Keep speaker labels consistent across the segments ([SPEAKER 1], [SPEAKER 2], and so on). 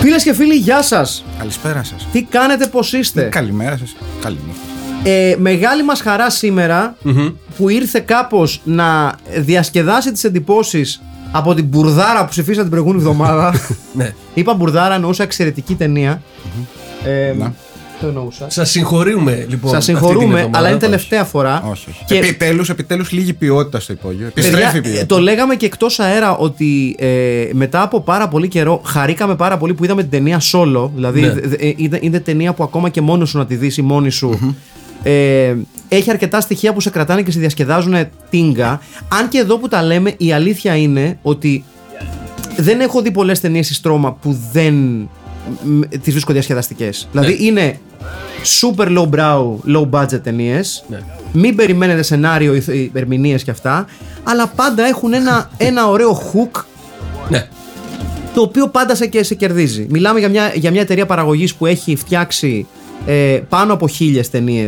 [SPEAKER 1] Φίλε και φίλοι, γεια σας.
[SPEAKER 2] Καλησπέρα σας.
[SPEAKER 1] Τι κάνετε, πώς είστε.
[SPEAKER 2] Καλημέρα σας. Καληνύχτα.
[SPEAKER 1] Ε, μεγάλη μας χαρά σήμερα, που ήρθε κάπως να διασκεδάσει τις εντυπώσεις από την μπουρδάρα που ψηφίσα την προηγούμενη εβδομάδα.
[SPEAKER 3] Ναι.
[SPEAKER 1] Είπα μπουρδάρα, εννοούσα εξαιρετική ταινία. Ε,
[SPEAKER 2] Ναι.
[SPEAKER 1] Το εννοούσα.
[SPEAKER 3] Σας συγχωρούμε λοιπόν.
[SPEAKER 1] Σας
[SPEAKER 3] αυτή την
[SPEAKER 1] συγχωρούμε,
[SPEAKER 3] εβδομάδα,
[SPEAKER 1] αλλά είναι
[SPEAKER 3] όχι.
[SPEAKER 1] τελευταία φορά.
[SPEAKER 2] Όχι, όχι.
[SPEAKER 1] Και-
[SPEAKER 2] Επιτέλους, επιτέλους λίγη ποιότητα στο υπόγειο. Επιστρέφει η
[SPEAKER 1] Παιδιά, ε,
[SPEAKER 2] ποιότητα.
[SPEAKER 1] το λέγαμε και εκτός αέρα ότι ε, μετά από πάρα πολύ καιρό χαρήκαμε πάρα πολύ που είδαμε την ταινία solo. Δηλαδή
[SPEAKER 3] Ναι.
[SPEAKER 1] δε- δε- είναι, είναι ταινία που ακόμα και μόνος σου να τη δεις ή μόνη σου. ε, έχει αρκετά στοιχεία που σε κρατάνε και σε διασκεδάζουν τίνγκα. Αν και εδώ που τα λέμε, η αλήθεια είναι ότι δεν έχω δει πολλές ταινίες στη στρώμα που δεν τις βρίσκω διασκεδαστικές. Δηλαδή είναι super low brow, low budget ταινίες.
[SPEAKER 3] Ναι.
[SPEAKER 1] Μην περιμένετε σενάριο, ηθ- ε, ερμηνείες και αυτά. Αλλά πάντα έχουν ένα, ένα ωραίο hook
[SPEAKER 3] Ναι.
[SPEAKER 1] το οποίο πάντα σε, και σε κερδίζει. Μιλάμε για μια, για μια εταιρεία παραγωγής που έχει φτιάξει ε, πάνω από χίλιες ταινίες,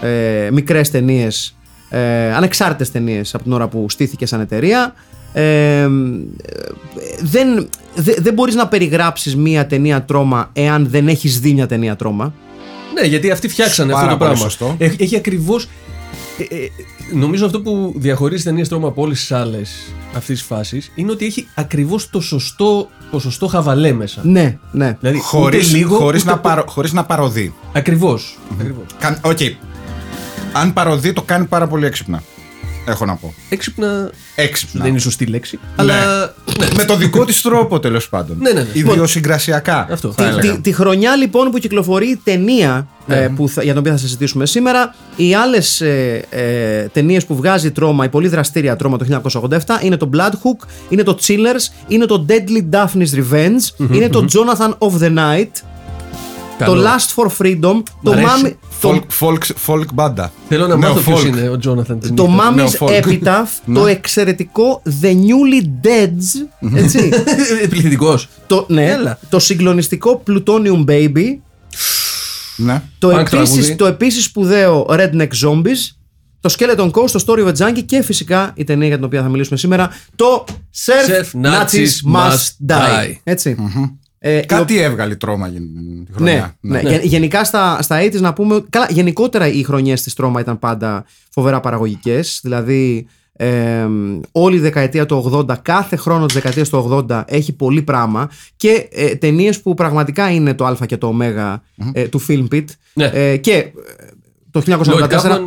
[SPEAKER 1] ε, μικρές ταινίες, ε, ανεξάρτητες ταινίες από την ώρα που στήθηκε σαν εταιρεία. Ε, ε, δεν, δε, δεν μπορείς να περιγράψεις μια ταινία τρόμα εάν δεν έχεις δει μια ταινία τρόμα.
[SPEAKER 3] ναι, γιατί αυτοί φτιάξανε
[SPEAKER 2] Πάρα
[SPEAKER 3] αυτό το
[SPEAKER 2] πολύ
[SPEAKER 3] πράγμα.
[SPEAKER 2] σωστό.
[SPEAKER 3] Έχ- έχει ακριβώς. νομίζω αυτό που διαχωρίζει τι ταινίες τρόμα από όλες τις άλλες αυτής της φάσης είναι ότι έχει ακριβώς το σωστό ποσοστό χαβαλέ μέσα.
[SPEAKER 1] Ναι, ναι.
[SPEAKER 3] Δηλαδή,
[SPEAKER 2] Χωρίς-
[SPEAKER 3] ούτε λίγο.
[SPEAKER 2] χωρίς
[SPEAKER 3] ούτε
[SPEAKER 2] να παρο- Χωρίς να παροδεί.
[SPEAKER 3] Ακριβώς.
[SPEAKER 2] Καν- Οκ. Αν παροδεί, το κάνει πάρα πολύ έξυπνα. Έχω να πω.
[SPEAKER 3] Έξυπνα.
[SPEAKER 2] Έξυπνα.
[SPEAKER 3] Δεν είναι η σωστή λέξη. Αλλά. Ναι.
[SPEAKER 2] Με το δικό της τρόπο τέλος πάντων.
[SPEAKER 3] Ναι, ναι, ναι.
[SPEAKER 2] Ιδιοσυγκρασιακά.
[SPEAKER 3] Αυτό.
[SPEAKER 2] θα
[SPEAKER 1] Τη,
[SPEAKER 2] έλεγα.
[SPEAKER 1] τη, τη χρονιά λοιπόν που κυκλοφορεί η ταινία
[SPEAKER 3] Ναι.
[SPEAKER 1] ε, που θα, για την οποία θα συζητήσουμε σήμερα, οι άλλες ε, ε, ταινίες που βγάζει τρόμα, η πολύ δραστήρια τρόμα το 1987, είναι το Blood Hook, είναι το Chillers, είναι το Deadly Daphne's Revenge, είναι το Jonathan of the Night,
[SPEAKER 3] Καλό.
[SPEAKER 1] το Last for Freedom, το
[SPEAKER 3] αρέσει.
[SPEAKER 1] Mami. Το,
[SPEAKER 2] Folk, folk, folk μπάντα.
[SPEAKER 3] Θέλω να
[SPEAKER 2] Νέο
[SPEAKER 3] μάθω ποιος
[SPEAKER 2] folk.
[SPEAKER 3] είναι ο Τζόναθαν. της
[SPEAKER 1] το
[SPEAKER 3] νύχτας.
[SPEAKER 1] Mami's
[SPEAKER 2] Neo-folk.
[SPEAKER 1] Epitaph, το
[SPEAKER 2] Ναι.
[SPEAKER 1] εξαιρετικό The Newly Deads, έτσι,
[SPEAKER 3] Επιθετικός.
[SPEAKER 1] το, ναι,
[SPEAKER 3] Έλα.
[SPEAKER 1] το συγκλονιστικό Plutonium Baby,
[SPEAKER 2] Ναι.
[SPEAKER 1] Το
[SPEAKER 3] Punk
[SPEAKER 1] επίσης,
[SPEAKER 3] τραγούδι.
[SPEAKER 1] το επίσης σπουδαίο Redneck Zombies, το Skeleton Coast, το Story of a Junkie και φυσικά η ταινία για την οποία θα μιλήσουμε σήμερα, το Surf,
[SPEAKER 3] Surf
[SPEAKER 1] Nazis,
[SPEAKER 3] Nazis
[SPEAKER 1] Must
[SPEAKER 3] Must
[SPEAKER 1] Die.
[SPEAKER 3] Die.
[SPEAKER 1] ετσι Ε, η
[SPEAKER 2] Κάτι έβγαλε τρόμα γεν- τη
[SPEAKER 1] οποία-
[SPEAKER 2] χρονιά.
[SPEAKER 1] ναι, ναι. Γε- Γενικά στα, στα 80's να πούμε. Καλά, γενικότερα οι χρονιές της Τρώμα ήταν πάντα φοβερά παραγωγικές. Δηλαδή, ε, όλη η δεκαετία του 80, κάθε χρόνο της δεκαετίας του 80 έχει πολύ πράγμα και ε, ταινίες που πραγματικά είναι το α και το ω ε, του Film Pit.
[SPEAKER 3] Ναι.
[SPEAKER 1] Ε, και ε, το 1984.
[SPEAKER 3] Lloyd Kaufman,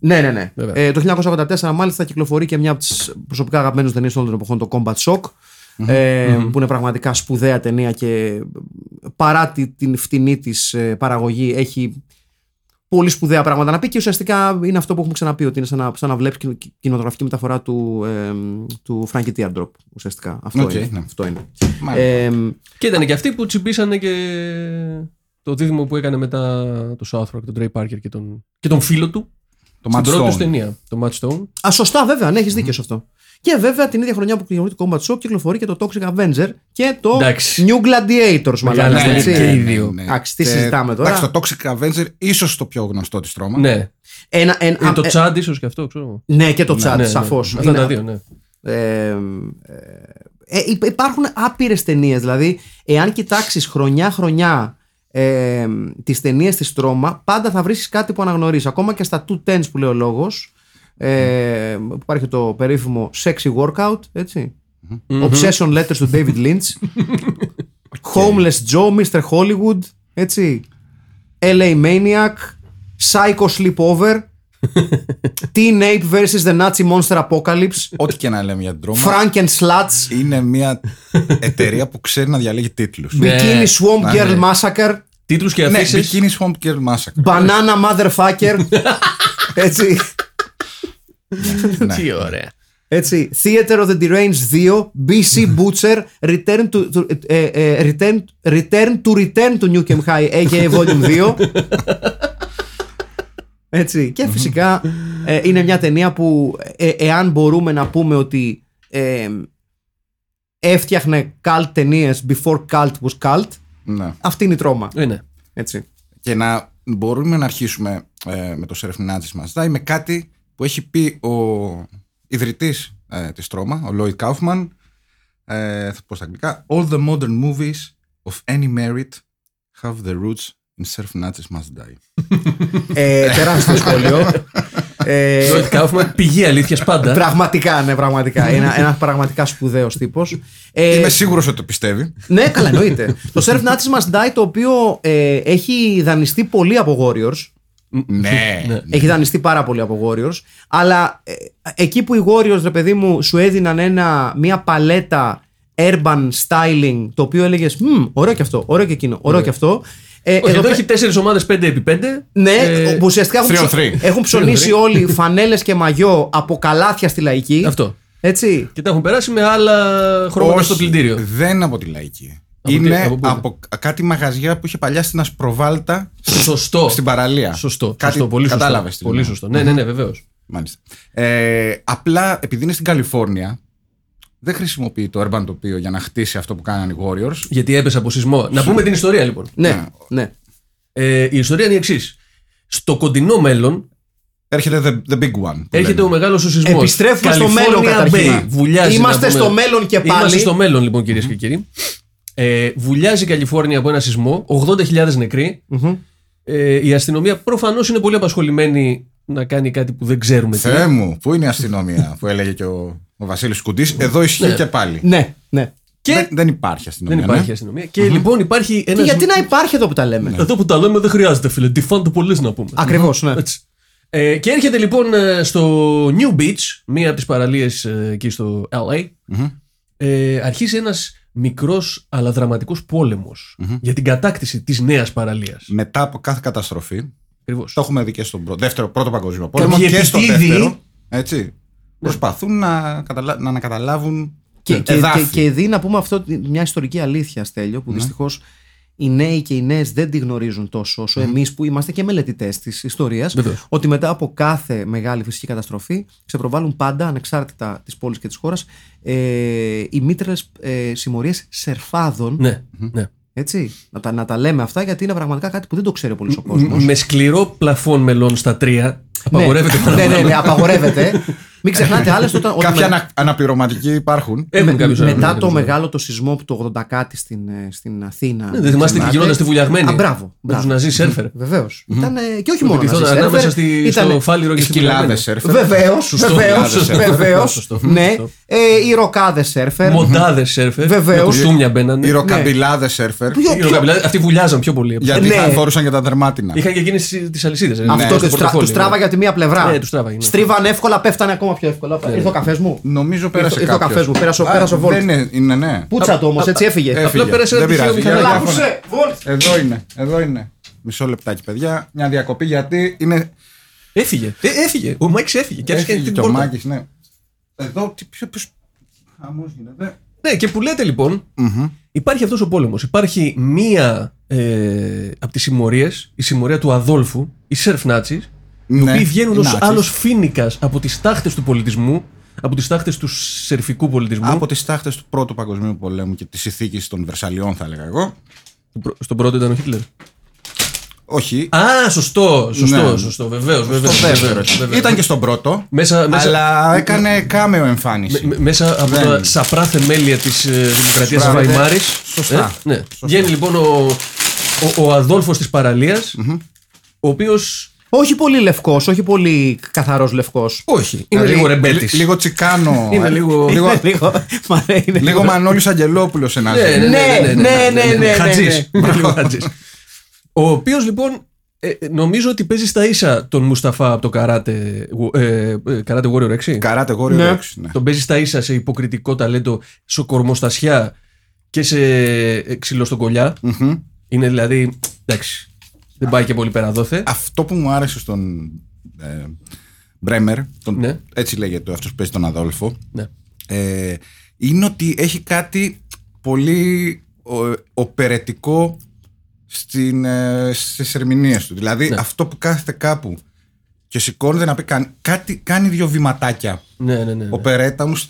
[SPEAKER 1] Ναι, ναι, ναι.
[SPEAKER 3] Βέβαια.
[SPEAKER 1] Ε, το 1984 μάλιστα κυκλοφορεί και μια από τις προσωπικά αγαπημένες ταινίες όλων των εποχών, το Combat Shock. ε, Που είναι πραγματικά σπουδαία ταινία και παρά τη- την φτηνή της παραγωγή έχει πολύ σπουδαία πράγματα να πει και ουσιαστικά είναι αυτό που έχουμε ξαναπεί ότι είναι σαν να, σαν να βλέπεις κινηματογραφική μεταφορά του, ε, του Frankie Teardrop ουσιαστικά. Αυτό
[SPEAKER 2] Οκ,
[SPEAKER 1] είναι.
[SPEAKER 2] ναι.
[SPEAKER 1] Αυτό είναι.
[SPEAKER 2] Μάλιστα.
[SPEAKER 1] Ε,
[SPEAKER 3] Και ήταν και αυτοί που τσιμπήσανε και το δίδυμο που έκανε μετά το Southwark, τον Trey Parker και τον, και τον φίλο του.
[SPEAKER 2] Το
[SPEAKER 3] στην πρώτη του
[SPEAKER 2] Mad Stone.
[SPEAKER 3] ταινία. Το Match Stone.
[SPEAKER 1] α, σωστά βέβαια, ναι, έχεις δίκιο σε αυτό. Και βέβαια την ίδια χρονιά που κυκλοφορεί το Combat Shock κυκλοφορεί και το Toxic Avenger και το
[SPEAKER 3] Εντάξει.
[SPEAKER 1] New Gladiators μάλλον.
[SPEAKER 3] Μεγάλα
[SPEAKER 2] Ναι,
[SPEAKER 1] έτσι.
[SPEAKER 2] ναι,
[SPEAKER 3] και οι
[SPEAKER 2] ναι,
[SPEAKER 3] δύο.
[SPEAKER 2] ναι.
[SPEAKER 1] Εντάξει, τι
[SPEAKER 2] Και-
[SPEAKER 1] συζητάμε τώρα.
[SPEAKER 2] Εντάξει, το Toxic Avenger ίσως το πιο γνωστό της τρόμας.
[SPEAKER 3] Ναι.
[SPEAKER 1] Ένα, ένα,
[SPEAKER 3] Ε, το
[SPEAKER 1] ε,
[SPEAKER 3] Chad ίσως και αυτό, ξέρω εγώ.
[SPEAKER 1] Ναι, και το chat,
[SPEAKER 3] Ναι, ναι.
[SPEAKER 1] σαφώς.
[SPEAKER 3] Αυτά τα δύο, ναι.
[SPEAKER 1] ε, υπάρχουν άπειρες ταινίες. Δηλαδή, εάν κοιτάξεις χρονιά-χρονιά ε, τις ταινίες της Τρόμα, πάντα θα βρει κάτι που αναγνωρίζεις. Ακόμα και στα Two Tens που λέει ο λόγος. Ε, που υπάρχει το περίφημο Sexy Workout, έτσι. Obsession Letters του David Lynch. Homeless Joe, Mr. Hollywood, έτσι. LA Maniac, Psycho Sleepover. Teen Ape vs. The Nazi Monster Apocalypse.
[SPEAKER 2] Ό,τι και να λέμε για την τρόμα.
[SPEAKER 1] Frank and Sluts.
[SPEAKER 2] Είναι μια εταιρεία που ξέρει να διαλέγει τίτλους.
[SPEAKER 3] Ναι.
[SPEAKER 1] Bikini Swamp
[SPEAKER 2] Ναι,
[SPEAKER 1] Girl
[SPEAKER 2] ναι.
[SPEAKER 1] Massacre.
[SPEAKER 3] Τίτλους και
[SPEAKER 2] ναι,
[SPEAKER 3] αφήσεις.
[SPEAKER 2] Bikini Swamp Girl Massacre.
[SPEAKER 1] Banana Motherfucker. έτσι.
[SPEAKER 2] ναι.
[SPEAKER 3] Τι ωραία.
[SPEAKER 1] Έτσι. Theater of the Deranged 2. BC Butcher. Return to, to, ε, ε, return, return to Return to Newcomb High. AKA Volume 2. Έτσι. Και φυσικά ε, είναι μια ταινία που ε, εάν μπορούμε να πούμε ότι ε, έφτιαχνε cult ταινίες before cult was cult,
[SPEAKER 2] Ναι.
[SPEAKER 1] αυτή είναι η τρόμα.
[SPEAKER 3] Ε, ναι.
[SPEAKER 1] Έτσι.
[SPEAKER 2] Και να μπορούμε να αρχίσουμε ε, με το Σερεφνινάτζη μα. με κάτι που έχει πει ο ιδρυτής ε, της Τρόμα, ο Lloyd Kaufman. Ε, θα πω στα αγγλικά. All the modern movies of any merit have their roots in Σερεφνινάτζη Must Die.
[SPEAKER 1] Ε, τεράστιο σχόλιο. Ε,
[SPEAKER 3] Lloyd Kaufman, πηγή αλήθειας πάντα.
[SPEAKER 1] πραγματικά, ναι, πραγματικά. Ένα, ένας πραγματικά σπουδαίος τύπος. Ε,
[SPEAKER 2] Είμαι σίγουρος ότι το πιστεύει.
[SPEAKER 1] ναι, καλά, εννοείται. το Surf Nazis Must Die, το οποίο ε, έχει δανειστεί πολύ από Warriors.
[SPEAKER 2] ναι.
[SPEAKER 1] Έχει δανειστεί πάρα πολύ από Warriors. Αλλά ε, εκεί που οι Warriors, ρε παιδί μου, σου έδιναν ένα, μια παλέτα urban styling, το οποίο έλεγες ωραίο και αυτό, ωραίο και εκείνο, ωραίο
[SPEAKER 2] Ναι.
[SPEAKER 1] και αυτό. Ε,
[SPEAKER 3] Όχι,
[SPEAKER 1] εδώ
[SPEAKER 3] εδώ
[SPEAKER 1] πέ-
[SPEAKER 3] έχει τέσσερις ομάδες 5 επί 5.
[SPEAKER 1] Ναι, όπου ουσιαστικά έχουν,
[SPEAKER 2] three on
[SPEAKER 1] ψω-
[SPEAKER 2] three.
[SPEAKER 1] έχουν ψωνίσει
[SPEAKER 3] Ε, on
[SPEAKER 1] όλοι φανέλες και μαγιό από καλάθια στη λαϊκή.
[SPEAKER 3] Αυτό.
[SPEAKER 1] Έτσι.
[SPEAKER 3] Και τα έχουν περάσει με άλλα χρώματα στο πλυντήριο.
[SPEAKER 2] Δεν από τη λαϊκή.
[SPEAKER 3] Από τι-
[SPEAKER 2] είναι
[SPEAKER 3] από πού
[SPEAKER 2] από, κάτι μαγαζιά που είχε παλιά στην Ασπροβάλτα
[SPEAKER 3] Σωστό.
[SPEAKER 2] στην παραλία.
[SPEAKER 3] Σωστό.
[SPEAKER 2] Κάτι
[SPEAKER 3] σωστό, πολύ σωστό.
[SPEAKER 2] κατάλαβες τι
[SPEAKER 3] Πολύ
[SPEAKER 2] λέω.
[SPEAKER 3] σωστό. Ναι, ναι, ναι, βεβαίως.
[SPEAKER 2] Μάλιστα. Ε, απλά επειδή είναι στην Καλιφόρνια, δεν χρησιμοποιεί το urban τοπίο για να χτίσει αυτό που κάνανε οι Warriors.
[SPEAKER 3] Γιατί έπεσε από σεισμό. Να πούμε την ιστορία λοιπόν.
[SPEAKER 1] Ναι, ναι.
[SPEAKER 3] Ε, η ιστορία είναι η εξής. Στο κοντινό μέλλον
[SPEAKER 1] Ναι,
[SPEAKER 2] Έρχεται the, the big one. που
[SPEAKER 3] έρχεται
[SPEAKER 2] λένε.
[SPEAKER 3] ο μεγάλος σεισμός.
[SPEAKER 1] Επιστρέφουμε στο μέλλον καταρχήν.
[SPEAKER 3] Βουλιάζει,
[SPEAKER 1] Είμαστε
[SPEAKER 3] να πούμε.
[SPEAKER 1] στο μέλλον και πάλι.
[SPEAKER 3] Είμαστε στο μέλλον λοιπόν κυρίες και κύριοι. Ε, βουλιάζει η Καλιφόρνια από ένα σεισμό, 80.000 νεκροί.
[SPEAKER 1] Μμμ.
[SPEAKER 3] Ε, η αστυνομία προφανώς είναι πολύ απασχολημένη να κάνει κάτι που δεν ξέρουμε. τι.
[SPEAKER 2] Θεέ μου, πού είναι η αστυνομία που έλεγε και ο, ο Βασίλης Κουντής. Εδώ ισχύει και πάλι.
[SPEAKER 1] Ναι, ναι.
[SPEAKER 3] Και
[SPEAKER 2] Δεν, δεν υπάρχει αστυνομία.
[SPEAKER 3] δεν υπάρχει
[SPEAKER 2] ναι.
[SPEAKER 3] αστυνομία. Και λοιπόν υπάρχει ένα.
[SPEAKER 1] Και γιατί να υπάρχει εδώ που τα λέμε.
[SPEAKER 3] Ναι. Εδώ που τα λέμε δεν χρειάζεται φίλε. Defund the police να πούμε.
[SPEAKER 1] Ακριβώς, ναι.
[SPEAKER 3] Έτσι. Ε, και έρχεται λοιπόν ε, στο New Beach, μία από τις παραλίες ε, εκεί στο LA, ε, αρχίζει ένας μικρός αλλά δραματικός πόλεμος για την κατάκτηση της νέας παραλίας.
[SPEAKER 2] Μετά από κάθε καταστροφή,
[SPEAKER 3] Ακριβώς.
[SPEAKER 2] το έχουμε δει και στον πρώτο, δεύτερο, πρώτο παγκόσμιο πόλεμο
[SPEAKER 1] Κάποιοι
[SPEAKER 2] και στο
[SPEAKER 1] επιτίδη-
[SPEAKER 2] δεύτερο.
[SPEAKER 1] Ναι.
[SPEAKER 2] Έτσι. Προσπαθούν να, καταλα... να ανακαταλάβουν
[SPEAKER 1] Και, και,
[SPEAKER 2] Ε, εδάφη. Ναι.
[SPEAKER 1] και, και δει να πούμε αυτό ότι μια ιστορική αλήθεια, Στέλιο, που δυστυχώς οι νέοι και οι νέες δεν τη γνωρίζουν τόσο όσο εμείς που είμαστε και μελετητές της ιστορίας.
[SPEAKER 3] Βεβαίως.
[SPEAKER 1] Ότι μετά από κάθε μεγάλη φυσική καταστροφή ξεπροβάλλουν πάντα, ανεξάρτητα της πόλης και της χώρας, ε, οι μήτρες ε, συμμορίες σερφάδων.
[SPEAKER 3] Ναι, ναι.
[SPEAKER 1] Έτσι, να τα, να τα λέμε αυτά γιατί είναι πραγματικά κάτι που δεν το ξέρει πολύ ο κόσμο.
[SPEAKER 3] Με σκληρό πλαφόν μελών στα τρία, απαγορεύεται
[SPEAKER 1] ναι, ναι, ναι,
[SPEAKER 3] παραπάνω.
[SPEAKER 1] ναι, απαγορεύεται. Μην ξεχνάτε άλλωστε όταν. όταν
[SPEAKER 2] Κάποια
[SPEAKER 1] με-
[SPEAKER 2] ανα... αναπληρωματικοί υπάρχουν.
[SPEAKER 3] Έχουν
[SPEAKER 1] με-
[SPEAKER 3] κάποιους
[SPEAKER 1] μετά
[SPEAKER 3] άλλους,
[SPEAKER 1] το
[SPEAKER 3] ναι.
[SPEAKER 1] μεγάλο το σεισμό που το 80 κάτι στην, ε, στην Αθήνα.
[SPEAKER 3] Ναι, δεν θυμάστε τι γινόταν στη Βουλιαγμένη.
[SPEAKER 1] Α, μπράβο.
[SPEAKER 3] Με τους
[SPEAKER 1] μπράβο.
[SPEAKER 3] ναζί σέρφερ.
[SPEAKER 1] Βεβαίως. Ήταν, ε, και όχι μόνο.
[SPEAKER 3] Ότι
[SPEAKER 1] ναζί
[SPEAKER 3] θόταν
[SPEAKER 1] σερβερ,
[SPEAKER 3] ανάμεσα στη, στο
[SPEAKER 1] ήτανε-
[SPEAKER 3] Φάληρο και στη
[SPEAKER 2] Σκυλάδες
[SPEAKER 3] Βουλιαγμένη.
[SPEAKER 2] σερφερ.
[SPEAKER 1] Βεβαίως,
[SPEAKER 3] Σωστό,
[SPEAKER 1] βεβαίως.
[SPEAKER 3] σωστό,
[SPEAKER 1] Βεβαίως.
[SPEAKER 3] σωστό,
[SPEAKER 1] Ναι,
[SPEAKER 3] σωστό.
[SPEAKER 1] ε, οι ροκάδες σερφερ.
[SPEAKER 3] Μοντάδες σέρφερ. Με
[SPEAKER 1] Βεβαίως.
[SPEAKER 3] κουστούμια μπαίνανε. Ναι,
[SPEAKER 2] Οι ροκαμπιλάδες σερφερ.
[SPEAKER 1] ναι. Ποιο-
[SPEAKER 3] Οι ροκαμπιλάδες, δηλαδή, Αυτοί βουλιάζαν πιο πολύ.
[SPEAKER 2] Γιατί
[SPEAKER 1] Ναι.
[SPEAKER 2] θα αφορούσαν και τα δερμάτινα.
[SPEAKER 3] Είχαν και εκείνες τις αλυσίδες.
[SPEAKER 2] Ναι,
[SPEAKER 1] Αυτό του τρα- τους τράβαγε από τη μία πλευρά.
[SPEAKER 3] Ναι, τους τράβαγε, ναι.
[SPEAKER 1] Στρίβαν εύκολα, πέφτανε ακόμα πιο εύκολα. Ήρθε ο καφές μου.
[SPEAKER 2] Νομίζω πέρασε
[SPEAKER 1] Ήρθε ο
[SPEAKER 2] κάποιος.
[SPEAKER 1] καφές μου, πέρασε ο-
[SPEAKER 2] Α,
[SPEAKER 1] πέρασε ο Βόλτς.
[SPEAKER 2] Δεν είναι, είναι, ναι.
[SPEAKER 1] Πούτσα το όμως, έτσι
[SPEAKER 3] ε,
[SPEAKER 1] έφυγε.
[SPEAKER 2] Έφυγε.
[SPEAKER 3] πέρασε ένα
[SPEAKER 2] Δεν
[SPEAKER 3] τυχαίο
[SPEAKER 2] πειράζει. Για
[SPEAKER 3] μηχανάκι.
[SPEAKER 2] να
[SPEAKER 3] Λάκουσε,
[SPEAKER 1] ε.
[SPEAKER 2] διαφωνώ.
[SPEAKER 1] Βόλτ.
[SPEAKER 2] Εδώ είναι, εδώ είναι. Μισό λεπτάκι, παιδιά. Μια διακοπή γιατί είναι.
[SPEAKER 3] Έφυγε. Ε, έφυγε. Ο Μάικ έφυγε. Και άρχισε
[SPEAKER 2] Έφυγε
[SPEAKER 3] την
[SPEAKER 2] και ο
[SPEAKER 3] πόρτα.
[SPEAKER 2] Μάκης, ναι. Εδώ, τι ποιο. ποιος- Χαμός γίνεται.
[SPEAKER 3] Ναι, και που λέτε λοιπόν, υπάρχει αυτός ο πόλεμος. Υπάρχει μία ε, από τις συμμορίες, η συμμορία του Αδόλφου, οι σερφ Νάτσι, οι
[SPEAKER 2] Ναι,
[SPEAKER 3] οποίοι βγαίνουν ως
[SPEAKER 2] Νάτσις.
[SPEAKER 3] άλλο φίνικα από τις τάχτες του πολιτισμού, από τις τάχτες του σερφικού πολιτισμού,
[SPEAKER 2] Από τις τάχτες του Πρώτου Παγκοσμίου Πολέμου και της ηθίκης των Βερσαλιών, θα έλεγα εγώ.
[SPEAKER 3] Του πρω- στον πρώτο ήταν ο Χίτλερ.
[SPEAKER 2] Όχι.
[SPEAKER 3] Α, σωστό, σωστό,
[SPEAKER 2] Ναι.
[SPEAKER 3] σωστό, βεβαίως, βεβαίω.
[SPEAKER 2] στο δεύτερο. Ήταν και στον πρώτο.
[SPEAKER 3] Μέσα, μέσα,
[SPEAKER 2] Αλλά Ναι. έκανε κάμεο εμφάνιση.
[SPEAKER 3] Μ- μέσα από
[SPEAKER 2] Δεν.
[SPEAKER 3] τα σαπρά θεμέλια της ε, δημοκρατίας της
[SPEAKER 2] Σουράρεται.
[SPEAKER 3] Βαϊμάρης.
[SPEAKER 2] ναι. Σωστά.
[SPEAKER 3] ναι. Βγαίνει λοιπόν ο, ο, ο αδόλφος της παραλίας, ο οποίος...
[SPEAKER 1] Όχι πολύ λευκός, όχι πολύ καθαρός λευκός.
[SPEAKER 3] Όχι, είναι
[SPEAKER 2] Δηλαδή,
[SPEAKER 3] λίγο ρεμπέτης.
[SPEAKER 2] λι- Λίγο τσικάνο.
[SPEAKER 3] Είναι
[SPEAKER 2] ε.
[SPEAKER 3] λίγο-
[SPEAKER 2] λίγο,
[SPEAKER 1] Λίγο. Μα ναι, είναι
[SPEAKER 2] λίγο Μανώλης Αγγελόπουλος ένα.
[SPEAKER 3] Ναι, ναι, ναι, ναι, ναι,
[SPEAKER 1] ναι, ναι, ναι, ναι, ναι.
[SPEAKER 3] Χατζής. Είναι λίγο χατζής. Ο οποίος λοιπόν ε, νομίζω ότι παίζει στα ίσα τον Μουσταφά από το καράτε, ε, ε, Karate Warrior 6.
[SPEAKER 2] Καράτε γόριο
[SPEAKER 1] Ναι.
[SPEAKER 2] ναι.
[SPEAKER 3] Τον παίζει στα ίσα σε υποκριτικό ταλέντο, σε κορμοστασιά και σε ε, ξύλο στον κολλιά.
[SPEAKER 2] Μμμ.
[SPEAKER 3] Είναι δηλαδή. Εντάξει. Δεν πάει και πολύ πέρα δόθε.
[SPEAKER 2] Αυτό που μου άρεσε στον ε, Μπρέμερ, τον,
[SPEAKER 3] Ναι.
[SPEAKER 2] έτσι λέγεται αυτός που παίζει τον Αδόλφο,
[SPEAKER 3] Ναι.
[SPEAKER 2] ε, είναι ότι έχει κάτι πολύ ο- οπερετικό στην, ε, στις ερμηνείες του. Δηλαδή
[SPEAKER 3] Ναι.
[SPEAKER 2] αυτό που κάθεται κάπου και σηκώνεται να πει καν- κάτι, κάνει δύο βηματάκια.
[SPEAKER 3] Ναι, ναι, ναι. ναι.
[SPEAKER 2] Οπερέτα μου, σ-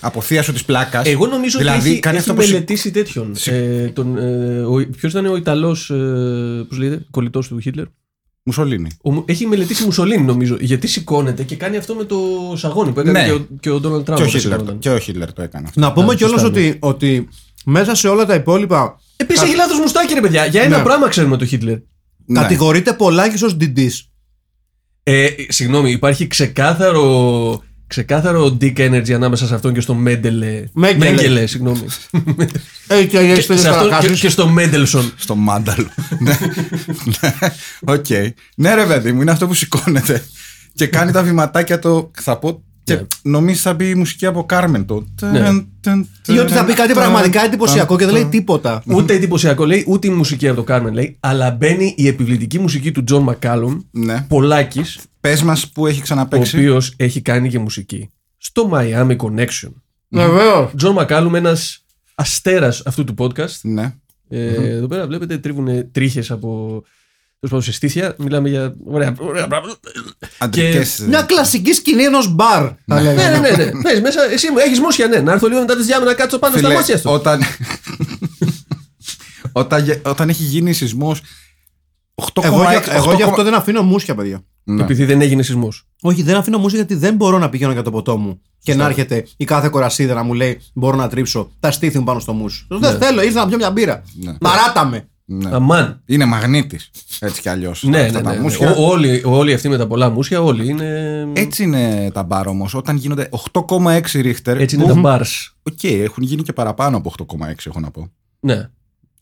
[SPEAKER 2] από θεία σου της πλάκας.
[SPEAKER 3] Εγώ νομίζω
[SPEAKER 2] δηλαδή,
[SPEAKER 3] ότι έχει,
[SPEAKER 2] κάνει
[SPEAKER 3] έχει
[SPEAKER 2] αυτό που σηκ-
[SPEAKER 3] μελετήσει τέτοιον. Ε, τον, ε, ο- ποιος ήταν ο Ιταλός, ε, πώς λέγεται, κολλητός του Χίτλερ.
[SPEAKER 2] Μουσολίνη.
[SPEAKER 3] Ο Μου- έχει μελετήσει Μουσολίνη νομίζω, γιατί σηκώνεται και κάνει αυτό με το σαγόνι που έκανε
[SPEAKER 2] Ναι.
[SPEAKER 3] και, ο, και ο Ντόναλτ Τραμπ.
[SPEAKER 2] Και ο,
[SPEAKER 3] όταν
[SPEAKER 2] Χίτλερ, το-
[SPEAKER 3] σηκώνονταν.
[SPEAKER 2] και ο Χίτλερ το έκανε αυτό.
[SPEAKER 1] Να πούμε
[SPEAKER 3] Ναι,
[SPEAKER 1] κιόλας
[SPEAKER 3] σωστά, ναι.
[SPEAKER 1] ότι, ότι μέσα σε όλα τα υπόλοιπα
[SPEAKER 3] Επίσης Ε, έχει λάθος μουστάκι ρε παιδιά, για ένα
[SPEAKER 1] Ναι.
[SPEAKER 3] πράγμα ξέρουμε το Χίτλερ.
[SPEAKER 2] Ναι.
[SPEAKER 1] κατηγορείται πολλά και ω DD.
[SPEAKER 3] Ε, συγγνώμη, υπάρχει ξεκάθαρο, ξεκάθαρο dick energy ανάμεσα σε αυτόν και στο Μέντελε.
[SPEAKER 1] Μέγκελε.
[SPEAKER 3] Μέγκελε, συγγνώμη.
[SPEAKER 1] Ε, και
[SPEAKER 3] και,
[SPEAKER 1] έχεις τέτοιες
[SPEAKER 3] σε αυτόν και,
[SPEAKER 1] παρακάσεις.
[SPEAKER 3] και στο Μέντελσον.
[SPEAKER 2] Στο μάνταλο. ναι. Ναι. Οκ. Ναι, ρε παιδί μου, είναι αυτό που σηκώνεται. Και κάνει τα βηματάκια το. Θα πω. Και
[SPEAKER 3] Ναι.
[SPEAKER 2] νομίζει θα μπει η μουσική από Κάρμεν το.
[SPEAKER 3] Ναι.
[SPEAKER 1] Ή ότι θα πει κάτι πραγματικά εντυπωσιακό και δεν λέει τίποτα.
[SPEAKER 3] Ούτε εντυπωσιακό λέει, ούτε η μουσική από το Κάρμεν λέει, αλλά μπαίνει η επιβλητική μουσική του Τζον Μακάλουμ,
[SPEAKER 2] Ναι.
[SPEAKER 3] Πολάκης,
[SPEAKER 2] Πες μας που έχει
[SPEAKER 3] ο
[SPEAKER 2] ξαναπέξει.
[SPEAKER 3] οποίος έχει κάνει και μουσική. Στο Miami Connection.
[SPEAKER 1] Βεβαίω.
[SPEAKER 3] Τζον Μακάλουμ, ένας αστέρας αυτού του podcast.
[SPEAKER 2] Ναι.
[SPEAKER 3] Ε, Εδώ πέρα βλέπετε τρίβουν τρίχες από. τέλος πάντων, σε στήθια. Μιλάμε για. Ωραία, ωραία πράγματα.
[SPEAKER 2] Αντρικές.
[SPEAKER 1] Μια κλασική σκηνή ενός μπαρ, θα
[SPEAKER 3] ναι, ναι,
[SPEAKER 1] λέγαμε.
[SPEAKER 3] ναι. ναι. Πες μέσα, εσύ μου έχεις μόσια, ναι. Να έρθω λίγο μετά τι διάμενα να κάτσω πάνω στα μόσια σου.
[SPEAKER 2] όταν. όταν, γε- όταν έχει γίνει σεισμός.
[SPEAKER 1] Εγώ, για, εγώ γι' αυτό δεν αφήνω μουσια, παιδιά.
[SPEAKER 3] Επειδή δεν έγινε σεισμός.
[SPEAKER 1] Όχι, δεν αφήνω μουσια γιατί δεν μπορώ να πηγαίνω για το ποτό μου και να έρχεται η κάθε κορασίδα να μου λέει Μπορώ να τρίψω τα στήθη μου πάνω στο μουσ. Δεν θέλω, ήρθα να πιω μια μπύρα.
[SPEAKER 2] Ναι.
[SPEAKER 1] Παράτα με.
[SPEAKER 3] Αμάν.
[SPEAKER 2] Είναι μαγνήτης. Έτσι κι αλλιώς.
[SPEAKER 3] Ναι, ναι, ναι. ναι. Ο- Όλοι, όλοι αυτοί με τα πολλά μουσια, όλοι είναι.
[SPEAKER 2] Έτσι είναι τα μπαρ όμως. Όταν γίνονται 8,6 ρίχτερ.
[SPEAKER 3] Έτσι είναι τα bars.
[SPEAKER 2] Οκ, έχουν γίνει και παραπάνω από 8,6, έχω να πω.
[SPEAKER 3] Ναι.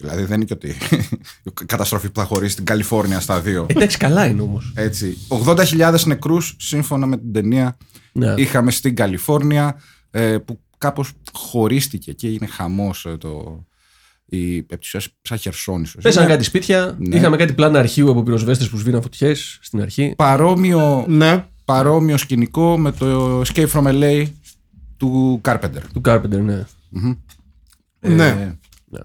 [SPEAKER 2] Δηλαδή δεν είναι και ότι. η καταστροφή που θα χωρίσει στην Καλιφόρνια στα δύο.
[SPEAKER 3] Εντάξει, καλά είναι όμως.
[SPEAKER 2] Έτσι. 80.000 νεκρούς, σύμφωνα με την ταινία,
[SPEAKER 3] Ναι.
[SPEAKER 2] είχαμε στην Καλιφόρνια. ε, που κάπως χωρίστηκε και έγινε χαμός το. Η επί της ουσίας, σαν Χερσόνησο.
[SPEAKER 3] Πέσανε κάτι σπίτια.
[SPEAKER 2] Ναι.
[SPEAKER 3] Είχαμε κάτι πλάνα αρχείου από πυροσβέστες που σβήναν φωτιές στην αρχή.
[SPEAKER 2] Παρόμοιο,
[SPEAKER 1] Ναι.
[SPEAKER 2] παρόμοιο σκηνικό με το Escape from LA του Carpenter.
[SPEAKER 3] Του Carpenter, ναι.
[SPEAKER 1] ναι.
[SPEAKER 2] Ε,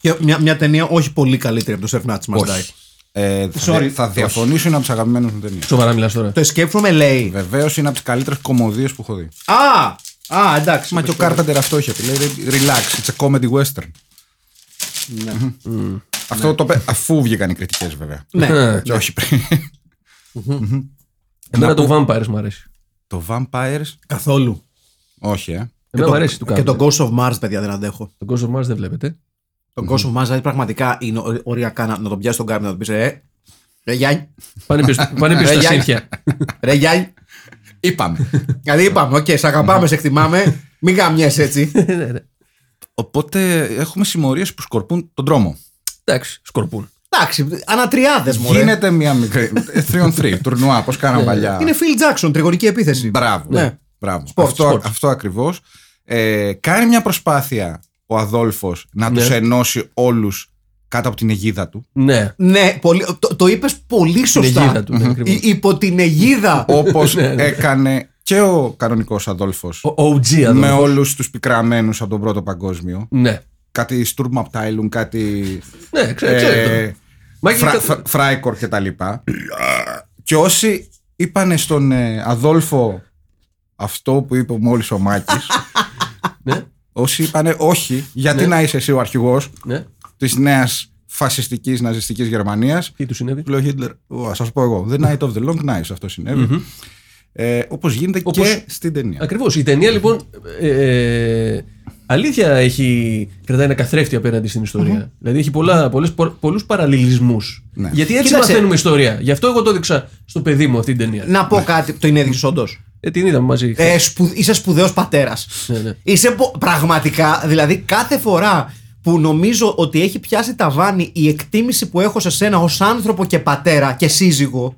[SPEAKER 1] Και μια, μια ταινία όχι πολύ καλύτερη από το Surf Nuts Must Die.
[SPEAKER 2] όχι. Ε, θα,
[SPEAKER 1] Sorry.
[SPEAKER 2] θα διαφωνήσω, είναι από τι αγαπημένε μου ταινίες.
[SPEAKER 3] Σοβαρά μιλάς τώρα.
[SPEAKER 1] Το Escape from LA.
[SPEAKER 2] Βεβαίως είναι από τις καλύτερες κομμωδίες που έχω δει.
[SPEAKER 1] Α! Α, εντάξει.
[SPEAKER 2] Μα και ο Κάρπεντερ αυτό είχε πει. Λέει relax, it's a comedy western. Μμμ. Αυτό το πε- αφού βγήκαν οι κριτικές βέβαια.
[SPEAKER 1] Ναι.
[SPEAKER 3] Ε,
[SPEAKER 2] Και όχι πριν.
[SPEAKER 3] Εμένα το Vampires μου αρέσει.
[SPEAKER 2] το Vampires.
[SPEAKER 1] Καθόλου.
[SPEAKER 2] Όχι, ε.
[SPEAKER 3] Εμένα μου αρέσει του
[SPEAKER 1] Και
[SPEAKER 3] Carpenter.
[SPEAKER 1] το Ghost of Mars, παιδιά, δεν αντέχω.
[SPEAKER 3] Το Ghost of Mars δεν βλέπετε.
[SPEAKER 1] Το Ghost of Mars, δηλαδή πραγματικά είναι ω- οριακά να, να τον πιάσει τον Κάρπεντερ να του πεις Ε, ρε Γιάννη.
[SPEAKER 3] Πάνε πίσω- πάνε
[SPEAKER 1] Ε,
[SPEAKER 3] πίσω στα
[SPEAKER 1] Γιάννη.
[SPEAKER 3] σύνθια.
[SPEAKER 1] Ρε Γιάννη.
[SPEAKER 2] Είπαμε.
[SPEAKER 1] Δηλαδή είπαμε, οκ, σε αγαπάμε, σε εκτιμάμε. Μην γαμιέσαι έτσι.
[SPEAKER 3] Ναι, ναι, ναι.
[SPEAKER 2] Οπότε έχουμε συμμορίες που σκορπούν τον τρόμο.
[SPEAKER 3] Εντάξει, σκορπούν.
[SPEAKER 1] Εντάξει, ανατριάδες μου.
[SPEAKER 2] Γίνεται μια μικρή. 3-on-3, τουρνουά, πώς κάναμε παλιά.
[SPEAKER 1] Ναι, Είναι Phil Jackson, τριγωνική επίθεση.
[SPEAKER 2] Μπράβο.
[SPEAKER 1] Ναι.
[SPEAKER 2] Μπράβο.
[SPEAKER 1] Σπορτ,
[SPEAKER 2] αυτό
[SPEAKER 3] σπορτ.
[SPEAKER 2] αυτό ακριβώς. Ε, κάνει μια προσπάθεια ο Αδόλφος να
[SPEAKER 3] Ναι.
[SPEAKER 2] τους του ενώσει όλους κάτω από την αιγίδα του.
[SPEAKER 3] Ναι.
[SPEAKER 1] Ναι, πολύ, το, το είπες πολύ
[SPEAKER 3] Την
[SPEAKER 1] σωστά.
[SPEAKER 3] αιγίδα του. ναι, ακριβώς.
[SPEAKER 1] Υ- υπό την αιγίδα.
[SPEAKER 2] Όπως
[SPEAKER 3] Ναι, ναι.
[SPEAKER 2] έκανε και ο κανονικός Αδόλφος
[SPEAKER 3] Ο OG εδώ.
[SPEAKER 2] με όλους τους πικραμένους από τον Πρώτο Παγκόσμιο.
[SPEAKER 3] Ναι.
[SPEAKER 2] Κάτι Στουρμ Απτάιλουν, κάτι.
[SPEAKER 3] Ναι, ξέρω, ξέρω.
[SPEAKER 2] ε,
[SPEAKER 3] Μα και
[SPEAKER 2] Φρα-
[SPEAKER 3] τα-
[SPEAKER 2] Φρα- Φράικορ και τα λοιπά. και όσοι είπανε στον ε, Αδόλφο αυτό που είπε μόλις ο Μάκης
[SPEAKER 3] Ναι,
[SPEAKER 2] όσοι είπανε όχι, γιατί
[SPEAKER 3] Ναι.
[SPEAKER 2] να είσαι εσύ ο αρχηγός
[SPEAKER 3] ναι.
[SPEAKER 2] της νέας φασιστικής ναζιστικής Γερμανίας
[SPEAKER 3] Τι του συνέβη.
[SPEAKER 2] του λέει ο Χίτλερ, «Ω, σας πω εγώ, the night of the long knives αυτό συνέβη». Ε, όπως γίνεται
[SPEAKER 3] Όπως-
[SPEAKER 2] και στην
[SPEAKER 1] Ε,
[SPEAKER 2] ταινία.
[SPEAKER 3] Ακριβώς. Η ταινία λοιπόν. ε, ε, αλήθεια έχει, κρατάει ένα καθρέφτη απέναντι στην ιστορια Δηλαδή έχει πολλά, πολλές, πο, πολλούς παραλληλισμούς.
[SPEAKER 2] Ναι.
[SPEAKER 3] Γιατί έτσι
[SPEAKER 1] Κοίταξε.
[SPEAKER 3] μαθαίνουμε ιστορία. Γι' αυτό εγώ το έδειξα στο παιδί μου αυτή την ταινία.
[SPEAKER 1] Να πω κάτι, το είναι έδειξες όντως.
[SPEAKER 3] Ε, την είδαμε μαζί.
[SPEAKER 1] είσαι σπουδαίος πατέρας.
[SPEAKER 3] Ναι, ναι.
[SPEAKER 1] Είσαι πο- πραγματικά, δηλαδή κάθε φορά που νομίζω ότι έχει πιάσει ταβάνι η εκτίμηση που έχω σε σένα ως άνθρωπο και πατέρα και σύζυγο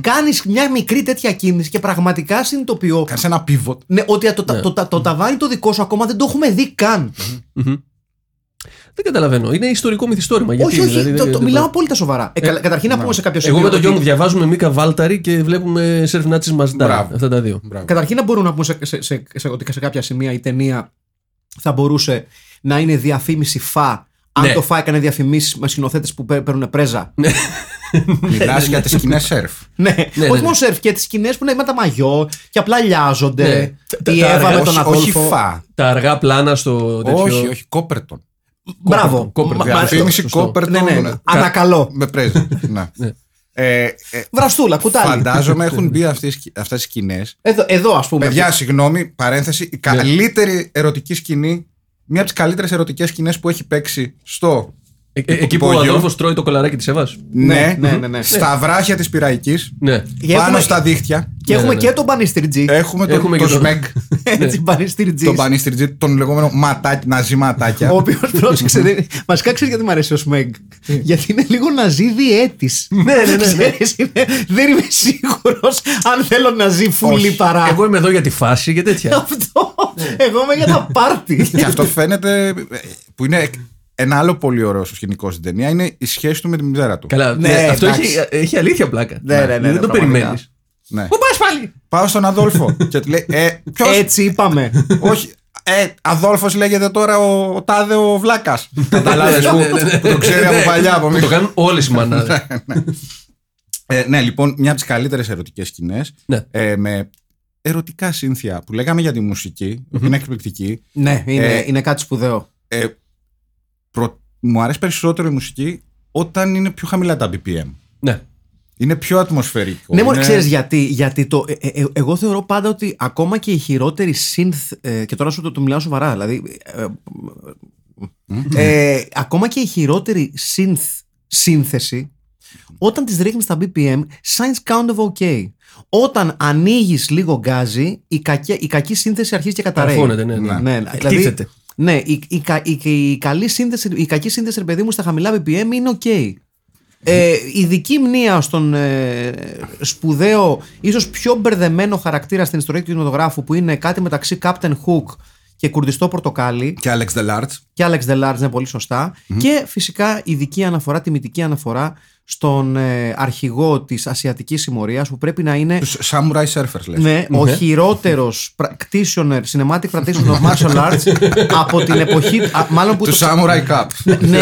[SPEAKER 1] κάνεις μια μικρή τέτοια κίνηση και πραγματικά συνειδητοποιώ
[SPEAKER 2] Κάνεις ένα pivot.
[SPEAKER 1] ναι, ότι το, το, το, το, ταβάνι το δικό σου ακόμα δεν το έχουμε δει καν.
[SPEAKER 3] Δεν καταλαβαίνω. Είναι ιστορικό μυθιστόρημα. Γιατί,
[SPEAKER 1] όχι, όχι.
[SPEAKER 3] δηλαδή,
[SPEAKER 1] το,
[SPEAKER 3] δεν-
[SPEAKER 1] το,
[SPEAKER 3] δεν
[SPEAKER 1] μιλάω
[SPEAKER 3] μπορώ.
[SPEAKER 1] απόλυτα σοβαρά. Ε, καλά, καταρχήν να πούμε σε κάποιο σημείο.
[SPEAKER 3] Εγώ με τον γιο μου
[SPEAKER 1] ότι-
[SPEAKER 3] διαβάζουμε Μίκα Βάλταρη και βλέπουμε Σερφ Νάτσις Μαζντά.
[SPEAKER 2] Μπράβο.
[SPEAKER 3] Αυτά τα δύο.
[SPEAKER 2] Μπράβο.
[SPEAKER 1] Καταρχήν να μπορούν να πούμε σε, σε, σε, σε- ότι σε κάποια σημεία η ταινία θα μπορούσε να είναι διαφήμιση φα. Αν
[SPEAKER 3] Ναι.
[SPEAKER 1] το φα έκανε διαφημίσεις με σκηνοθέτες που παί- παίρνουν πρέζα. Ναι,
[SPEAKER 2] Μιλάς για τις σκηνές σερφ.
[SPEAKER 3] ναι,
[SPEAKER 1] όχι
[SPEAKER 3] ναι.
[SPEAKER 1] μόνο σερφ και τις σκηνές που είναι με τα μαγιό και απλά λιάζονται.
[SPEAKER 3] Ναι.
[SPEAKER 1] Η
[SPEAKER 3] Τα- τα
[SPEAKER 1] Εύα
[SPEAKER 3] αργά-
[SPEAKER 1] με τον
[SPEAKER 2] Όχι, όχι
[SPEAKER 1] Αδόλφο.
[SPEAKER 2] φα.
[SPEAKER 3] Τα αργά πλάνα στο τέτοιο.
[SPEAKER 2] Όχι, όχι, κόπερτον.
[SPEAKER 1] Μπράβο.
[SPEAKER 3] Κόπερτον,
[SPEAKER 1] Μα- μα-
[SPEAKER 2] Διαφήμιση
[SPEAKER 3] σωστό.
[SPEAKER 1] Ναι,
[SPEAKER 2] κόπερτον.
[SPEAKER 1] ναι,
[SPEAKER 2] ναι.
[SPEAKER 1] Ανακαλώ.
[SPEAKER 2] Με πρέζα. Ναι. Ε, ε,
[SPEAKER 1] Βραστούλα, κουτάλι.
[SPEAKER 2] Φαντάζομαι έχουν μπει αυτές- αυτές οι σκηνές
[SPEAKER 1] Εδώ, εδώ ας πούμε.
[SPEAKER 2] Παιδιά, συγγνώμη, παρένθεση.
[SPEAKER 1] Ναι.
[SPEAKER 2] Η καλύτερη ερωτική σκηνή, μία από τις καλύτερες ερωτικές σκηνές που έχει παίξει στο.
[SPEAKER 3] Ε, ε, εκεί που ο
[SPEAKER 2] υπόγειο.
[SPEAKER 3] Αδόλφο τρώει το κολαράκι της Εύας.
[SPEAKER 2] Ναι,
[SPEAKER 1] ναι, ναι, ναι.
[SPEAKER 2] Στα βράχια της Πυραϊκής.
[SPEAKER 3] Ναι.
[SPEAKER 1] Και
[SPEAKER 2] Πάνω
[SPEAKER 1] έχουμε-
[SPEAKER 2] στα δίχτυα.
[SPEAKER 1] Και
[SPEAKER 3] Ναι,
[SPEAKER 1] έχουμε
[SPEAKER 3] ναι,
[SPEAKER 1] και τον Πανιστριτζή.
[SPEAKER 2] Έχουμε τον
[SPEAKER 3] Έχουμε
[SPEAKER 2] το
[SPEAKER 3] και το-
[SPEAKER 2] Σμεγ,
[SPEAKER 1] Έτσι, Πανιστριτζή.
[SPEAKER 2] τον πανίστριτζι, τον λεγόμενο ματάκι, ναζί ματάκια.
[SPEAKER 1] Ο οποίος πρόσεξε. δεν... Βασικά ξέρει γιατί μου αρέσει ο Σμέγκ. γιατί είναι λίγο να ζει διέτης.
[SPEAKER 3] Ναι, ναι, ναι, ναι.
[SPEAKER 1] δεν είμαι σίγουρος αν θέλω να ζει φούλη
[SPEAKER 2] Όχι.
[SPEAKER 1] παρά.
[SPEAKER 3] Εγώ Ναι. είμαι εδώ για τη φάση και τέτοια.
[SPEAKER 1] Αυτό. Εγώ είμαι για τα πάρτι.
[SPEAKER 2] και αυτό φαίνεται. ε, που είναι ένα άλλο πολύ ωραίο στο σκηνικό στην ταινία είναι η σχέση του με τη μητέρα του.
[SPEAKER 3] Καλά,
[SPEAKER 1] Ναι,
[SPEAKER 3] ναι, αυτό
[SPEAKER 1] εντάξει.
[SPEAKER 3] έχει, έχει αλήθεια πλάκα.
[SPEAKER 1] Ναι, ναι, ναι, ναι,
[SPEAKER 3] δεν το
[SPEAKER 1] πραγματικά.
[SPEAKER 3] περιμένεις.
[SPEAKER 2] Ναι.
[SPEAKER 3] Πού πας πάλι!
[SPEAKER 2] Πάω στον Αδόλφο και του λέει: Ε, ποιος.
[SPEAKER 1] Έτσι είπαμε.
[SPEAKER 2] Όχι. Ε, Αδόλφος λέγεται τώρα ο, ο τάδε ο Βλάκας. Καταλάβει
[SPEAKER 3] Ναι, ναι, ναι.
[SPEAKER 2] που, που το ξέρει από
[SPEAKER 3] Ναι,
[SPEAKER 2] παλιά. από
[SPEAKER 3] που
[SPEAKER 2] μικρό.
[SPEAKER 3] Το κάνουν όλες οι μανάδες.
[SPEAKER 2] Ε, ναι, λοιπόν, μια από τις καλύτερες ερωτικές σκηνές.
[SPEAKER 3] Ναι.
[SPEAKER 2] Ε, με ερωτικά σύνθια που λέγαμε για τη μουσικη που είναι εκπληκτική.
[SPEAKER 1] ναι, είναι,
[SPEAKER 2] Ε,
[SPEAKER 1] είναι κάτι σπουδαίο.
[SPEAKER 2] Ε, προ- Μου αρέσει περισσότερο η μουσική όταν είναι πιο χαμηλά τα BPM.
[SPEAKER 3] Ναι.
[SPEAKER 2] Είναι πιο ατμοσφαιρικό.
[SPEAKER 1] Ναι, μόνο
[SPEAKER 2] είναι-
[SPEAKER 1] ξέρεις γιατί. Γιατί το. ε, ε, ε, εγώ θεωρώ πάντα ότι ακόμα και οι χειρότεροι synth. ε, και τώρα σου το, το μιλάω σοβαρά. Δηλαδή. ε, ε, ε, ακόμα και η χειρότερη synth σύνθεση, όταν τις ρίχνεις στα BPM, signs count of OK. Όταν ανοίγεις λίγο γκάζι, η, κακέ- η κακή σύνθεση αρχίζει και καταραίει.
[SPEAKER 3] Καρφώνεται, ναι, ναι.
[SPEAKER 1] ναι, ναι. δηλαδή,
[SPEAKER 3] Εκτίθεται.
[SPEAKER 1] ναι η, η, κα- η, η καλή σύνθεση, η κακή σύνθεση, ρε παιδί μου, στα χαμηλά BPM είναι OK. Ε, ειδική μνήα στον ε, σπουδαίο, ίσως πιο μπερδεμένο χαρακτήρα στην ιστορία του κινηματογράφου που είναι κάτι μεταξύ Captain Hook και Κουρδιστό Πορτοκάλι
[SPEAKER 2] Και Alex Delarge.
[SPEAKER 1] και Alex Delarge είναι πολύ σωστά. Και φυσικά ειδική αναφορά, τιμητική αναφορά στον ε, αρχηγό της Ασιατικής Συμμορίας που πρέπει να είναι
[SPEAKER 2] Του Samurai Surfers, λες.
[SPEAKER 1] ναι, ο χειρότερο practitioner, cinematic practitioner of martial arts από την εποχή. α, μάλλον που.
[SPEAKER 2] Του
[SPEAKER 1] το-
[SPEAKER 2] Samurai Cup.
[SPEAKER 1] ναι, ναι,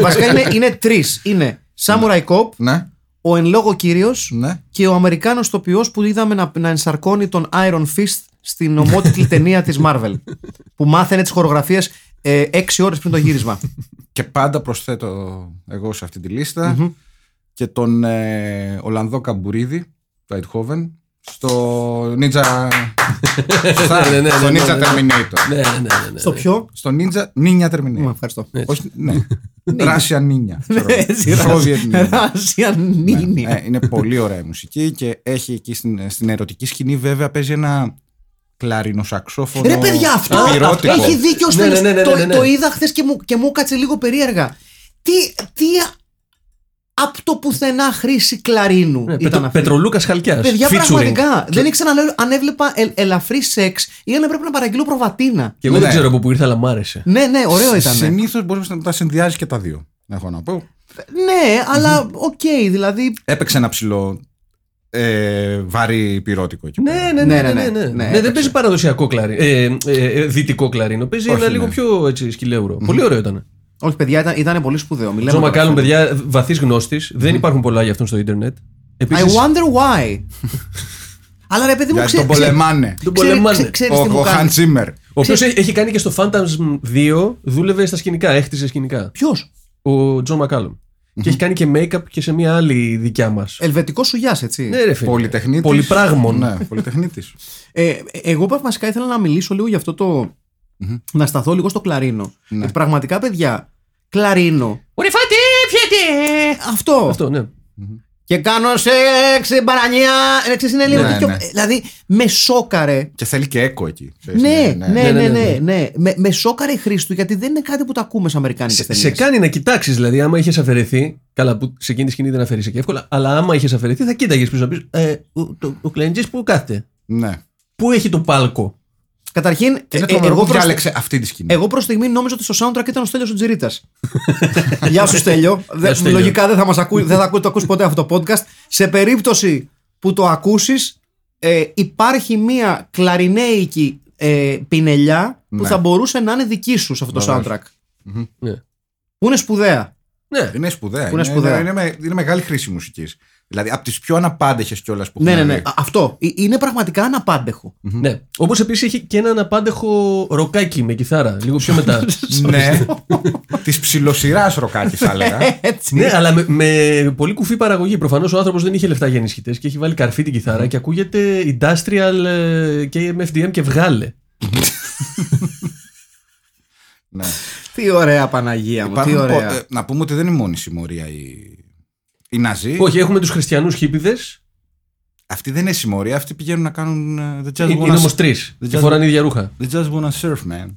[SPEAKER 1] βασικά είναι, είναι τρεις. Είναι Samurai Cop,
[SPEAKER 2] ναι,
[SPEAKER 1] ο εν λόγω κύριος
[SPEAKER 2] ναι.
[SPEAKER 1] και ο Αμερικάνος τοπιός που είδαμε να, να ενσαρκώνει τον Iron Fist στην ομότιτλη ταινία της Marvel. Που μάθαινε τις χορογραφίες ε, έξι ώρες πριν το γύρισμα.
[SPEAKER 2] Και πάντα προσθέτω εγώ σε αυτή τη λιστα και τον ε, Ολλανδό Καμπουρίδη του Eindhoven στο Ninja. Σωστά,
[SPEAKER 3] Ναι, ναι, ναι,
[SPEAKER 2] στο
[SPEAKER 3] ναι,
[SPEAKER 2] Ninja
[SPEAKER 3] ναι, ναι.
[SPEAKER 2] Terminator.
[SPEAKER 3] Ναι, ναι, ναι, ναι.
[SPEAKER 1] Στο ποιο.
[SPEAKER 2] Στο Ninja Ninja Terminator.
[SPEAKER 1] Μα, Ε, Ευχαριστώ.
[SPEAKER 2] Όχι, ναι. Russian Ninja.
[SPEAKER 3] Ε,
[SPEAKER 2] ξέρω.
[SPEAKER 1] Έτσι,
[SPEAKER 2] Soviet Ninja.
[SPEAKER 1] Ραζιανίνη.
[SPEAKER 2] Ναι, είναι πολύ ωραία η μουσική και έχει εκεί στην, στην ερωτική σκηνή βέβαια παίζει ένα κλαρινοσαξόφωνο.
[SPEAKER 1] Ρε παιδιά, αυτό
[SPEAKER 2] πυρότυπο.
[SPEAKER 1] έχει δίκιο.
[SPEAKER 3] Ναι, ναι, ναι, ναι,
[SPEAKER 1] το,
[SPEAKER 3] ναι, ναι.
[SPEAKER 1] το είδα χθες και μου, και μου κάτσε λίγο περίεργα. Τι, τι από το πουθενά χρήση κλαρίνου
[SPEAKER 3] Ναι,
[SPEAKER 1] ήταν
[SPEAKER 3] Πετρο-
[SPEAKER 1] αυτή.
[SPEAKER 3] Πετρολούκας Χαλκιάς.
[SPEAKER 1] Παιδιά,
[SPEAKER 3] Featuring.
[SPEAKER 1] πραγματικά. Δεν ήξερα αν- αν έβλεπα ε, ελαφρύ σεξ ή αν έπρεπε να παραγγείλω προβατίνα.
[SPEAKER 3] Και εγώ δεν
[SPEAKER 2] Ναι.
[SPEAKER 3] ξέρω από πού ήρθα, αλλά μ' άρεσε.
[SPEAKER 1] Ναι, ναι, ωραίο ήταν.
[SPEAKER 2] Συνήθως μπορείς να τα συνδυάζεις και τα δύο. Έχω να πω.
[SPEAKER 1] Ναι, αλλά οκ, δηλαδή.
[SPEAKER 2] έπαιξε ένα ψηλό ε, βαρύ πυρότικο εκεί πέρα.
[SPEAKER 3] Ναι, ναι, ναι.
[SPEAKER 1] Ναι,
[SPEAKER 3] ναι,
[SPEAKER 1] ναι,
[SPEAKER 3] ναι, ναι.
[SPEAKER 1] ναι,
[SPEAKER 3] Ναι,
[SPEAKER 1] έπαιξε.
[SPEAKER 3] δεν παίζει παραδοσιακό κλαρίνο. Ε, ε, ε, δυτικό κλαρίνο. Παίζει
[SPEAKER 2] Όχι,
[SPEAKER 3] ένα
[SPEAKER 2] ναι.
[SPEAKER 3] λίγο πιο έτσι, σκυλέουρο. Πολύ ωραίο ήταν.
[SPEAKER 1] Όχι, παιδιά, ήταν, ήταν πολύ σπουδαίο. Μιλάμε
[SPEAKER 3] Τζο
[SPEAKER 1] τώρα.
[SPEAKER 3] Μακάλουν, παιδιά, βαθύς γνώστης. Δεν υπάρχουν πολλά για αυτόν στο Ιντερνετ.
[SPEAKER 1] I
[SPEAKER 3] Επίσης,
[SPEAKER 1] wonder why. αλλά ρε παιδί μου,
[SPEAKER 2] Γιατί
[SPEAKER 1] ξέρει.
[SPEAKER 2] τον πολεμάνε.
[SPEAKER 3] τον πολεμάνε.
[SPEAKER 2] Ο, ο Hans Zimmer.
[SPEAKER 3] Ο οποίος έχει κάνει και στο Phantasm 2 δούλευε στα σκηνικά, έχτιζε σκηνικά.
[SPEAKER 1] Ποιος.
[SPEAKER 3] Ο Τζο Μακάλουμ. Και έχει κάνει και make-up και σε μια άλλη δικιά μας.
[SPEAKER 1] Ελβετικός σουγιάς, έτσι.
[SPEAKER 3] Ναι, ρε φίλε.
[SPEAKER 2] Ε, Πολυτεχνίτης.
[SPEAKER 3] Πολυπράγμων.
[SPEAKER 2] Ναι, πολυτεχνίτης.
[SPEAKER 1] Ε, εγώ πα- βασικά ήθελα να μιλήσω λίγο για αυτό το. Να σταθώ λίγο στο κλαρίνο. Γιατί πραγματικά, παιδιά, κλαρίνο.
[SPEAKER 3] Ωρε φάτε, πιέτε!
[SPEAKER 1] Αυτό.
[SPEAKER 3] Αυτό, ναι.
[SPEAKER 1] Και κάνω σεξ, στην παρανία. Ε, ξέρεις, είναι λίγο
[SPEAKER 2] Ναι,
[SPEAKER 1] τέτοιο.
[SPEAKER 2] ναι.
[SPEAKER 1] Ε, Δηλαδή, με σόκαρε.
[SPEAKER 2] Και θέλει και έκο εκεί. ξέρεις,
[SPEAKER 1] Ναι, ναι, ναι,
[SPEAKER 3] ναι,
[SPEAKER 1] ναι.
[SPEAKER 3] ναι.
[SPEAKER 1] ναι. Με, με σόκαρε η χρήση του γιατί δεν είναι κάτι που τα ακούμε σε αμερικάνικες
[SPEAKER 3] Σε,
[SPEAKER 1] ταινίε.
[SPEAKER 3] σε κάνει να κοιτάξεις, δηλαδή, άμα είχες αφαιρεθεί. Καλά, που σε εκείνη τη σκηνή δεν αφαιρείσαι και εύκολα. Αλλά άμα είχες αφαιρεθεί, θα κοίταγες πίσω να πεις. Ε, ο το, ο Κλέντζης που κάθεται.
[SPEAKER 2] ναι.
[SPEAKER 3] Πού έχει το πάλκο.
[SPEAKER 1] Καταρχήν,
[SPEAKER 2] Και είναι
[SPEAKER 1] ε, ε,
[SPEAKER 2] τρομερό
[SPEAKER 1] εγώ
[SPEAKER 2] που
[SPEAKER 1] προς-
[SPEAKER 2] διάλεξε αυτή τη σκηνή.
[SPEAKER 1] Εγώ προς στιγμή νόμιζα ότι στο soundtrack ήταν ο Στέλιος ο Τζιρίτα. Γεια σου, Στέλιο. Δε-
[SPEAKER 3] Γεια σου, Στέλιο.
[SPEAKER 1] λογικά δεν θα, μας ακού, δεν θα ακού, το ακούσει ποτέ αυτό το podcast. Σε περίπτωση που το ακούσεις, ε, υπάρχει μία κλαρινέικη ε, πινελιά που
[SPEAKER 2] Ναι.
[SPEAKER 1] θα μπορούσε να είναι δική σου σε αυτό το
[SPEAKER 2] Βεβαίως.
[SPEAKER 1] soundtrack.
[SPEAKER 3] Ναι.
[SPEAKER 1] Που είναι σπουδαία.
[SPEAKER 3] Ναι.
[SPEAKER 2] Είναι σπουδαία.
[SPEAKER 1] Που είναι σπουδαία.
[SPEAKER 2] Είναι, με- είναι μεγάλη χρήση μουσικής. Δηλαδή από τις πιο αναπάντεχες κιόλας που
[SPEAKER 1] Ναι, ναι,
[SPEAKER 2] έχουμε
[SPEAKER 1] ναι.
[SPEAKER 2] δει.
[SPEAKER 1] Α- Αυτό. Ε, Είναι πραγματικά αναπάντεχο.
[SPEAKER 3] Ναι. Όπως επίσης έχει και ένα αναπάντεχο ροκάκι με κιθάρα, λίγο πιο μετά.
[SPEAKER 2] Ναι. της ψηλοσυράς ροκάκι, θα έλεγα.
[SPEAKER 1] Έτσι.
[SPEAKER 3] ναι, αλλά με, με πολύ κουφή παραγωγή. Προφανώς ο άνθρωπος δεν είχε λεφτά για ενισχυτές και έχει βάλει καρφί την κιθάρα και ακούγεται industrial ε, και MFDM και βγάλε.
[SPEAKER 2] ναι.
[SPEAKER 1] Τι ωραία Παναγία μου. Τι
[SPEAKER 2] Υπάρχουν
[SPEAKER 1] ωραία.
[SPEAKER 2] πο- ε, να πούμε ότι δεν είναι μόνη συμμορία η, η
[SPEAKER 1] Ε,
[SPEAKER 2] Ναζί.
[SPEAKER 3] Όχι, έχουμε τους χριστιανούς χίπηδες.
[SPEAKER 2] Αυτοί δεν είναι συμμορία, αυτοί πηγαίνουν να κάνουν. ε, They just,
[SPEAKER 3] Είναι
[SPEAKER 2] wanna,
[SPEAKER 3] όμως τρεις.
[SPEAKER 2] Δεν
[SPEAKER 3] Και
[SPEAKER 2] ξέρω.
[SPEAKER 3] φοράνε ίδια ρούχα.
[SPEAKER 2] they just wanna surf, man.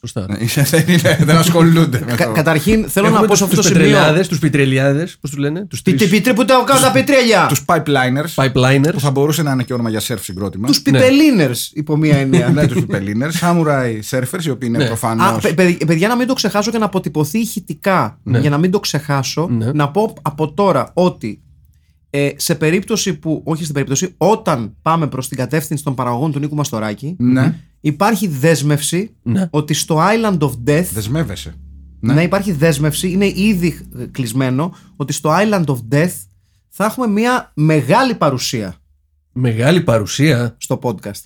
[SPEAKER 3] Σωστά.
[SPEAKER 2] Ε, δεν, είναι, δεν ασχολούνται. με
[SPEAKER 1] Κα-
[SPEAKER 2] το-
[SPEAKER 1] καταρχήν Ναι. θέλω να πω σε αυτό το
[SPEAKER 3] τους
[SPEAKER 1] σημείο.
[SPEAKER 3] πετρελιάδες, τους πιτρελιάδε, πώς τους λένε, τους
[SPEAKER 1] Τι- Τι
[SPEAKER 3] τρει
[SPEAKER 1] πιτρέ που τα κάνουν τα πιτρέλια.
[SPEAKER 2] Τους pipeliners,
[SPEAKER 3] pipeliners.
[SPEAKER 2] που θα μπορούσε να είναι και όνομα για surf συγκρότημα.
[SPEAKER 1] Τους πιπελίνερ, υπό μία έννοια.
[SPEAKER 2] ναι, τους pipeliners, samurai surfers, οι οποίοι είναι
[SPEAKER 3] Ναι.
[SPEAKER 1] Α,
[SPEAKER 2] προφανώς...
[SPEAKER 1] παι- παι- παιδιά, να μην το ξεχάσω και να αποτυπωθεί ηχητικά.
[SPEAKER 2] Ναι.
[SPEAKER 1] Για να μην το ξεχάσω,
[SPEAKER 3] Ναι.
[SPEAKER 1] να πω από τώρα ότι ε, σε περίπτωση που. Όχι στην περίπτωση, όταν πάμε προς την κατεύθυνση των παραγωγών του Νίκου Μαστοράκη,
[SPEAKER 2] Ναι,
[SPEAKER 1] υπάρχει δέσμευση
[SPEAKER 3] Ναι.
[SPEAKER 1] ότι στο Island of Death.
[SPEAKER 2] δεσμεύεσαι.
[SPEAKER 1] Ναι. υπάρχει δέσμευση, είναι ήδη ε, κλεισμένο ότι στο Island of Death θα έχουμε μια μεγάλη παρουσία
[SPEAKER 3] Μεγάλη παρουσία.
[SPEAKER 1] στο podcast.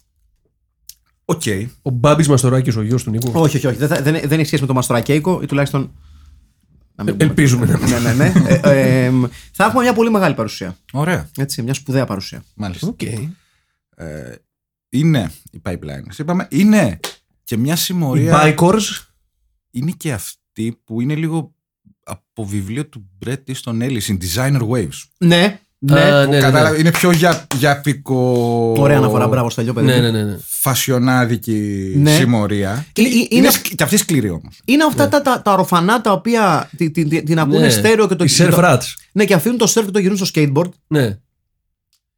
[SPEAKER 2] Οκ.
[SPEAKER 3] Ο Μπάμπης Μαστοράκης, ο γιος του Νίκου.
[SPEAKER 1] Όχι, όχι, όχι. Δεν, θα- δεν, δεν έχει σχέση με το Μαστορακέικο ή τουλάχιστον. να μην πούμε.
[SPEAKER 3] Ελπίζουμε να
[SPEAKER 1] ναι, ναι, ναι. Ε, ε, εμ, θα έχουμε μια πολύ μεγάλη παρουσία.
[SPEAKER 2] Ωραία.
[SPEAKER 1] Έτσι, μια σπουδαία παρουσία.
[SPEAKER 2] Μάλιστα.
[SPEAKER 3] Οκ.
[SPEAKER 2] Ε, είναι οι pipeliners. Είπαμε, είναι και μια
[SPEAKER 3] Οι
[SPEAKER 2] συμμορία.
[SPEAKER 3] bikers.
[SPEAKER 2] Είναι και αυτή που είναι λίγο από βιβλίο του Brett Easton Ellis, in Designer Waves.
[SPEAKER 1] Ναι, ναι.
[SPEAKER 3] Α, ναι, ναι, ναι.
[SPEAKER 2] Κατάλαβα, είναι πιο για, για πικο...
[SPEAKER 1] Ωραία αναφορά, μπράβο, στελιό παιδί.
[SPEAKER 3] Ναι,
[SPEAKER 1] μου.
[SPEAKER 3] ναι, ναι, ναι.
[SPEAKER 2] φασιονάδικη
[SPEAKER 1] Ναι.
[SPEAKER 2] συμμορία.
[SPEAKER 1] Ε, ε, Είναι,
[SPEAKER 2] Είναι,
[SPEAKER 1] είναι,
[SPEAKER 2] σκ- και αυτή σκληρή όμω.
[SPEAKER 1] αυτά τα, τα, τα οροφανά τα οποία τη- τη- τη- την, ακούνε
[SPEAKER 3] Ναι.
[SPEAKER 1] στέρεο και το,
[SPEAKER 3] Οι
[SPEAKER 1] και
[SPEAKER 3] surf
[SPEAKER 1] το-
[SPEAKER 3] rats.
[SPEAKER 1] Ναι, και αφήνουν το σερφ και το γυρνούν στο skateboard.
[SPEAKER 3] Ναι.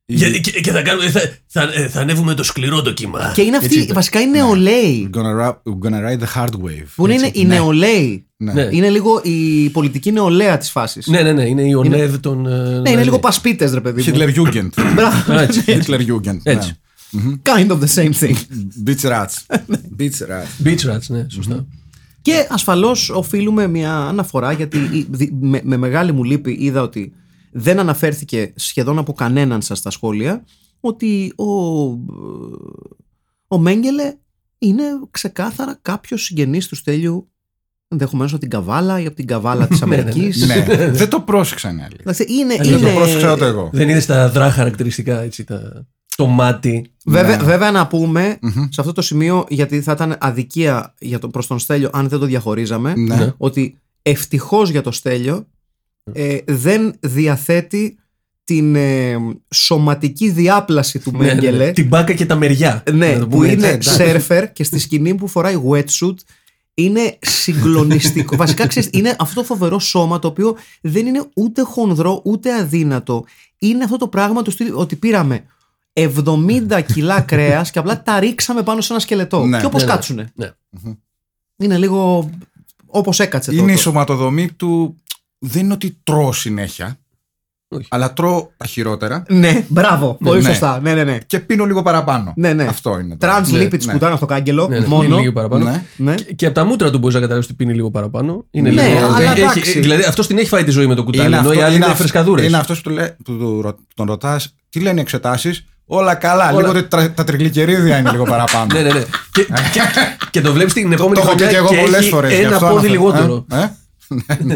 [SPEAKER 3] Γιατί- και, και θα, κάνουμε, θα, θα, ε, θα ανέβουμε το σκληρό το κύμα.
[SPEAKER 1] Και είναι
[SPEAKER 3] Έτσι
[SPEAKER 1] αυτοί,
[SPEAKER 3] είπε.
[SPEAKER 1] βασικά οι νεολαίοι.
[SPEAKER 2] We're gonna, ra- we're gonna ride the hard wave.
[SPEAKER 1] Που είναι
[SPEAKER 2] Έτσι.
[SPEAKER 1] οι νεολαίοι.
[SPEAKER 2] Ναι.
[SPEAKER 3] Ναι.
[SPEAKER 1] Είναι λίγο η πολιτική νεολαία της φάσης.
[SPEAKER 3] Ναι, ναι, ναι. Είναι η ονέδ των.
[SPEAKER 1] Ναι, είναι λίγο πασπίτες, ρε παιδί. μου.
[SPEAKER 2] Hitler Jugend.
[SPEAKER 1] Μπράβο.
[SPEAKER 3] Έτσι.
[SPEAKER 2] Hitler Jugend. ναι.
[SPEAKER 3] Έτσι.
[SPEAKER 1] Kind of the same thing.
[SPEAKER 2] Beach rats.
[SPEAKER 1] Ναι.
[SPEAKER 2] Beach rats.
[SPEAKER 3] Beach rats, ναι, σωστα
[SPEAKER 1] Και ασφαλώς οφείλουμε μια αναφορά γιατί η- δι- με, με μεγάλη μου λύπη είδα ότι δεν αναφέρθηκε σχεδόν από κανέναν σας στα σχόλια ότι ο, ο Μέγκελε είναι ξεκάθαρα κάποιος συγγενής του Στέλιου ενδεχομένως από την Καβάλα ή από την Καβάλα της
[SPEAKER 3] Ναι, ναι, ναι.
[SPEAKER 1] Αμερικής.
[SPEAKER 2] ναι. Δεν το πρόσεξαν οι άλλοι.
[SPEAKER 1] Δηλαδή, είναι,
[SPEAKER 3] Δεν
[SPEAKER 2] Δεν το
[SPEAKER 1] είναι...
[SPEAKER 2] πρόσεξα ούτε εγώ.
[SPEAKER 3] Δεν είδες τα δρά χαρακτηριστικά, έτσι. Τα... Το μάτι.
[SPEAKER 1] Βέβαια, βέβαια να
[SPEAKER 3] Ναι.
[SPEAKER 1] πούμε σε αυτό το σημείο γιατί θα ήταν αδικία για το, προς τον Στέλιο αν δεν το διαχωρίζαμε
[SPEAKER 2] Ναι.
[SPEAKER 1] ότι ευτυχώς για το Στέλιο
[SPEAKER 3] Ναι.
[SPEAKER 1] ε, δεν διαθέτει την ε, σωματική διάπλαση του
[SPEAKER 3] Ναι, ναι, ναι.
[SPEAKER 1] Μέγκελε
[SPEAKER 3] Την μπάκα και τα μεριά.
[SPEAKER 1] ναι,
[SPEAKER 3] να το
[SPEAKER 1] που
[SPEAKER 3] πούμε
[SPEAKER 1] είναι
[SPEAKER 3] έτσι.
[SPEAKER 1] σερφερ και στη σκηνή που φοράει wetsuit είναι συγκλονιστικό. Βασικά ξέρεις, είναι αυτό το φοβερό σώμα το οποίο δεν είναι ούτε χονδρό ούτε αδύνατο. Είναι αυτό το πράγμα του στυλ ότι πήραμε 70 κιλά κρέας και απλά τα ρίξαμε πάνω σε ένα σκελετό.
[SPEAKER 2] Ναι,
[SPEAKER 1] και όπως
[SPEAKER 3] ναι, ναι.
[SPEAKER 1] κάτσουνε.
[SPEAKER 3] Ναι.
[SPEAKER 1] Είναι λίγο όπως έκατσε
[SPEAKER 2] Είναι η
[SPEAKER 1] τότε.
[SPEAKER 2] σωματοδομή του. Δεν είναι ότι τρώω συνέχεια.
[SPEAKER 3] Όχι.
[SPEAKER 2] Αλλά τρώω τα χειρότερα
[SPEAKER 1] Ναι, μπράβο. Πολύ
[SPEAKER 2] ναι.
[SPEAKER 1] σωστά. Ναι, ναι, ναι.
[SPEAKER 2] και πίνω λίγο παραπάνω.
[SPEAKER 1] Ναι, ναι.
[SPEAKER 2] Αυτό είναι. το-
[SPEAKER 1] Τρανς
[SPEAKER 2] Ναι,
[SPEAKER 1] lipids
[SPEAKER 2] ναι.
[SPEAKER 1] που ήταν στο κάγκελο.
[SPEAKER 3] Ναι, ναι, είναι
[SPEAKER 1] μόνο.
[SPEAKER 3] λίγο παραπάνω.
[SPEAKER 2] Ναι.
[SPEAKER 1] Ναι.
[SPEAKER 3] Και- Και από τα μούτρα του μπορείς να καταλάβεις ότι πίνει λίγο παραπάνω. Είναι
[SPEAKER 1] Ναι,
[SPEAKER 3] λίγο.
[SPEAKER 1] αλλά
[SPEAKER 3] έχει-
[SPEAKER 1] εντάξει.
[SPEAKER 3] δηλαδή αυτό την έχει φάει τη ζωή με το κουτάλι.
[SPEAKER 2] Είναι
[SPEAKER 3] ενώ οι
[SPEAKER 2] αυτό-
[SPEAKER 3] άλλοι
[SPEAKER 2] είναι
[SPEAKER 3] είναι
[SPEAKER 2] αυ-
[SPEAKER 3] φρεσκαδούρες.
[SPEAKER 2] Είναι αυτός που, του λέ- που του ρω- τον ρωτάς, τι λένε οι εξετάσεις. Όλα καλά.
[SPEAKER 3] Όλα.
[SPEAKER 2] Λίγο ότι τρα- τα τριγλικερίδια είναι λίγο παραπάνω.
[SPEAKER 3] Ναι, ναι, ναι. Και,
[SPEAKER 1] Ε.
[SPEAKER 3] και, και το βλέπεις την επόμενη
[SPEAKER 2] Το έχω πει
[SPEAKER 3] χρονιά
[SPEAKER 2] και εγώ πολλές
[SPEAKER 3] έχει
[SPEAKER 2] φορές.
[SPEAKER 3] Ένα πόδι
[SPEAKER 2] Ε.
[SPEAKER 3] λιγότερο.
[SPEAKER 2] Ναι,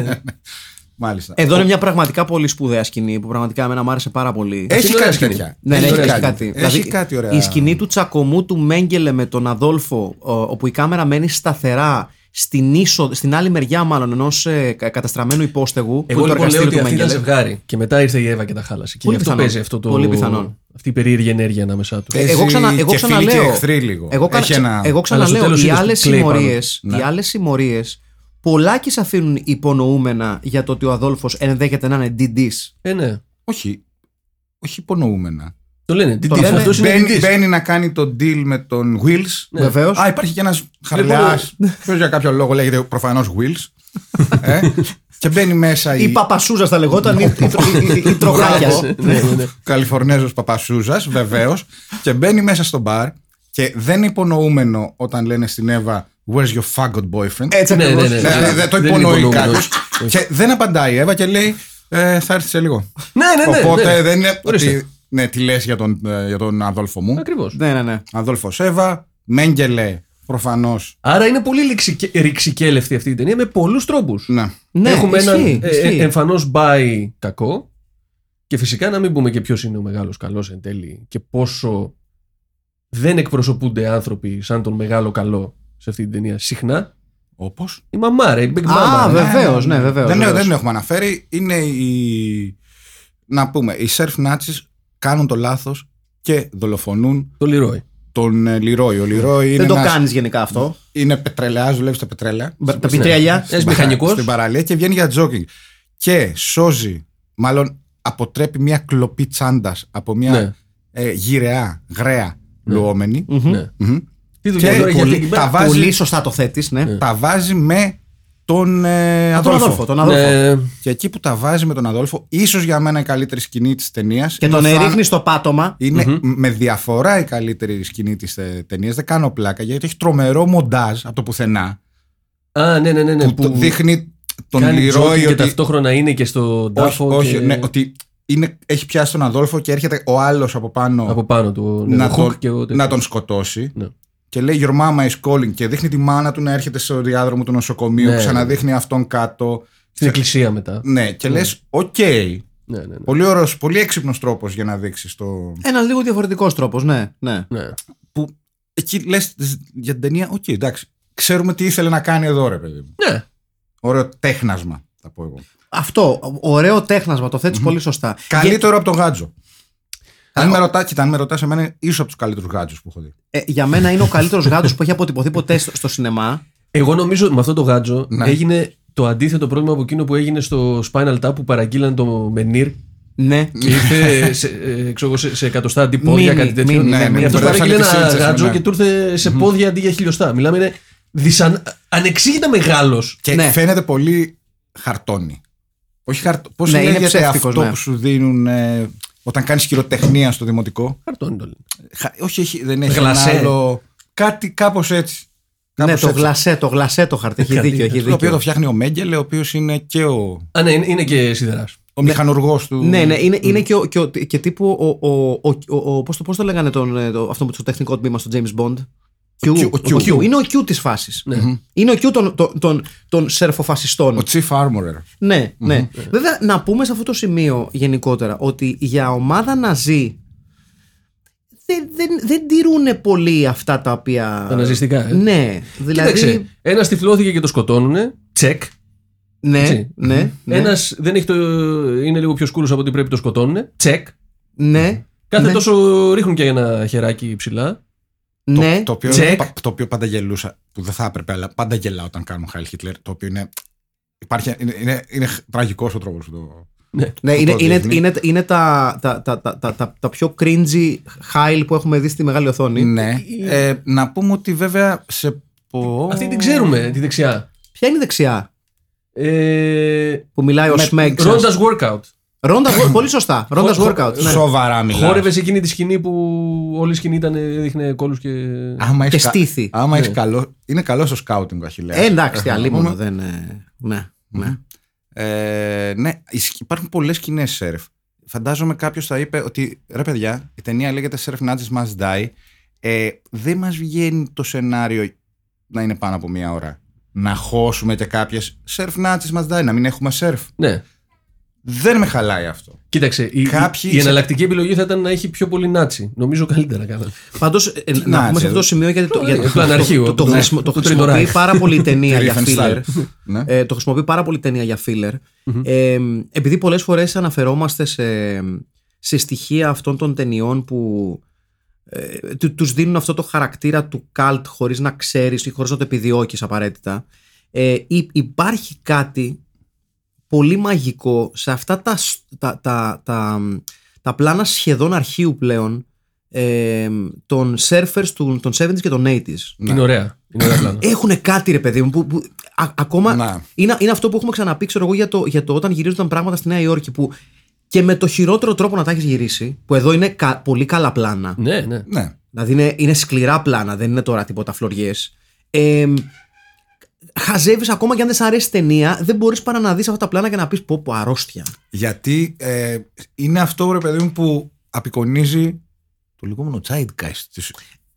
[SPEAKER 2] Μάλιστα.
[SPEAKER 1] Εδώ είναι μια πραγματικά πολύ σπουδαία σκηνή που πραγματικά εμένα μου άρεσε πάρα πολύ.
[SPEAKER 2] Έχει
[SPEAKER 3] είναι ωραία
[SPEAKER 2] κάτι
[SPEAKER 3] σκηνή.
[SPEAKER 2] τέτοια.
[SPEAKER 1] Ναι, ναι, έχει κάτι.
[SPEAKER 2] Έχει
[SPEAKER 1] Δηλαδή,
[SPEAKER 2] κάτι ωραία.
[SPEAKER 1] Η σκηνή του τσακωμού του Μέγκελε με τον Αδόλφο, ο- όπου η κάμερα μένει σταθερά στην, είσο, στην άλλη μεριά, μάλλον ενός καταστραμμένου υπόστεγου.
[SPEAKER 3] Εγώ
[SPEAKER 1] είναι το
[SPEAKER 3] λοιπόν λέω
[SPEAKER 1] εργαστήριο
[SPEAKER 3] ότι
[SPEAKER 1] του
[SPEAKER 3] αυτή ήταν
[SPEAKER 1] Μέγκελε.
[SPEAKER 3] ζευγάρι. Και μετά ήρθε η Εύα και τα χάλασε. Και
[SPEAKER 1] Πολύ
[SPEAKER 3] γι' αυτό
[SPEAKER 1] πιθανόν.
[SPEAKER 3] παίζει αυτό το.
[SPEAKER 1] Πολύ πιθανόν.
[SPEAKER 3] Αυτή η περίεργη ενέργεια ανάμεσά του.
[SPEAKER 2] Παίζει
[SPEAKER 1] Ε, εγώ ξανα- εγώ
[SPEAKER 2] και
[SPEAKER 1] ξαναλέω.
[SPEAKER 2] φίλοι και εχθροί λίγο.
[SPEAKER 1] Εγώ,
[SPEAKER 2] Έχει
[SPEAKER 1] ξα-
[SPEAKER 2] ένα...
[SPEAKER 1] εγώ
[SPEAKER 3] Αλλά στο
[SPEAKER 1] ξαναλέω,
[SPEAKER 3] τέλος
[SPEAKER 1] οι
[SPEAKER 3] είδες
[SPEAKER 1] άλλε
[SPEAKER 3] που κλαίει πάνω.
[SPEAKER 1] συμμορίε.
[SPEAKER 2] Ναι.
[SPEAKER 1] Οι άλλες συμμορίες. Πολλάκι αφήνουν υπονοούμενα για το ότι ο Αδόλφος ενδέχεται να είναι DD.
[SPEAKER 3] Ε, ναι.
[SPEAKER 2] Όχι, όχι υπονοούμενα.
[SPEAKER 3] Το λένε. Τι
[SPEAKER 1] Το
[SPEAKER 3] τι,
[SPEAKER 1] λένε.
[SPEAKER 3] αυτός είναι
[SPEAKER 2] Μπαίνει,
[SPEAKER 3] διτής.
[SPEAKER 2] μπαίνει να κάνει το deal με τον Wills.
[SPEAKER 3] Ναι.
[SPEAKER 1] Βεβαίως.
[SPEAKER 2] Α, υπάρχει και ένας χαριλιά. Ποιος για κάποιο λόγο λέγεται προφανώς Wills. ε, και μπαίνει μέσα
[SPEAKER 1] Η
[SPEAKER 2] η
[SPEAKER 1] παπασούζας θα λεγόταν, ή η, η, η, η τροχάκια.
[SPEAKER 2] Μπράβο.
[SPEAKER 3] Ναι, ναι, ναι.
[SPEAKER 2] Καλιφορνέζος Παπασούζας, βεβαίως, και μπαίνει μέσα στο μπαρ. Και δεν είναι υπονοούμενο όταν λένε στην Εύα Where's your faggot boyfriend.
[SPEAKER 1] Έτσι
[SPEAKER 3] Ναι,
[SPEAKER 1] ακριβώς.
[SPEAKER 3] ναι, ναι.
[SPEAKER 2] Δεν- Δεν το
[SPEAKER 3] δεν είναι
[SPEAKER 2] υπονοεί
[SPEAKER 3] υπονοούμενος.
[SPEAKER 2] κάποιος. Και δεν απαντάει η Εύα και λέει «Ε, Θα έρθει σε λίγο.
[SPEAKER 3] Ναι,
[SPEAKER 1] Ε,
[SPEAKER 3] ναι, ναι.
[SPEAKER 2] Οπότε
[SPEAKER 3] ναι.
[SPEAKER 2] δεν είναι.
[SPEAKER 3] Ορίστε.
[SPEAKER 2] Ότι, ναι, τι λες για τον, ε, για τον αδόλφο μου.
[SPEAKER 3] Ακριβώς.
[SPEAKER 1] Ναι, ναι, ναι.
[SPEAKER 2] Αδόλφος Εύα, Μέγκελε, προφανώς.
[SPEAKER 3] Άρα είναι πολύ ληξικέ- ρηξικέλευτη αυτή η ταινία με πολλούς τρόπους.
[SPEAKER 2] Ναι.
[SPEAKER 1] Ναι,
[SPEAKER 3] Έχουμε έναν ε,
[SPEAKER 1] ισχύει, ισχύει.
[SPEAKER 3] εμφανώς μπάι κακό. Και φυσικά να μην πούμε και ποιος είναι ο μεγάλος καλός εν τέλει και πόσο δεν εκπροσωπούνται άνθρωποι σαν τον μεγάλο καλό σε αυτή την ταινία συχνά.
[SPEAKER 2] Όπως.
[SPEAKER 3] Η μαμάρα, η Big Mama.
[SPEAKER 1] Α,
[SPEAKER 3] ρε.
[SPEAKER 1] βέβαια. Βεβαίως, ναι, βεβαίως,
[SPEAKER 2] Δεν,
[SPEAKER 1] βεβαίως.
[SPEAKER 2] δεν έχουμε αναφέρει. Είναι οι. Να πούμε, οι σερφ νάτσις κάνουν το λάθος και δολοφονούν
[SPEAKER 3] Το Λιρόι.
[SPEAKER 2] τον ε, Λιρόι. Ο Λιρόι είναι,
[SPEAKER 1] Δεν το
[SPEAKER 2] ένας-
[SPEAKER 1] κάνεις γενικά αυτό.
[SPEAKER 2] είναι πετρελαιάς, δουλεύεις στα πετρέλαια.
[SPEAKER 1] Μπα- Τα πιτρέλια.
[SPEAKER 3] Ένας μηχανικός.
[SPEAKER 2] Στην παραλία και βγαίνει για τζόκινγκ. Και σώζει, μάλλον αποτρέπει μια κλοπή τσάντας από μια
[SPEAKER 3] Ναι.
[SPEAKER 2] ε, γυραιά, γραία λουόμενη.
[SPEAKER 3] Ναι.
[SPEAKER 2] Μμμ.
[SPEAKER 3] Τι δουλειά
[SPEAKER 2] Και
[SPEAKER 3] τώρα έχει αυτή
[SPEAKER 2] πολύ-
[SPEAKER 3] η
[SPEAKER 2] τα,
[SPEAKER 1] Πολύ
[SPEAKER 2] βάζει,
[SPEAKER 1] σωστά το θέτεις, ναι.
[SPEAKER 2] τα βάζει με τον ε,
[SPEAKER 1] Τον
[SPEAKER 2] Αδόλφο.
[SPEAKER 1] Αδόλφο. Τον Αδόλφο.
[SPEAKER 3] Ναι.
[SPEAKER 2] Και εκεί που τα βάζει με τον Αδόλφο, ίσως για μένα η καλύτερη σκηνή της ταινίας.
[SPEAKER 1] Και τον ρίχνεις στο πάτωμα.
[SPEAKER 2] ειναι με διαφορά η καλύτερη σκηνή της ταινίας. Δεν κάνω πλάκα γιατί έχει τρομερό μοντάζ από το πουθενά.
[SPEAKER 3] Α, ναι, ναι, ναι. ναι,
[SPEAKER 2] που, το δείχνει τον
[SPEAKER 3] κάνει
[SPEAKER 2] Λιρόι
[SPEAKER 3] τζόκινγκ
[SPEAKER 2] ότι.
[SPEAKER 3] και ταυτόχρονα είναι και στο
[SPEAKER 2] όχι,
[SPEAKER 3] τάφο.
[SPEAKER 2] όχι,
[SPEAKER 3] και...
[SPEAKER 2] ναι, ότι είναι, έχει πιάσει τον Αδόλφο και έρχεται ο άλλος από πάνω
[SPEAKER 3] Από πάνω του. Ναι,
[SPEAKER 2] να,
[SPEAKER 3] ο Χουκ
[SPEAKER 2] τον,
[SPEAKER 3] και ο τέτοιος.
[SPEAKER 2] να τον σκοτώσει.
[SPEAKER 3] Ναι.
[SPEAKER 2] Και λέει Your mama is calling. Και δείχνει τη μάνα του να έρχεται στο διάδρομο του νοσοκομείου.
[SPEAKER 3] Ναι.
[SPEAKER 2] ξαναδείχνει αυτόν κάτω.
[SPEAKER 3] Στην εκκλησία μετά.
[SPEAKER 2] Ναι, και λες, οκ.
[SPEAKER 3] Ναι, ναι, ναι.
[SPEAKER 2] Πολύ ωραίος, πολύ έξυπνος τρόπος για να δείξεις το.
[SPEAKER 1] Ένας λίγο διαφορετικός τρόπος, ναι. ναι.
[SPEAKER 3] ναι.
[SPEAKER 2] που εκεί λες για την ταινία, οκ, εντάξει. Ξέρουμε τι ήθελε να κάνει εδώ, ρε παιδί μου.
[SPEAKER 3] ναι.
[SPEAKER 2] Ωραίο τέχνασμα, θα πω εγώ.
[SPEAKER 1] Αυτό, ωραίο τέχνασμα, το θέτεις πολύ σωστά. Για,
[SPEAKER 2] Καλύτερο από τον γάτζο. Αν με ρωτά, κοίτα, αν με ρωτάς, εμένα ίσω από τους καλύτερους γάτζου που έχω δει.
[SPEAKER 1] ε, για μένα είναι ο καλύτερος γάτο που έχει αποτυπωθεί ποτέ στο, στο σινεμά.
[SPEAKER 3] Εγώ νομίζω με αυτό το γάτζο
[SPEAKER 2] Ναι.
[SPEAKER 3] έγινε το αντίθετο πρόβλημα από εκείνο που έγινε στο Spinal Tap που παραγγείλαν το Μενίρ
[SPEAKER 1] Ναι.
[SPEAKER 3] και ήρθε σε, ε, ξέρω εγώ, σε, σε εκατοστά αντιπόδια,
[SPEAKER 1] Μίνι,
[SPEAKER 3] κάτι τέτοιο.
[SPEAKER 1] μίνι,
[SPEAKER 2] Ναι,
[SPEAKER 1] ναι,
[SPEAKER 2] ναι,
[SPEAKER 1] ναι.
[SPEAKER 3] Αυτό
[SPEAKER 2] Μπερδέψανε
[SPEAKER 3] παραγγείλε
[SPEAKER 2] τις
[SPEAKER 3] ένα
[SPEAKER 2] σύλληψες,
[SPEAKER 3] γάτζο
[SPEAKER 2] ναι.
[SPEAKER 3] και του ήρθε σε πόδια αντί για χιλιοστά. Μιλάμε είναι δυσαν... ανεξήγητα μεγάλος.
[SPEAKER 2] Και
[SPEAKER 1] Ναι.
[SPEAKER 2] φαίνεται πολύ χαρτόνι. Όχι χαρτόνι. Πώς
[SPEAKER 1] Ναι, είναι
[SPEAKER 2] λέγεται
[SPEAKER 1] ψεύτικος,
[SPEAKER 2] αυτό
[SPEAKER 1] ναι.
[SPEAKER 2] που σου δίνουν ε, όταν κάνεις χειροτεχνία στο δημοτικό.
[SPEAKER 3] Χαρτόνι το λένε.
[SPEAKER 2] Χα- όχι, έχει, δεν έχει
[SPEAKER 3] Γλασέ.
[SPEAKER 2] ένα άλλο. Κάτι κάπως έτσι.
[SPEAKER 1] Ναι,
[SPEAKER 2] Κάπως
[SPEAKER 1] το
[SPEAKER 2] έτσι.
[SPEAKER 1] γλασέ, το γλασέ το χαρτί. Έχει
[SPEAKER 3] Κάτι
[SPEAKER 1] δίκιο, έχει
[SPEAKER 2] Το οποίο το
[SPEAKER 1] δίκιο.
[SPEAKER 2] φτιάχνει ο Μέγκελε, ο οποίος είναι και ο,
[SPEAKER 3] Α, ναι, είναι, είναι και σιδεράς.
[SPEAKER 2] ο μηχανουργός του.
[SPEAKER 1] Ναι, ναι, είναι, είναι και, ο- και, ο- και τύπου ο. ο, ο, ο, ο- πώς, το, πώς το λέγανε τον, ε, το, αυτό με το τεχνικό τμήμα στο James Bond. Q,
[SPEAKER 2] Q, ο Q.
[SPEAKER 1] Είναι ο Q της φάσης.
[SPEAKER 3] Ναι.
[SPEAKER 1] Είναι ο Q των, των, των, των σερφοφασιστών.
[SPEAKER 2] Ο Chief Armorer.
[SPEAKER 1] Ναι, ναι. Βέβαια, να πούμε σε αυτό το σημείο γενικότερα ότι για ομάδα ναζί δεν, δεν, δεν τηρούν πολύ αυτά τα οποία.
[SPEAKER 3] Τα ναζιστικά, ε.
[SPEAKER 1] Ναι. Δηλαδή.
[SPEAKER 3] Κοίταξε. Ένας τυφλώθηκε και το σκοτώνουνε. Τσεκ.
[SPEAKER 1] Ναι,
[SPEAKER 3] έτσι.
[SPEAKER 1] ναι, ναι,
[SPEAKER 3] Ένας δεν έχει το. είναι λίγο πιο σκούρο από ό,τι πρέπει, το σκοτώνουνε. Τσεκ.
[SPEAKER 1] ναι,
[SPEAKER 3] Κάθε
[SPEAKER 1] Ναι.
[SPEAKER 3] τόσο ρίχνουν και ένα χεράκι ψηλά.
[SPEAKER 2] Το-
[SPEAKER 1] ναι.
[SPEAKER 2] Το, οποίο,
[SPEAKER 3] Check.
[SPEAKER 2] πα- το οποίο πάντα γελούσα, που δεν θα έπρεπε, αλλά πάντα γελάω όταν κάνουν Χάιλ Χίτλερ. Το οποίο είναι. Υπάρχει, είναι, είναι, είναι τραγικός ο τρόπος που το.
[SPEAKER 1] Ναι,
[SPEAKER 2] το
[SPEAKER 1] είναι, είναι,
[SPEAKER 2] δείχνει.
[SPEAKER 1] είναι, είναι τα, τα, τα, τα, τα, τα, τα πιο cringy χάιλ που έχουμε δει στη μεγάλη οθόνη.
[SPEAKER 2] Ναι. Ε, να πούμε ότι βέβαια σε. Πο...
[SPEAKER 3] Αυτή την ξέρουμε, τη δεξιά.
[SPEAKER 1] Ποια είναι η δεξιά
[SPEAKER 3] Ε,
[SPEAKER 1] που μιλάει ο
[SPEAKER 2] Με-
[SPEAKER 1] Σμέγκ.
[SPEAKER 3] Ρόντας workout.
[SPEAKER 1] Ρόντας, πολύ σωστά. Ρόντας
[SPEAKER 3] Χο- χο-
[SPEAKER 1] workout. ναι.
[SPEAKER 2] Σοβαρά μιλάω.
[SPEAKER 3] Χόρευε σε εκείνη τη σκηνή που όλη η σκηνή ήταν, έδειχνε κόλους και.
[SPEAKER 2] Άμα
[SPEAKER 1] Και
[SPEAKER 2] έχεις κα-
[SPEAKER 1] στήθη. Ναι.
[SPEAKER 2] Άμα έχεις καλό. Είναι καλός στο σκάουτινγκ ο Αχιλέας.
[SPEAKER 1] Ε, εντάξει, τι
[SPEAKER 2] Να
[SPEAKER 1] αλίμονο,
[SPEAKER 2] πούμε.
[SPEAKER 1] δεν. ε, Ναι, ναι.
[SPEAKER 2] Ε, ναι, ισχύ- υπάρχουν πολλές κοινέ σερφ. Φαντάζομαι κάποιος θα είπε ότι ρε παιδιά, η ταινία λέγεται Surf Nazis Must Die. Ε, δεν μας βγαίνει το σενάριο να είναι πάνω από μία ώρα. Να χώσουμε και κάποιες Surf Nazis Must Die, να μην έχουμε surf.
[SPEAKER 3] Ναι.
[SPEAKER 2] Δεν με χαλάει αυτό.
[SPEAKER 3] Κοίταξε, η,
[SPEAKER 2] Κάποιοι-
[SPEAKER 3] η, η εναλλακτική επιλογή θα ήταν να έχει πιο πολύ νάτσι. Νομίζω καλύτερα κάνανε.
[SPEAKER 1] Πάντω, να
[SPEAKER 2] να,
[SPEAKER 1] πούμε σε αυτό
[SPEAKER 2] έτσι,
[SPEAKER 1] το σημείο γιατί το,
[SPEAKER 3] το-
[SPEAKER 1] γιατί
[SPEAKER 3] το αναρχείο,
[SPEAKER 1] το, το,
[SPEAKER 3] το-
[SPEAKER 1] χρησιμο- το
[SPEAKER 3] το Τρίτο
[SPEAKER 1] χρησιμοποιεί
[SPEAKER 3] Reich.
[SPEAKER 1] πάρα πολύ η ταινία
[SPEAKER 2] Τη
[SPEAKER 1] για filler.
[SPEAKER 2] Riefenstahl. Ναι.
[SPEAKER 1] Ε, το χρησιμοποιεί πάρα πολύ η ταινία για filler. Ε, επειδή πολλές φορές αναφερόμαστε σε, σε στοιχεία αυτών των ταινιών που ε, του- τους δίνουν αυτό το χαρακτήρα του cult χωρίς να ξέρεις ή χωρίς να το επιδιώκεις απαραίτητα. Ε, υ- υπάρχει κάτι πολύ μαγικό σε αυτά τα, σ- τα, τα, τα, τα πλάνα σχεδόν αρχείου πλέον ε, των surfers του- των 70s και των 80s.
[SPEAKER 3] Είναι ωραία. Είναι ωραία πλάνα.
[SPEAKER 1] Έχουν κάτι ρε παιδί μου που, που α- ακόμα
[SPEAKER 2] Να.
[SPEAKER 1] είναι, είναι αυτό που έχουμε ξαναπεί ξέρω εγώ για το, για το όταν γυρίζονταν πράγματα στη Νέα Υόρκη που και με το χειρότερο τρόπο να τα έχεις γυρίσει που εδώ είναι κα- πολύ καλά πλάνα
[SPEAKER 3] ναι, ναι.
[SPEAKER 2] Ναι.
[SPEAKER 1] δηλαδή είναι, είναι σκληρά πλάνα δεν είναι τώρα τίποτα φλωριές ε, χαζεύεις ακόμα και αν δεν σ' αρέσει η ταινία δεν μπορείς παρά να δεις αυτά τα πλάνα και να πεις πω πω αρρώστια
[SPEAKER 2] Γιατί ε, είναι αυτό ρε παιδί μου που απεικονίζει το λεγόμενο Zeitgeist. της-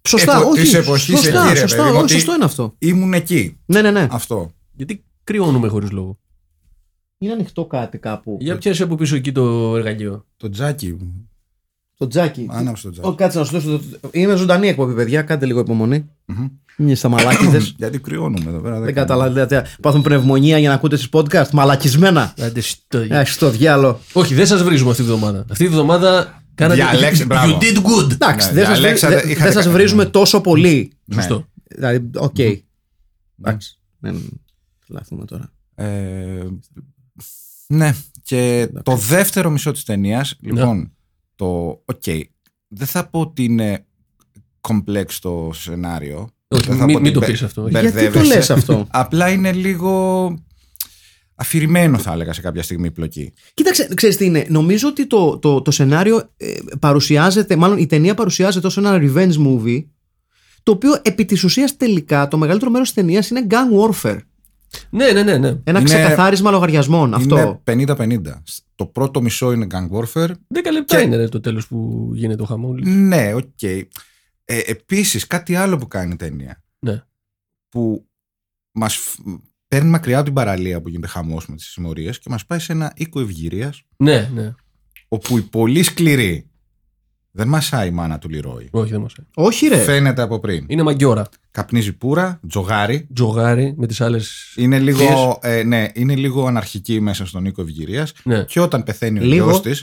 [SPEAKER 1] σωστά
[SPEAKER 2] Επο-
[SPEAKER 1] όχι
[SPEAKER 2] της εποχής
[SPEAKER 1] σωστά,
[SPEAKER 2] εκεί, ρε
[SPEAKER 1] σωστά,
[SPEAKER 2] παιδί μου,
[SPEAKER 1] όχι,
[SPEAKER 2] ότι-
[SPEAKER 1] σωστό είναι αυτό
[SPEAKER 2] Ήμουν εκεί.
[SPEAKER 1] ναι ναι ναι
[SPEAKER 2] Αυτό.
[SPEAKER 3] Γιατί κρυώνουμε χωρίς λόγο.
[SPEAKER 1] είναι ανοιχτό κάτι κάπου
[SPEAKER 2] Ε.
[SPEAKER 3] Για πιάσε από πίσω εκεί το εργαλείο.
[SPEAKER 2] Το τζάκι. μου.
[SPEAKER 1] το τζάκι
[SPEAKER 2] Άναψε το τζάκι.
[SPEAKER 1] Ω, κάτσε να σου δώσω. το- Είναι ζωντανή εκπομπή, παιδιά. Κάντε λίγο υπομονή.
[SPEAKER 2] Μμμ.
[SPEAKER 1] Είναι στα μαλάκιδε.
[SPEAKER 2] Γιατί κρυώνουμε εδώ πέρα.
[SPEAKER 1] Δεν
[SPEAKER 2] κάνουμε.
[SPEAKER 1] καταλαβαίνετε. Πάθουν πνευμονία για να ακούτε στις podcast. Μαλακισμένα.
[SPEAKER 3] Άντε, στο-
[SPEAKER 1] Ε, στο διάλο.
[SPEAKER 3] Όχι, δεν σας βρίζουμε αυτή τη βδομάδα. Αυτή τη βδομάδα κάνατε.
[SPEAKER 2] Διαλέξε,
[SPEAKER 3] you,
[SPEAKER 2] μπράβο.
[SPEAKER 3] you did good.
[SPEAKER 1] Εντάξει,
[SPEAKER 2] Ναι,
[SPEAKER 1] δεν σας βρι-
[SPEAKER 2] διαλέξατε,
[SPEAKER 1] δεν-
[SPEAKER 2] είχατε
[SPEAKER 1] δεν σας
[SPEAKER 2] κα-
[SPEAKER 1] βρίζουμε τόσο πολύ.
[SPEAKER 2] Ναι.
[SPEAKER 3] Σωστό.
[SPEAKER 1] Δηλαδή, οκ. Εντάξει. Δεν λάθουμε τώρα.
[SPEAKER 2] Ε, ναι. Και το δεύτερο μισό της ταινίας,
[SPEAKER 3] Ναι.
[SPEAKER 2] λοιπόν, το. Οκ. δεν θα πω ότι είναι κομπλέξ το σενάριο.
[SPEAKER 3] Όχι,
[SPEAKER 2] Δεν θα
[SPEAKER 3] μη-
[SPEAKER 2] πω ότι
[SPEAKER 3] μην το
[SPEAKER 2] μπε-
[SPEAKER 3] πεις αυτό.
[SPEAKER 2] μπερδεύεσαι.
[SPEAKER 1] Γιατί το λες αυτό?
[SPEAKER 2] Απλά είναι λίγο αφηρημένο, θα έλεγα, σε κάποια στιγμή η πλοκή.
[SPEAKER 1] Κοίταξε, ξέρεις τι είναι. Νομίζω ότι το, το, το σενάριο ε, παρουσιάζεται, μάλλον η ταινία παρουσιάζεται ως ένα revenge movie, το οποίο επί της ουσίας τελικά το μεγαλύτερο μέρος της ταινίας είναι gang warfare.
[SPEAKER 3] Ναι, ναι, ναι. ναι.
[SPEAKER 1] Ένα
[SPEAKER 2] Είναι-
[SPEAKER 1] ξεκαθάρισμα λογαριασμών. Αυτό.
[SPEAKER 2] Είναι 50-50. Το πρώτο μισό είναι gang warfare.
[SPEAKER 3] Δέκα λεπτά
[SPEAKER 2] Και-
[SPEAKER 3] είναι ρε, το τέλος που γίνεται ο χαμούλης.
[SPEAKER 2] Ναι, οκ. Ε, Επίσης, κάτι άλλο που κάνει η ταινία.
[SPEAKER 3] Ναι.
[SPEAKER 2] Που μας παίρνει μακριά από την παραλία που γίνεται χαμός με τις συμμορίες και μας πάει σε ένα οίκο ευγυρίας
[SPEAKER 3] Ναι, ναι.
[SPEAKER 2] όπου οι πολύ σκληροί δεν μασάει η μάνα του Λιρόι.
[SPEAKER 3] Όχι, δεν μα
[SPEAKER 1] Όχι, ρε.
[SPEAKER 2] Φαίνεται από πριν.
[SPEAKER 3] Είναι μαγκιόρα.
[SPEAKER 2] Καπνίζει πουρα, τζογάρι.
[SPEAKER 3] Τζογάρι με τις άλλες.
[SPEAKER 2] Είναι λίγο, ε, ναι, είναι λίγο αναρχική μέσα στον οίκο ευγυρίας.
[SPEAKER 3] Ναι.
[SPEAKER 2] Και όταν πεθαίνει ο
[SPEAKER 1] Λίγο.
[SPEAKER 2] γιος της.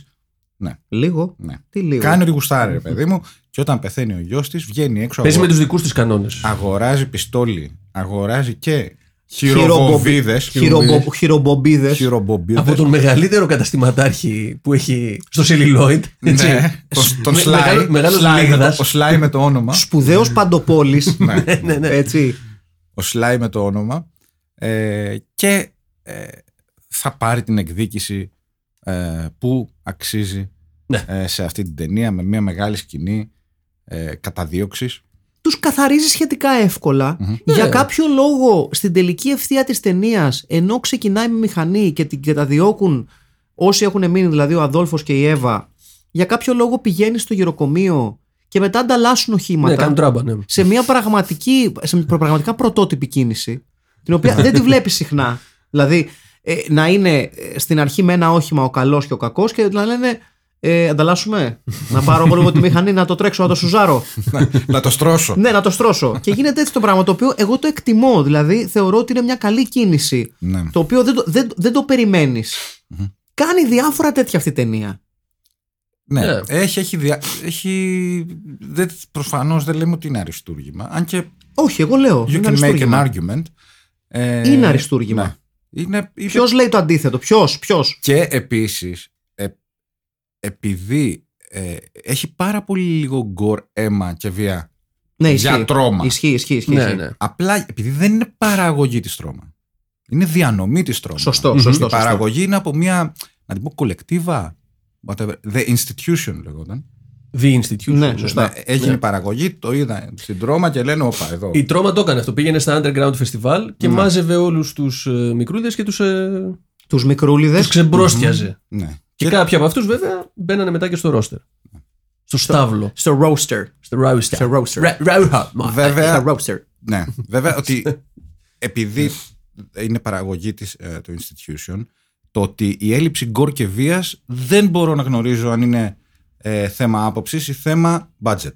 [SPEAKER 1] Λίγο.
[SPEAKER 2] Ναι.
[SPEAKER 1] Τι λίγο.
[SPEAKER 2] Κάνει ότι γουστάρει, ρε παιδί μου. Και όταν πεθαίνει ο γιος της, βγαίνει έξω.
[SPEAKER 3] Παίζει
[SPEAKER 2] αγο-
[SPEAKER 3] με τους δικούς της κανόνες.
[SPEAKER 2] αγοράζει πιστόλι, αγοράζει και χειροβοβίδε.
[SPEAKER 1] Χειρομπο- Χειромπομπίδε.
[SPEAKER 2] Χειροβοβίδε.
[SPEAKER 3] Από τον μεγαλύτερο καταστηματάρχη που έχει στο Σελιλόιντ.
[SPEAKER 2] Ναι, τον- τον
[SPEAKER 3] Με-
[SPEAKER 2] Σλάι.
[SPEAKER 3] μεγάλο- μεγάλος
[SPEAKER 2] Σλάι με το-
[SPEAKER 3] λέγδας.
[SPEAKER 2] Ο Σλάι με το όνομα.
[SPEAKER 1] Σπουδαίος παντοπόλης.
[SPEAKER 2] Ναι.
[SPEAKER 1] Έτσι.
[SPEAKER 2] Ο Σλάι με το όνομα. Ε, Και ε, θα πάρει την εκδίκηση ε, που αξίζει
[SPEAKER 3] Ναι.
[SPEAKER 2] ε, σε αυτή την ταινία με μια μεγάλη σκηνή ε, καταδίωξης.
[SPEAKER 1] Τους καθαρίζει σχετικά εύκολα. Για
[SPEAKER 3] Ναι.
[SPEAKER 1] κάποιο λόγο στην τελική ευθεία της ταινίας, ενώ ξεκινάει με μηχανή και την καταδιώκουν όσοι έχουν μείνει, δηλαδή ο Αδόλφος και η Εύα, για κάποιο λόγο πηγαίνει στο γυροκομείο και μετά ανταλλάσσουν
[SPEAKER 3] Ναι,
[SPEAKER 1] οχήματα.
[SPEAKER 3] κάνουν τράμπα, ναι.
[SPEAKER 1] σε μια πραγματική, σε μια πραγματικά πρωτότυπη κίνηση, την οποία δεν τη βλέπεις συχνά. Δηλαδή, ε, να είναι ε, στην αρχή με ένα όχημα ο καλός και ο κακός και να λένε ε, ανταλλάσσουμε. να πάρω εγώ λίγο τη μηχανή, να το τρέξω, να το σουζάρω.
[SPEAKER 2] Να το στρώσω.
[SPEAKER 1] ναι, να το στρώσω. και γίνεται έτσι το πράγμα το οποίο εγώ το εκτιμώ. Δηλαδή, θεωρώ ότι είναι μια καλή κίνηση.
[SPEAKER 2] Ναι.
[SPEAKER 1] το οποίο δεν το, δεν, δεν το περιμένεις. Κάνει διάφορα τέτοια αυτή η ταινία.
[SPEAKER 2] Ναι,
[SPEAKER 3] Ναι.
[SPEAKER 2] έχει, έχει, δια... έχει... Δεν, προφανώς δεν λέμε ότι είναι αριστούργημα, αν και
[SPEAKER 1] Όχι, εγώ λέω.
[SPEAKER 2] you
[SPEAKER 1] είναι
[SPEAKER 2] can make
[SPEAKER 1] αριστούργημα.
[SPEAKER 2] an argument. Ε,
[SPEAKER 1] Είναι αριστούργημα.
[SPEAKER 2] ναι. Είναι, είναι-
[SPEAKER 1] Ποιος λέει το αντίθετο, ποιος, ποιος.
[SPEAKER 2] Και επίσης, ε, επειδή ε, έχει πάρα πολύ λίγο γκορ, αίμα και βία
[SPEAKER 1] Ναι, ισχύει.
[SPEAKER 2] για τρόμα.
[SPEAKER 1] Ισχύει, ισχύει, ισχύει.
[SPEAKER 3] Ναι,
[SPEAKER 1] ισχύει.
[SPEAKER 3] ναι.
[SPEAKER 2] Απλά επειδή δεν είναι παραγωγή της τρόμα. Είναι διανομή της τρόμας.
[SPEAKER 1] Σωστό,
[SPEAKER 3] Μμμ.
[SPEAKER 1] σωστό,
[SPEAKER 2] Η
[SPEAKER 1] σωστό.
[SPEAKER 2] παραγωγή είναι από μια, να την πω, κολεκτίβα, whatever, the institution λέγονταν.
[SPEAKER 3] The Institute.
[SPEAKER 1] Ναι, σωστά.
[SPEAKER 2] Ναι, έγινε παραγωγή, το είδα στην τρόμα και λένε, όπα, εδώ.
[SPEAKER 3] Η Τρόμα το έκανε αυτό. Πήγαινε στα underground festival και μάζευε όλους τους ε, μικρούδε και τους ε,
[SPEAKER 1] Τους μικρούλιδες.
[SPEAKER 3] τους ξεμπρόστιαζε.
[SPEAKER 2] Ναι.
[SPEAKER 3] Και, κάποιοι από αυτούς βέβαια μπαίνανε μετά και στο ρόστερ. Στο στάβλο.
[SPEAKER 1] Στο roaster.
[SPEAKER 3] Στο ρόστερ.
[SPEAKER 1] Στο roaster.
[SPEAKER 3] Ρα- ραούχα, μα.
[SPEAKER 2] Βέβαια,
[SPEAKER 1] Στα roaster.
[SPEAKER 2] ναι, βέβαια ότι επειδή είναι παραγωγή της, ε, του institution, το ότι η έλλειψη γκορ και βίας δεν μπορώ να γνωρίζω αν είναι ε, θέμα άποψης ή θέμα budget.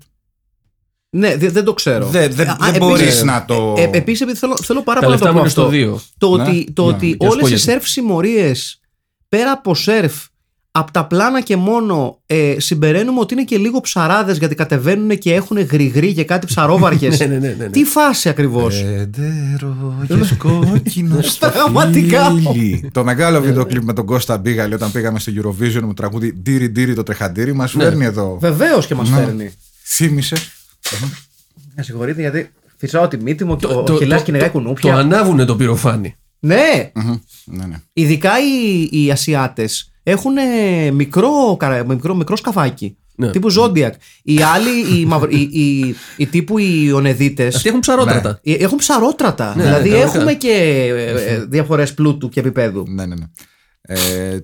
[SPEAKER 1] Ναι, δε- δεν το ξέρω.
[SPEAKER 2] Δεν- δεν-
[SPEAKER 1] Α,
[SPEAKER 2] δεν
[SPEAKER 1] επίσης-
[SPEAKER 2] μπορείς να το-
[SPEAKER 1] Ε, επίσης, επειδή θέλω, θέλω πάρα
[SPEAKER 3] Τα
[SPEAKER 1] πολύ να
[SPEAKER 3] λεφτά
[SPEAKER 1] το πω
[SPEAKER 3] μου είναι στο
[SPEAKER 1] αυτό.
[SPEAKER 3] δύο.
[SPEAKER 1] Το
[SPEAKER 2] Ναι,
[SPEAKER 1] ότι, το
[SPEAKER 2] ναι,
[SPEAKER 1] ότι
[SPEAKER 3] και ας πω
[SPEAKER 1] όλες οι
[SPEAKER 3] γιατί.
[SPEAKER 1] σερφ συμμορίες πέρα από σερφ από τα πλάνα και μόνο ε, συμπεραίνουμε ότι είναι και λίγο ψαράδες γιατί κατεβαίνουν και έχουν γρηγρή και κάτι ψαρόβαρκες.
[SPEAKER 3] Ναι, ναι, ναι, ναι, Ε, ναι.
[SPEAKER 1] Τι φάση ακριβώς.
[SPEAKER 2] Πέντερο και κόκκινο
[SPEAKER 1] Ε, στα Ε, Πραγματικά.
[SPEAKER 2] φίλι. Το μεγάλο βίντεο κλιπ με τον Κώστα Μπίγαλη όταν πήγαμε στο Eurovision με το τραγούδι Ντύρι Ντύρι το τρεχαντήρι μας
[SPEAKER 1] Ναι.
[SPEAKER 2] φέρνει εδώ.
[SPEAKER 1] Βεβαίως και μας
[SPEAKER 2] Ναι.
[SPEAKER 1] φέρνει.
[SPEAKER 2] Θύμησε.
[SPEAKER 1] Με συγχωρείτε γιατί φυσάω τη μύτη μου και ο
[SPEAKER 3] Το-
[SPEAKER 1] Χιλάς
[SPEAKER 3] το-
[SPEAKER 1] κυνηγάει
[SPEAKER 3] το-
[SPEAKER 1] κουνούπια.
[SPEAKER 3] Το ανάβουνε το πυροφάνι.
[SPEAKER 1] Ναι,
[SPEAKER 2] Ναι, ναι.
[SPEAKER 1] ειδικά οι, οι Ασιάτες έχουν ε, μικρό, καρα- μικρό, μικρό σκαφάκι.
[SPEAKER 3] Ναι.
[SPEAKER 1] Τύπου Zodiac. Οι άλλοι, οι, μαυρο- οι, οι- οι τύπου οι ονεδίτες
[SPEAKER 3] Αυτοί έχουν ψαρότρατα.
[SPEAKER 1] Ε, Έχουν ψαρότρατα. δηλαδή
[SPEAKER 3] ναι, κανονικά.
[SPEAKER 1] έχουμε και διαφορές πλούτου και επίπεδου.
[SPEAKER 2] ναι, ναι, ναι. Ε,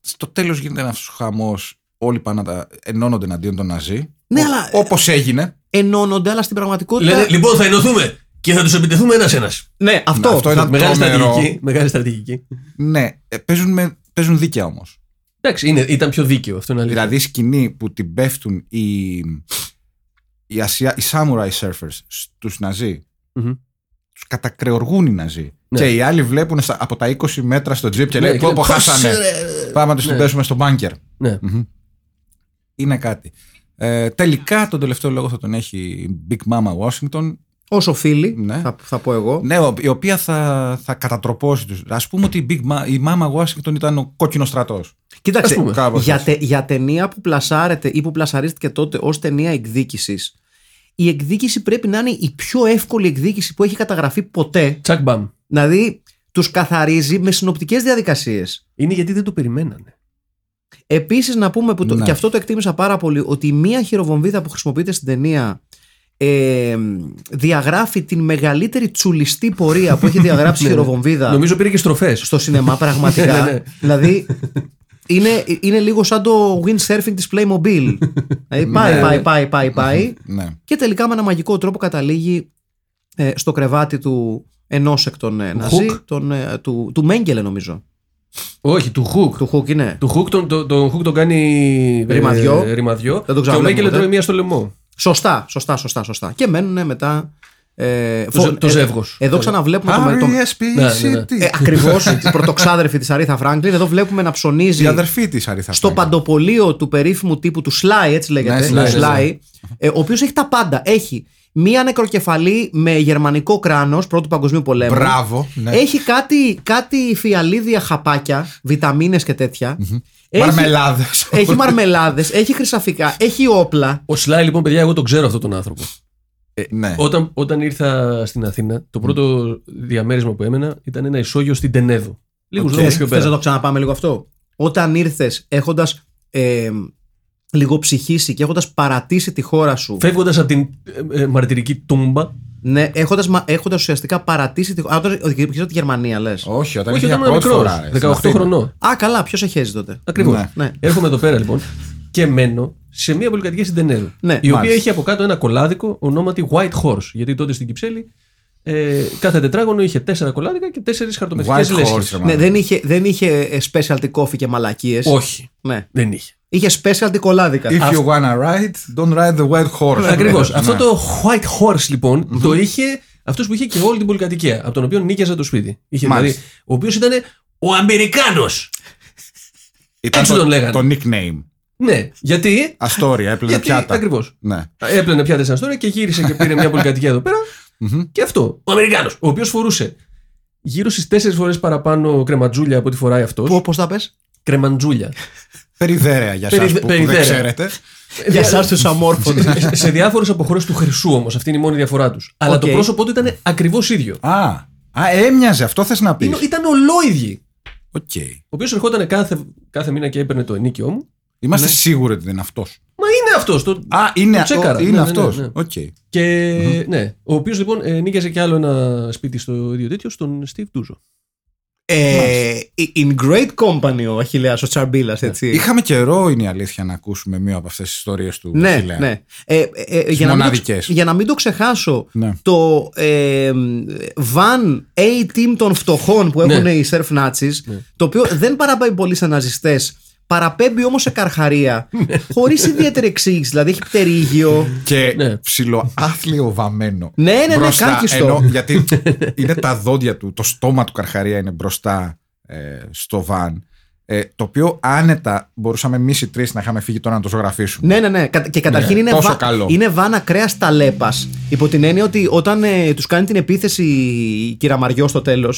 [SPEAKER 2] στο τέλος γίνεται ένας χαμός. Όλοι πάνε να τα ενώνονται εναντίον των Ναζί.
[SPEAKER 1] Ναι, αλλά-
[SPEAKER 2] Όπως έγινε.
[SPEAKER 1] Ενώνονται, αλλά στην πραγματικότητα.
[SPEAKER 3] Λένε, λοιπόν, θα ενωθούμε και θα τους επιτεθούμε ένα-ένα.
[SPEAKER 1] Ναι, αυτό.
[SPEAKER 2] Ναι, αυτό είναι-
[SPEAKER 3] Μεγάλη
[SPEAKER 2] τρομερό.
[SPEAKER 3] στρατηγική. Μεγάλη στρατηγική.
[SPEAKER 2] Ναι, ε, παίζουν, με, παίζουν δίκαια όμως.
[SPEAKER 3] Εντάξει, είναι, ήταν πιο δίκαιο αυτό είναι αλήθεια.
[SPEAKER 2] Δηλαδή η σκηνή που την πέφτουν οι, οι, Ασιά, οι samurai surfers στους Ναζί.
[SPEAKER 3] Μμμ.
[SPEAKER 2] Τους κατακρεοργούν οι Ναζί.
[SPEAKER 3] Ναι.
[SPEAKER 2] Και οι άλλοι βλέπουν στα- από τα 20 μέτρα στο τζιπ και
[SPEAKER 3] Ναι,
[SPEAKER 2] λέει
[SPEAKER 3] και
[SPEAKER 2] πω
[SPEAKER 3] λένε,
[SPEAKER 2] πω
[SPEAKER 3] «Πώς,
[SPEAKER 2] χάσανε.
[SPEAKER 3] ρε».
[SPEAKER 2] Πάμε να τους την
[SPEAKER 3] Ναι.
[SPEAKER 2] πέσουμε στο μπάνκερ.
[SPEAKER 3] Ναι.
[SPEAKER 2] Είναι κάτι. Ε, τελικά τον τελευταίο λόγο θα τον έχει η Big Mama Washington.
[SPEAKER 1] Όσο φίλοι,
[SPEAKER 2] Ναι.
[SPEAKER 1] θα, θα πω εγώ.
[SPEAKER 2] Ναι, ο- η οποία θα, θα κατατροπώσει τους. Ας πούμε ότι η, Big Ma, η Mama Washington ήταν ο κόκκινος στρατός.
[SPEAKER 1] Κοίταξε,
[SPEAKER 3] Ας πούμε.
[SPEAKER 2] Κάπως
[SPEAKER 1] για,
[SPEAKER 2] έτσι.
[SPEAKER 1] τε- για ταινία που πλασάρεται ή που πλασαρίστηκε τότε ως ταινία εκδίκησης, η εκδίκηση πρέπει να είναι η πιο εύκολη εκδίκηση που έχει καταγραφεί ποτέ.
[SPEAKER 3] Τσακ μπαμ.
[SPEAKER 1] Δηλαδή, τους καθαρίζει με συνοπτικές διαδικασίες.
[SPEAKER 3] Είναι γιατί δεν το περιμένανε.
[SPEAKER 1] Επίσης, να πούμε που το,
[SPEAKER 2] Ναι.
[SPEAKER 1] και αυτό το εκτίμησα πάρα πολύ, ότι η μία χειροβομβίδα που χρησιμοποιείται στην ταινία ε, διαγράφει την μεγαλύτερη τσουλιστή πορεία που έχει διαγράψει η χειροβομβίδα
[SPEAKER 3] Ναι, Νομίζω πήρε και στροφές.
[SPEAKER 1] στο σινεμά,
[SPEAKER 3] Ναι, ναι.
[SPEAKER 1] πραγματικά. δηλαδή, είναι, είναι λίγο σαν το windsurfing της Playmobil.
[SPEAKER 3] Ναι,
[SPEAKER 1] δηλαδή, πάει, πάει, πάει, πάει, πάει.
[SPEAKER 2] Ναι.
[SPEAKER 1] και τελικά με ένα μαγικό τρόπο καταλήγει ε, στο κρεβάτι του ενός εκ των ε, Ναζί,
[SPEAKER 3] Hook.
[SPEAKER 1] τον, ε, του, του Μέγκελε, νομίζω.
[SPEAKER 3] Όχι, του Χουκ.
[SPEAKER 1] Του Χουκ, ναι. είναι.
[SPEAKER 3] Του Χουκ τον, τον, τον, Hook τον κάνει ε,
[SPEAKER 1] Ρημαδιό.
[SPEAKER 3] ρημαδιό.
[SPEAKER 1] τον
[SPEAKER 3] και ο
[SPEAKER 1] ξαναβλέπουμε
[SPEAKER 3] Μέγκελε
[SPEAKER 1] ποτέ.
[SPEAKER 3] τρώει μία στο λαιμό.
[SPEAKER 1] Σωστά, σωστά, σωστά, σωστά. Και μένουν μετά. Ε,
[SPEAKER 3] Το,
[SPEAKER 1] φο-
[SPEAKER 3] ζε- το
[SPEAKER 1] ε,
[SPEAKER 3] ζεύγος.
[SPEAKER 1] Εδώ ξαναβλέπουμε τον. τον
[SPEAKER 2] R.E.S.P.C.T.
[SPEAKER 1] ε, Ακριβώς την πρωτοξάδερφη της Αρίθα Φράγκλιν. Εδώ βλέπουμε να ψωνίζει
[SPEAKER 2] Η αδερφή της Αρίθα.
[SPEAKER 1] στο παντοπολείο του περίφημου τύπου του Σλάι, έτσι λέγεται.
[SPEAKER 2] Ναι, Sly,
[SPEAKER 1] του
[SPEAKER 2] ναι,
[SPEAKER 1] Sly, ε, ο οποίος έχει τα πάντα. Έχει μία νεκροκεφαλή με γερμανικό κράνος πρώτου Παγκοσμίου Πολέμου.
[SPEAKER 2] Μπράβο. ναι.
[SPEAKER 1] Έχει κάτι, κάτι φιαλίδια χαπάκια, βιταμίνες και τέτοια. Έχει-
[SPEAKER 2] Μαρμελάδες.
[SPEAKER 1] Έχει μαρμελάδες, έχει χρυσαφικά, έχει όπλα.
[SPEAKER 3] Ο Σλάι, λοιπόν, παιδιά, εγώ τον ξέρω αυτόν τον άνθρωπο.
[SPEAKER 2] Ναι.
[SPEAKER 3] Όταν, όταν ήρθα στην Αθήνα, το πρώτο διαμέρισμα που έμενα ήταν ένα ισόγειο στην Τενέδο. Λίγους
[SPEAKER 2] Οκ.
[SPEAKER 3] okay. λόγου πιο
[SPEAKER 1] Θες να
[SPEAKER 3] πέρα.
[SPEAKER 1] το ξαναπάμε λίγο αυτό. Όταν ήρθες έχοντας ε, λίγο ψυχήσει και έχοντας παρατήσει τη χώρα σου.
[SPEAKER 3] Φεύγοντας από την ε, ε, μαρτυρική τούμπα.
[SPEAKER 1] Ναι, έχοντας έχοντας ουσιαστικά παρατήσει τη χώρα. Α, τώρα οδηγήθηκε τη Γερμανία, λες.
[SPEAKER 2] Όχι, όταν
[SPEAKER 3] Όχι,
[SPEAKER 2] είχε
[SPEAKER 3] όταν
[SPEAKER 2] για
[SPEAKER 3] ήμουν
[SPEAKER 2] πρώτη
[SPEAKER 3] μικρό.
[SPEAKER 2] φορά. ρε, στην
[SPEAKER 3] 18
[SPEAKER 2] Αθήνα.
[SPEAKER 3] χρονών.
[SPEAKER 1] Α, καλά, ποιος εχέζει τότε.
[SPEAKER 3] Ακριβώς.
[SPEAKER 2] Ναι.
[SPEAKER 1] Ναι.
[SPEAKER 3] Έρχομαι εδώ πέρα λοιπόν και μένω σε μια πολυκατοικία στην Τενέδο.
[SPEAKER 1] Ναι,
[SPEAKER 3] η οποία
[SPEAKER 2] μάλιστα.
[SPEAKER 3] έχει από κάτω ένα κολάδικο ονόματι White Horse. Γιατί τότε στην Κυψέλη ε, κάθε τετράγωνο είχε τέσσερα κολάδικα και τέσσερις
[SPEAKER 2] White
[SPEAKER 3] χαρτοπετσικέ
[SPEAKER 2] Horse.
[SPEAKER 3] λέσχες.
[SPEAKER 2] ρε,
[SPEAKER 1] Ναι,
[SPEAKER 2] μάλλον.
[SPEAKER 1] δεν είχε, δεν είχε ε, specialty coffee και μαλακίες.
[SPEAKER 3] Όχι,
[SPEAKER 1] Ναι.
[SPEAKER 3] δεν είχε.
[SPEAKER 1] Είχε specialty κολάδικα.
[SPEAKER 2] If you wanna ride, don't ride the white horse.
[SPEAKER 3] Ακριβώς.
[SPEAKER 2] Ναι.
[SPEAKER 3] Αυτό το White Horse λοιπον το είχε αυτός που είχε και όλη την πολυκατοικία. Από τον οποίο νίκιαζα το σπίτι. Είχε, δηλαδή,
[SPEAKER 2] Μάλιστα.
[SPEAKER 3] ο οποίος ήταν ο Αμερικάνος.
[SPEAKER 2] Ήταν
[SPEAKER 3] έτσι
[SPEAKER 2] το-
[SPEAKER 3] τον λέγανε.
[SPEAKER 2] Το nickname.
[SPEAKER 3] Ναι, γιατί.
[SPEAKER 2] Αστόρια, έπλαινε
[SPEAKER 3] γιατί
[SPEAKER 2] πιάτα.
[SPEAKER 3] Ακριβώς.
[SPEAKER 2] Ναι.
[SPEAKER 3] Έπλαινε πιάτα στην Αστόρια και γύρισε και πήρε μια πολυκατοικία εδώ πέρα. και αυτό. Ο Αμερικάνος. Ο οποίος φορούσε γύρω στις τέσσερις φορές παραπάνω κρεματζούλια από ό,τι φοράει αυτός.
[SPEAKER 1] Πώς τα πες.
[SPEAKER 3] Κρεμαντζούλια.
[SPEAKER 2] Περιδέρεα για
[SPEAKER 3] Περιδε-
[SPEAKER 2] εσά που δεν
[SPEAKER 3] περιδέρεα.
[SPEAKER 2] ξέρετε.
[SPEAKER 1] Για εσά τους αμόρφωτους.
[SPEAKER 3] Σε- σε διάφορε αποχωρέ του χρυσού όμως. Αυτή είναι η μόνη διαφορά τους. Αλλά το
[SPEAKER 1] Οκ.
[SPEAKER 3] πρόσωπό του ήταν ακριβώς ίδιο.
[SPEAKER 2] Α, α, έμοιαζε, αυτό θες να πεις.
[SPEAKER 3] Είναι- Ήταν ολόιδιοι.
[SPEAKER 2] Οκ.
[SPEAKER 3] Ο οποίος ερχόταν κάθε, κάθε μήνα και έπαιρνε το ενίκιο μου.
[SPEAKER 2] Είμαστε σίγουροι ότι δεν είναι αυτός.
[SPEAKER 3] Μα είναι αυτός. Ναι. Το...
[SPEAKER 2] Α, είναι,
[SPEAKER 3] Το τσέκαρα.
[SPEAKER 2] ο- είναι
[SPEAKER 3] Ναι, ναι,
[SPEAKER 2] αυτός.
[SPEAKER 3] ναι, ναι.
[SPEAKER 2] Οκ.
[SPEAKER 3] Και ναι. Ο οποίος λοιπόν ε, νίκιαζε και άλλο ένα σπίτι στο ίδιο τέτοιο στον Steve Ντούζο.
[SPEAKER 1] Ε, in great company ο Αχιλέας, ο Τσαρμπίλας, έτσι.
[SPEAKER 2] Είχαμε καιρό, είναι η αλήθεια, να ακούσουμε μία από αυτές τις ιστορίες του.
[SPEAKER 1] Ναι,
[SPEAKER 2] Αχιλλέα.
[SPEAKER 1] ναι. Ε, ε, ε, για, να μην το, ξε-
[SPEAKER 2] μοναδικές.
[SPEAKER 1] για να μην το ξεχάσω,
[SPEAKER 2] Ναι.
[SPEAKER 1] το ε, van A-team των φτωχών που
[SPEAKER 2] Ναι.
[SPEAKER 1] έχουν οι surf Nazis, το οποίο δεν παραπέμπει πολύ σε ναζιστές, παραπέμπει όμως σε καρχαρία,
[SPEAKER 2] Ναι.
[SPEAKER 1] χωρίς ιδιαίτερη εξήγηση, δηλαδή έχει πτερίγιο.
[SPEAKER 2] Και
[SPEAKER 3] Ναι.
[SPEAKER 2] ψιλοάθλιο βαμμένο.
[SPEAKER 1] Ναι, ναι, ναι,
[SPEAKER 2] Μπροστά,
[SPEAKER 1] κάκιστο.
[SPEAKER 2] ενώ- γιατί είναι τα δόντια του, το στόμα του Καρχαρία είναι μπροστά ε, στο βαν. Ε, το οποίο άνετα μπορούσαμε εμείς οι τρεις να είχαμε φύγει τώρα να το ζωγραφίσουμε.
[SPEAKER 1] Ναι, ναι, ναι. Κα- Και καταρχήν
[SPEAKER 2] Ναι,
[SPEAKER 1] είναι,
[SPEAKER 2] τόσο
[SPEAKER 1] βα...
[SPEAKER 2] καλό.
[SPEAKER 1] είναι βάνα κρέας ταλέπας. Υπό την έννοια ότι όταν ε, τους κάνει την επίθεση η κυρία Μαριό στο τέλος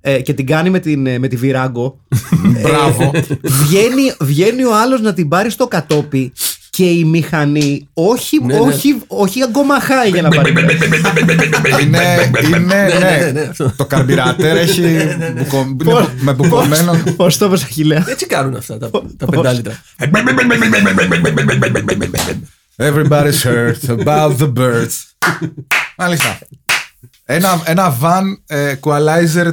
[SPEAKER 1] ε, και την κάνει με, την, ε, με τη ε, Βυράγκο.
[SPEAKER 3] Ναι.
[SPEAKER 2] Μπράβο.
[SPEAKER 3] Ε,
[SPEAKER 1] βγαίνει, βγαίνει ο άλλος να την πάρει στο κατόπι και η μηχανή όχι,
[SPEAKER 3] Ναι, ναι.
[SPEAKER 1] όχι, όχι ακόμα χάει για να πάρει.
[SPEAKER 2] είναι. είναι
[SPEAKER 3] Ναι, ναι,
[SPEAKER 2] ναι.
[SPEAKER 3] ναι, αυτό.
[SPEAKER 2] Το καρμπιρατέρ έχει.
[SPEAKER 3] ναι.
[SPEAKER 2] μπουκο- είναι με μπουκωμένο.
[SPEAKER 1] Ο στόχο Αχηλέα.
[SPEAKER 3] Έτσι κάνουν αυτά τα, τα πεντάλιτρα.
[SPEAKER 2] Everybody's heard about the birds. Μάλιστα. Ένα, ένα van ε, equalizer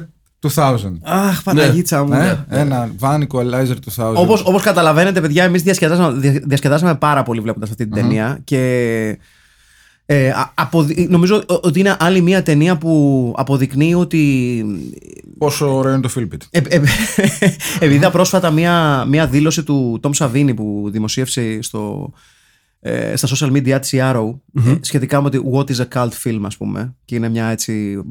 [SPEAKER 2] 2000.
[SPEAKER 1] Αχ, Παναγίτσα
[SPEAKER 3] Ναι,
[SPEAKER 1] μου. Ναι.
[SPEAKER 2] Ε, ένα Van Equalizer 2000.
[SPEAKER 1] Όπως, όπως καταλαβαίνετε, παιδιά, εμείς διασκεδάσαμε, δια- διασκεδάσαμε πάρα πολύ βλέποντας αυτή την ταινία και ε, α- αποδει- νομίζω ότι είναι άλλη μια ταινία που αποδεικνύει ότι
[SPEAKER 2] Πόσο ωραίο είναι το Philpit.
[SPEAKER 1] Ε, ε, επειδή είδα πρόσφατα μία, μία δήλωση του Τόμ Σαβίνη που δημοσίευσε στο, ε, στα social media της η Arrow ε, σχετικά με ότι what is a cult film ας πούμε και είναι μια έτσι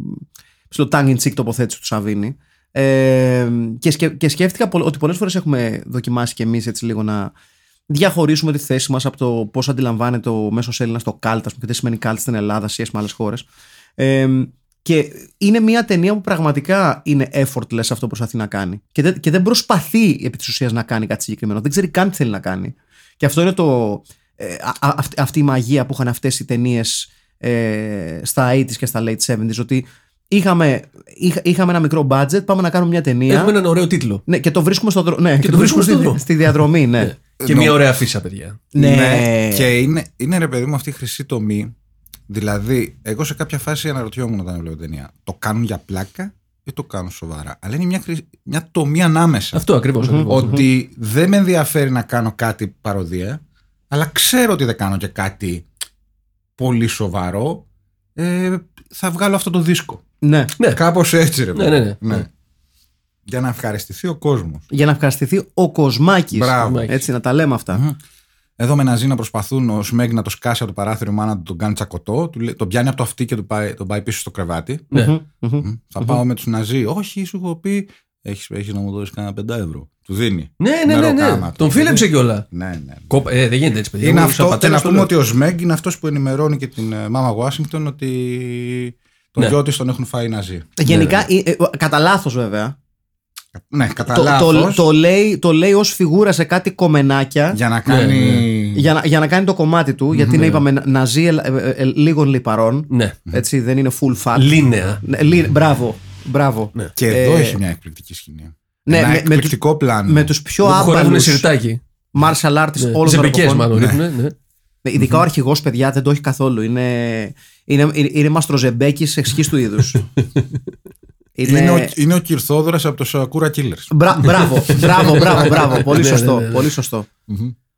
[SPEAKER 1] στο tongue in cheek τοποθέτηση του Σαβίνη ε, και, σκε- και σκέφτηκα πο- ότι πολλές φορές έχουμε δοκιμάσει κι εμείς έτσι λίγο να διαχωρίσουμε τη θέση μας από το πώς αντιλαμβάνεται ο μέσος Έλληνας το cult ας πούμε και τι σημαίνει cult στην Ελλάδα σχέση με άλλες χώρες ε, και είναι μια ταινία που πραγματικά είναι effortless αυτό που προσπαθεί να κάνει. Και δεν, και δεν προσπαθεί επί της ουσίας να κάνει κάτι συγκεκριμένο. Δεν ξέρει καν τι θέλει να κάνει. Και αυτό είναι το, ε, α- α- αυτή- αυτή η μαγεία που είχαν αυτές οι ταινίες ε, στα 80s και στα late 70s. Ότι είχαμε, είχα- είχαμε ένα μικρό budget, πάμε να κάνουμε μια ταινία.
[SPEAKER 3] Έχουμε έναν ωραίο τίτλο.
[SPEAKER 1] Ναι, και το βρίσκουμε, στο, δρο- ναι, και
[SPEAKER 3] το βρίσκουμε
[SPEAKER 1] στη,
[SPEAKER 3] στον δρόμο.
[SPEAKER 1] στη διαδρομή, ναι.
[SPEAKER 3] Και μια ωραία φύσα, παιδιά.
[SPEAKER 1] ναι.
[SPEAKER 2] Και είναι, είναι ρε παιδί μου αυτή η χρυσή τομή. Δηλαδή, εγώ σε κάποια φάση αναρωτιόμουν όταν έβλεπα την ταινία. Το κάνουν για πλάκα ή το κάνουν σοβαρά. Αλλά είναι μια, χρυσ- μια τομή ανάμεσα.
[SPEAKER 3] Αυτό ακριβώς.
[SPEAKER 2] Ότι δεν με ενδιαφέρει να κάνω κάτι παροδία, αλλά ξέρω ότι δεν κάνω και κάτι πολύ σοβαρό. Ε, θα βγάλω αυτό το δίσκο.
[SPEAKER 1] ναι.
[SPEAKER 3] Ναι.
[SPEAKER 2] Κάπως έτσι, ρε
[SPEAKER 3] Ναι,
[SPEAKER 2] παιδί.
[SPEAKER 3] ναι, ναι.
[SPEAKER 2] Για να ευχαριστηθεί ο κόσμος.
[SPEAKER 1] Για να ευχαριστηθεί ο Κοσμάκης.
[SPEAKER 2] Μπράβο.
[SPEAKER 1] Έτσι, να τα λέμε αυτά.
[SPEAKER 2] Εδώ με Ναζί να προσπαθούν ο Σμέγ να το σκάσει από το παράθυρο, η μάνα του τον κάνει τσακωτό, του λέ- τον πιάνει από το αυτί και του πάει, τον πάει πίσω στο κρεβάτι.
[SPEAKER 3] Ναι.
[SPEAKER 1] Μμμ.
[SPEAKER 2] Μμ. Θα πάω με τους Ναζί. Όχι, σου έχω πει, έχεις έχεις να μου δώσεις κανένα πεντά ευρώ. Του δίνει.
[SPEAKER 3] Ναι, ναι, ναι, ναι.
[SPEAKER 2] Μεροκάματα.
[SPEAKER 3] Τον φίλεψε κιόλα.
[SPEAKER 2] Ναι, ναι.
[SPEAKER 3] Κόπα- Ε, δεν γίνεται έτσι, παιδιά.
[SPEAKER 2] Είναι
[SPEAKER 3] Εγώ
[SPEAKER 2] αυτό,
[SPEAKER 3] σαν
[SPEAKER 2] και να
[SPEAKER 3] πατέρας το
[SPEAKER 2] πούμε
[SPEAKER 3] λέω.
[SPEAKER 2] ότι ο Σμέγ είναι αυτός που ενημερώνει και την ε, μάμα Ουάσιγκτον ότι τον
[SPEAKER 3] Ναι.
[SPEAKER 2] γιο της τον έχουν φάει οι Ναζί.
[SPEAKER 1] Γενικά, ε, ε, κατά λάθος βέβαια,
[SPEAKER 2] Ναι, κατά
[SPEAKER 1] το, το,
[SPEAKER 2] λάθος,
[SPEAKER 1] το, λέει, το λέει ως φιγούρα σε κάτι κομμενάκια για,
[SPEAKER 2] Για
[SPEAKER 3] Ναι,
[SPEAKER 2] να κάνει.
[SPEAKER 1] να, για να κάνει το κομμάτι του, γιατί είναι, είπαμε, ναζί ελ- ε, ε, ε, λίγων λιπαρών.
[SPEAKER 3] Ναι.
[SPEAKER 1] Mm-hmm. Έτσι, δεν είναι full fat.
[SPEAKER 3] Λίνεα.
[SPEAKER 1] Ναι, λι- μπράβο, μπράβο.
[SPEAKER 2] Και εδώ
[SPEAKER 1] Ε,
[SPEAKER 2] έχει μια εκπληκτική σκηνή.
[SPEAKER 1] ναι,
[SPEAKER 2] Ναι, Ένα
[SPEAKER 1] με- με τους-
[SPEAKER 2] εκπληκτικό πλάνο.
[SPEAKER 1] Με τους πιο
[SPEAKER 3] Χορεύουν
[SPEAKER 1] άμπαλους
[SPEAKER 3] σιρτάκι.
[SPEAKER 1] martial artists
[SPEAKER 2] Ναι,
[SPEAKER 1] όλων των
[SPEAKER 3] Ζεμπικέ,
[SPEAKER 1] εποχών.
[SPEAKER 3] μάλλον. ρίχνουνε, ναι.
[SPEAKER 1] Ναι, ειδικά
[SPEAKER 2] Mm-hmm.
[SPEAKER 1] ο αρχηγός, παιδιά, δεν το έχει καθόλου. Είναι, είναι, είναι, είναι μαστροζεμπέκης εξής του είδους.
[SPEAKER 2] Είναι,
[SPEAKER 1] ε,
[SPEAKER 2] ο, είναι ο Κυρθόδωρας από το Σακούρα Killers.
[SPEAKER 1] Μπρα- μπράβο, μπράβο, μπράβο, μπράβο. Πολύ
[SPEAKER 3] Ναι,
[SPEAKER 1] σωστό.
[SPEAKER 3] ναι, ναι.
[SPEAKER 1] Πολύ σωστό.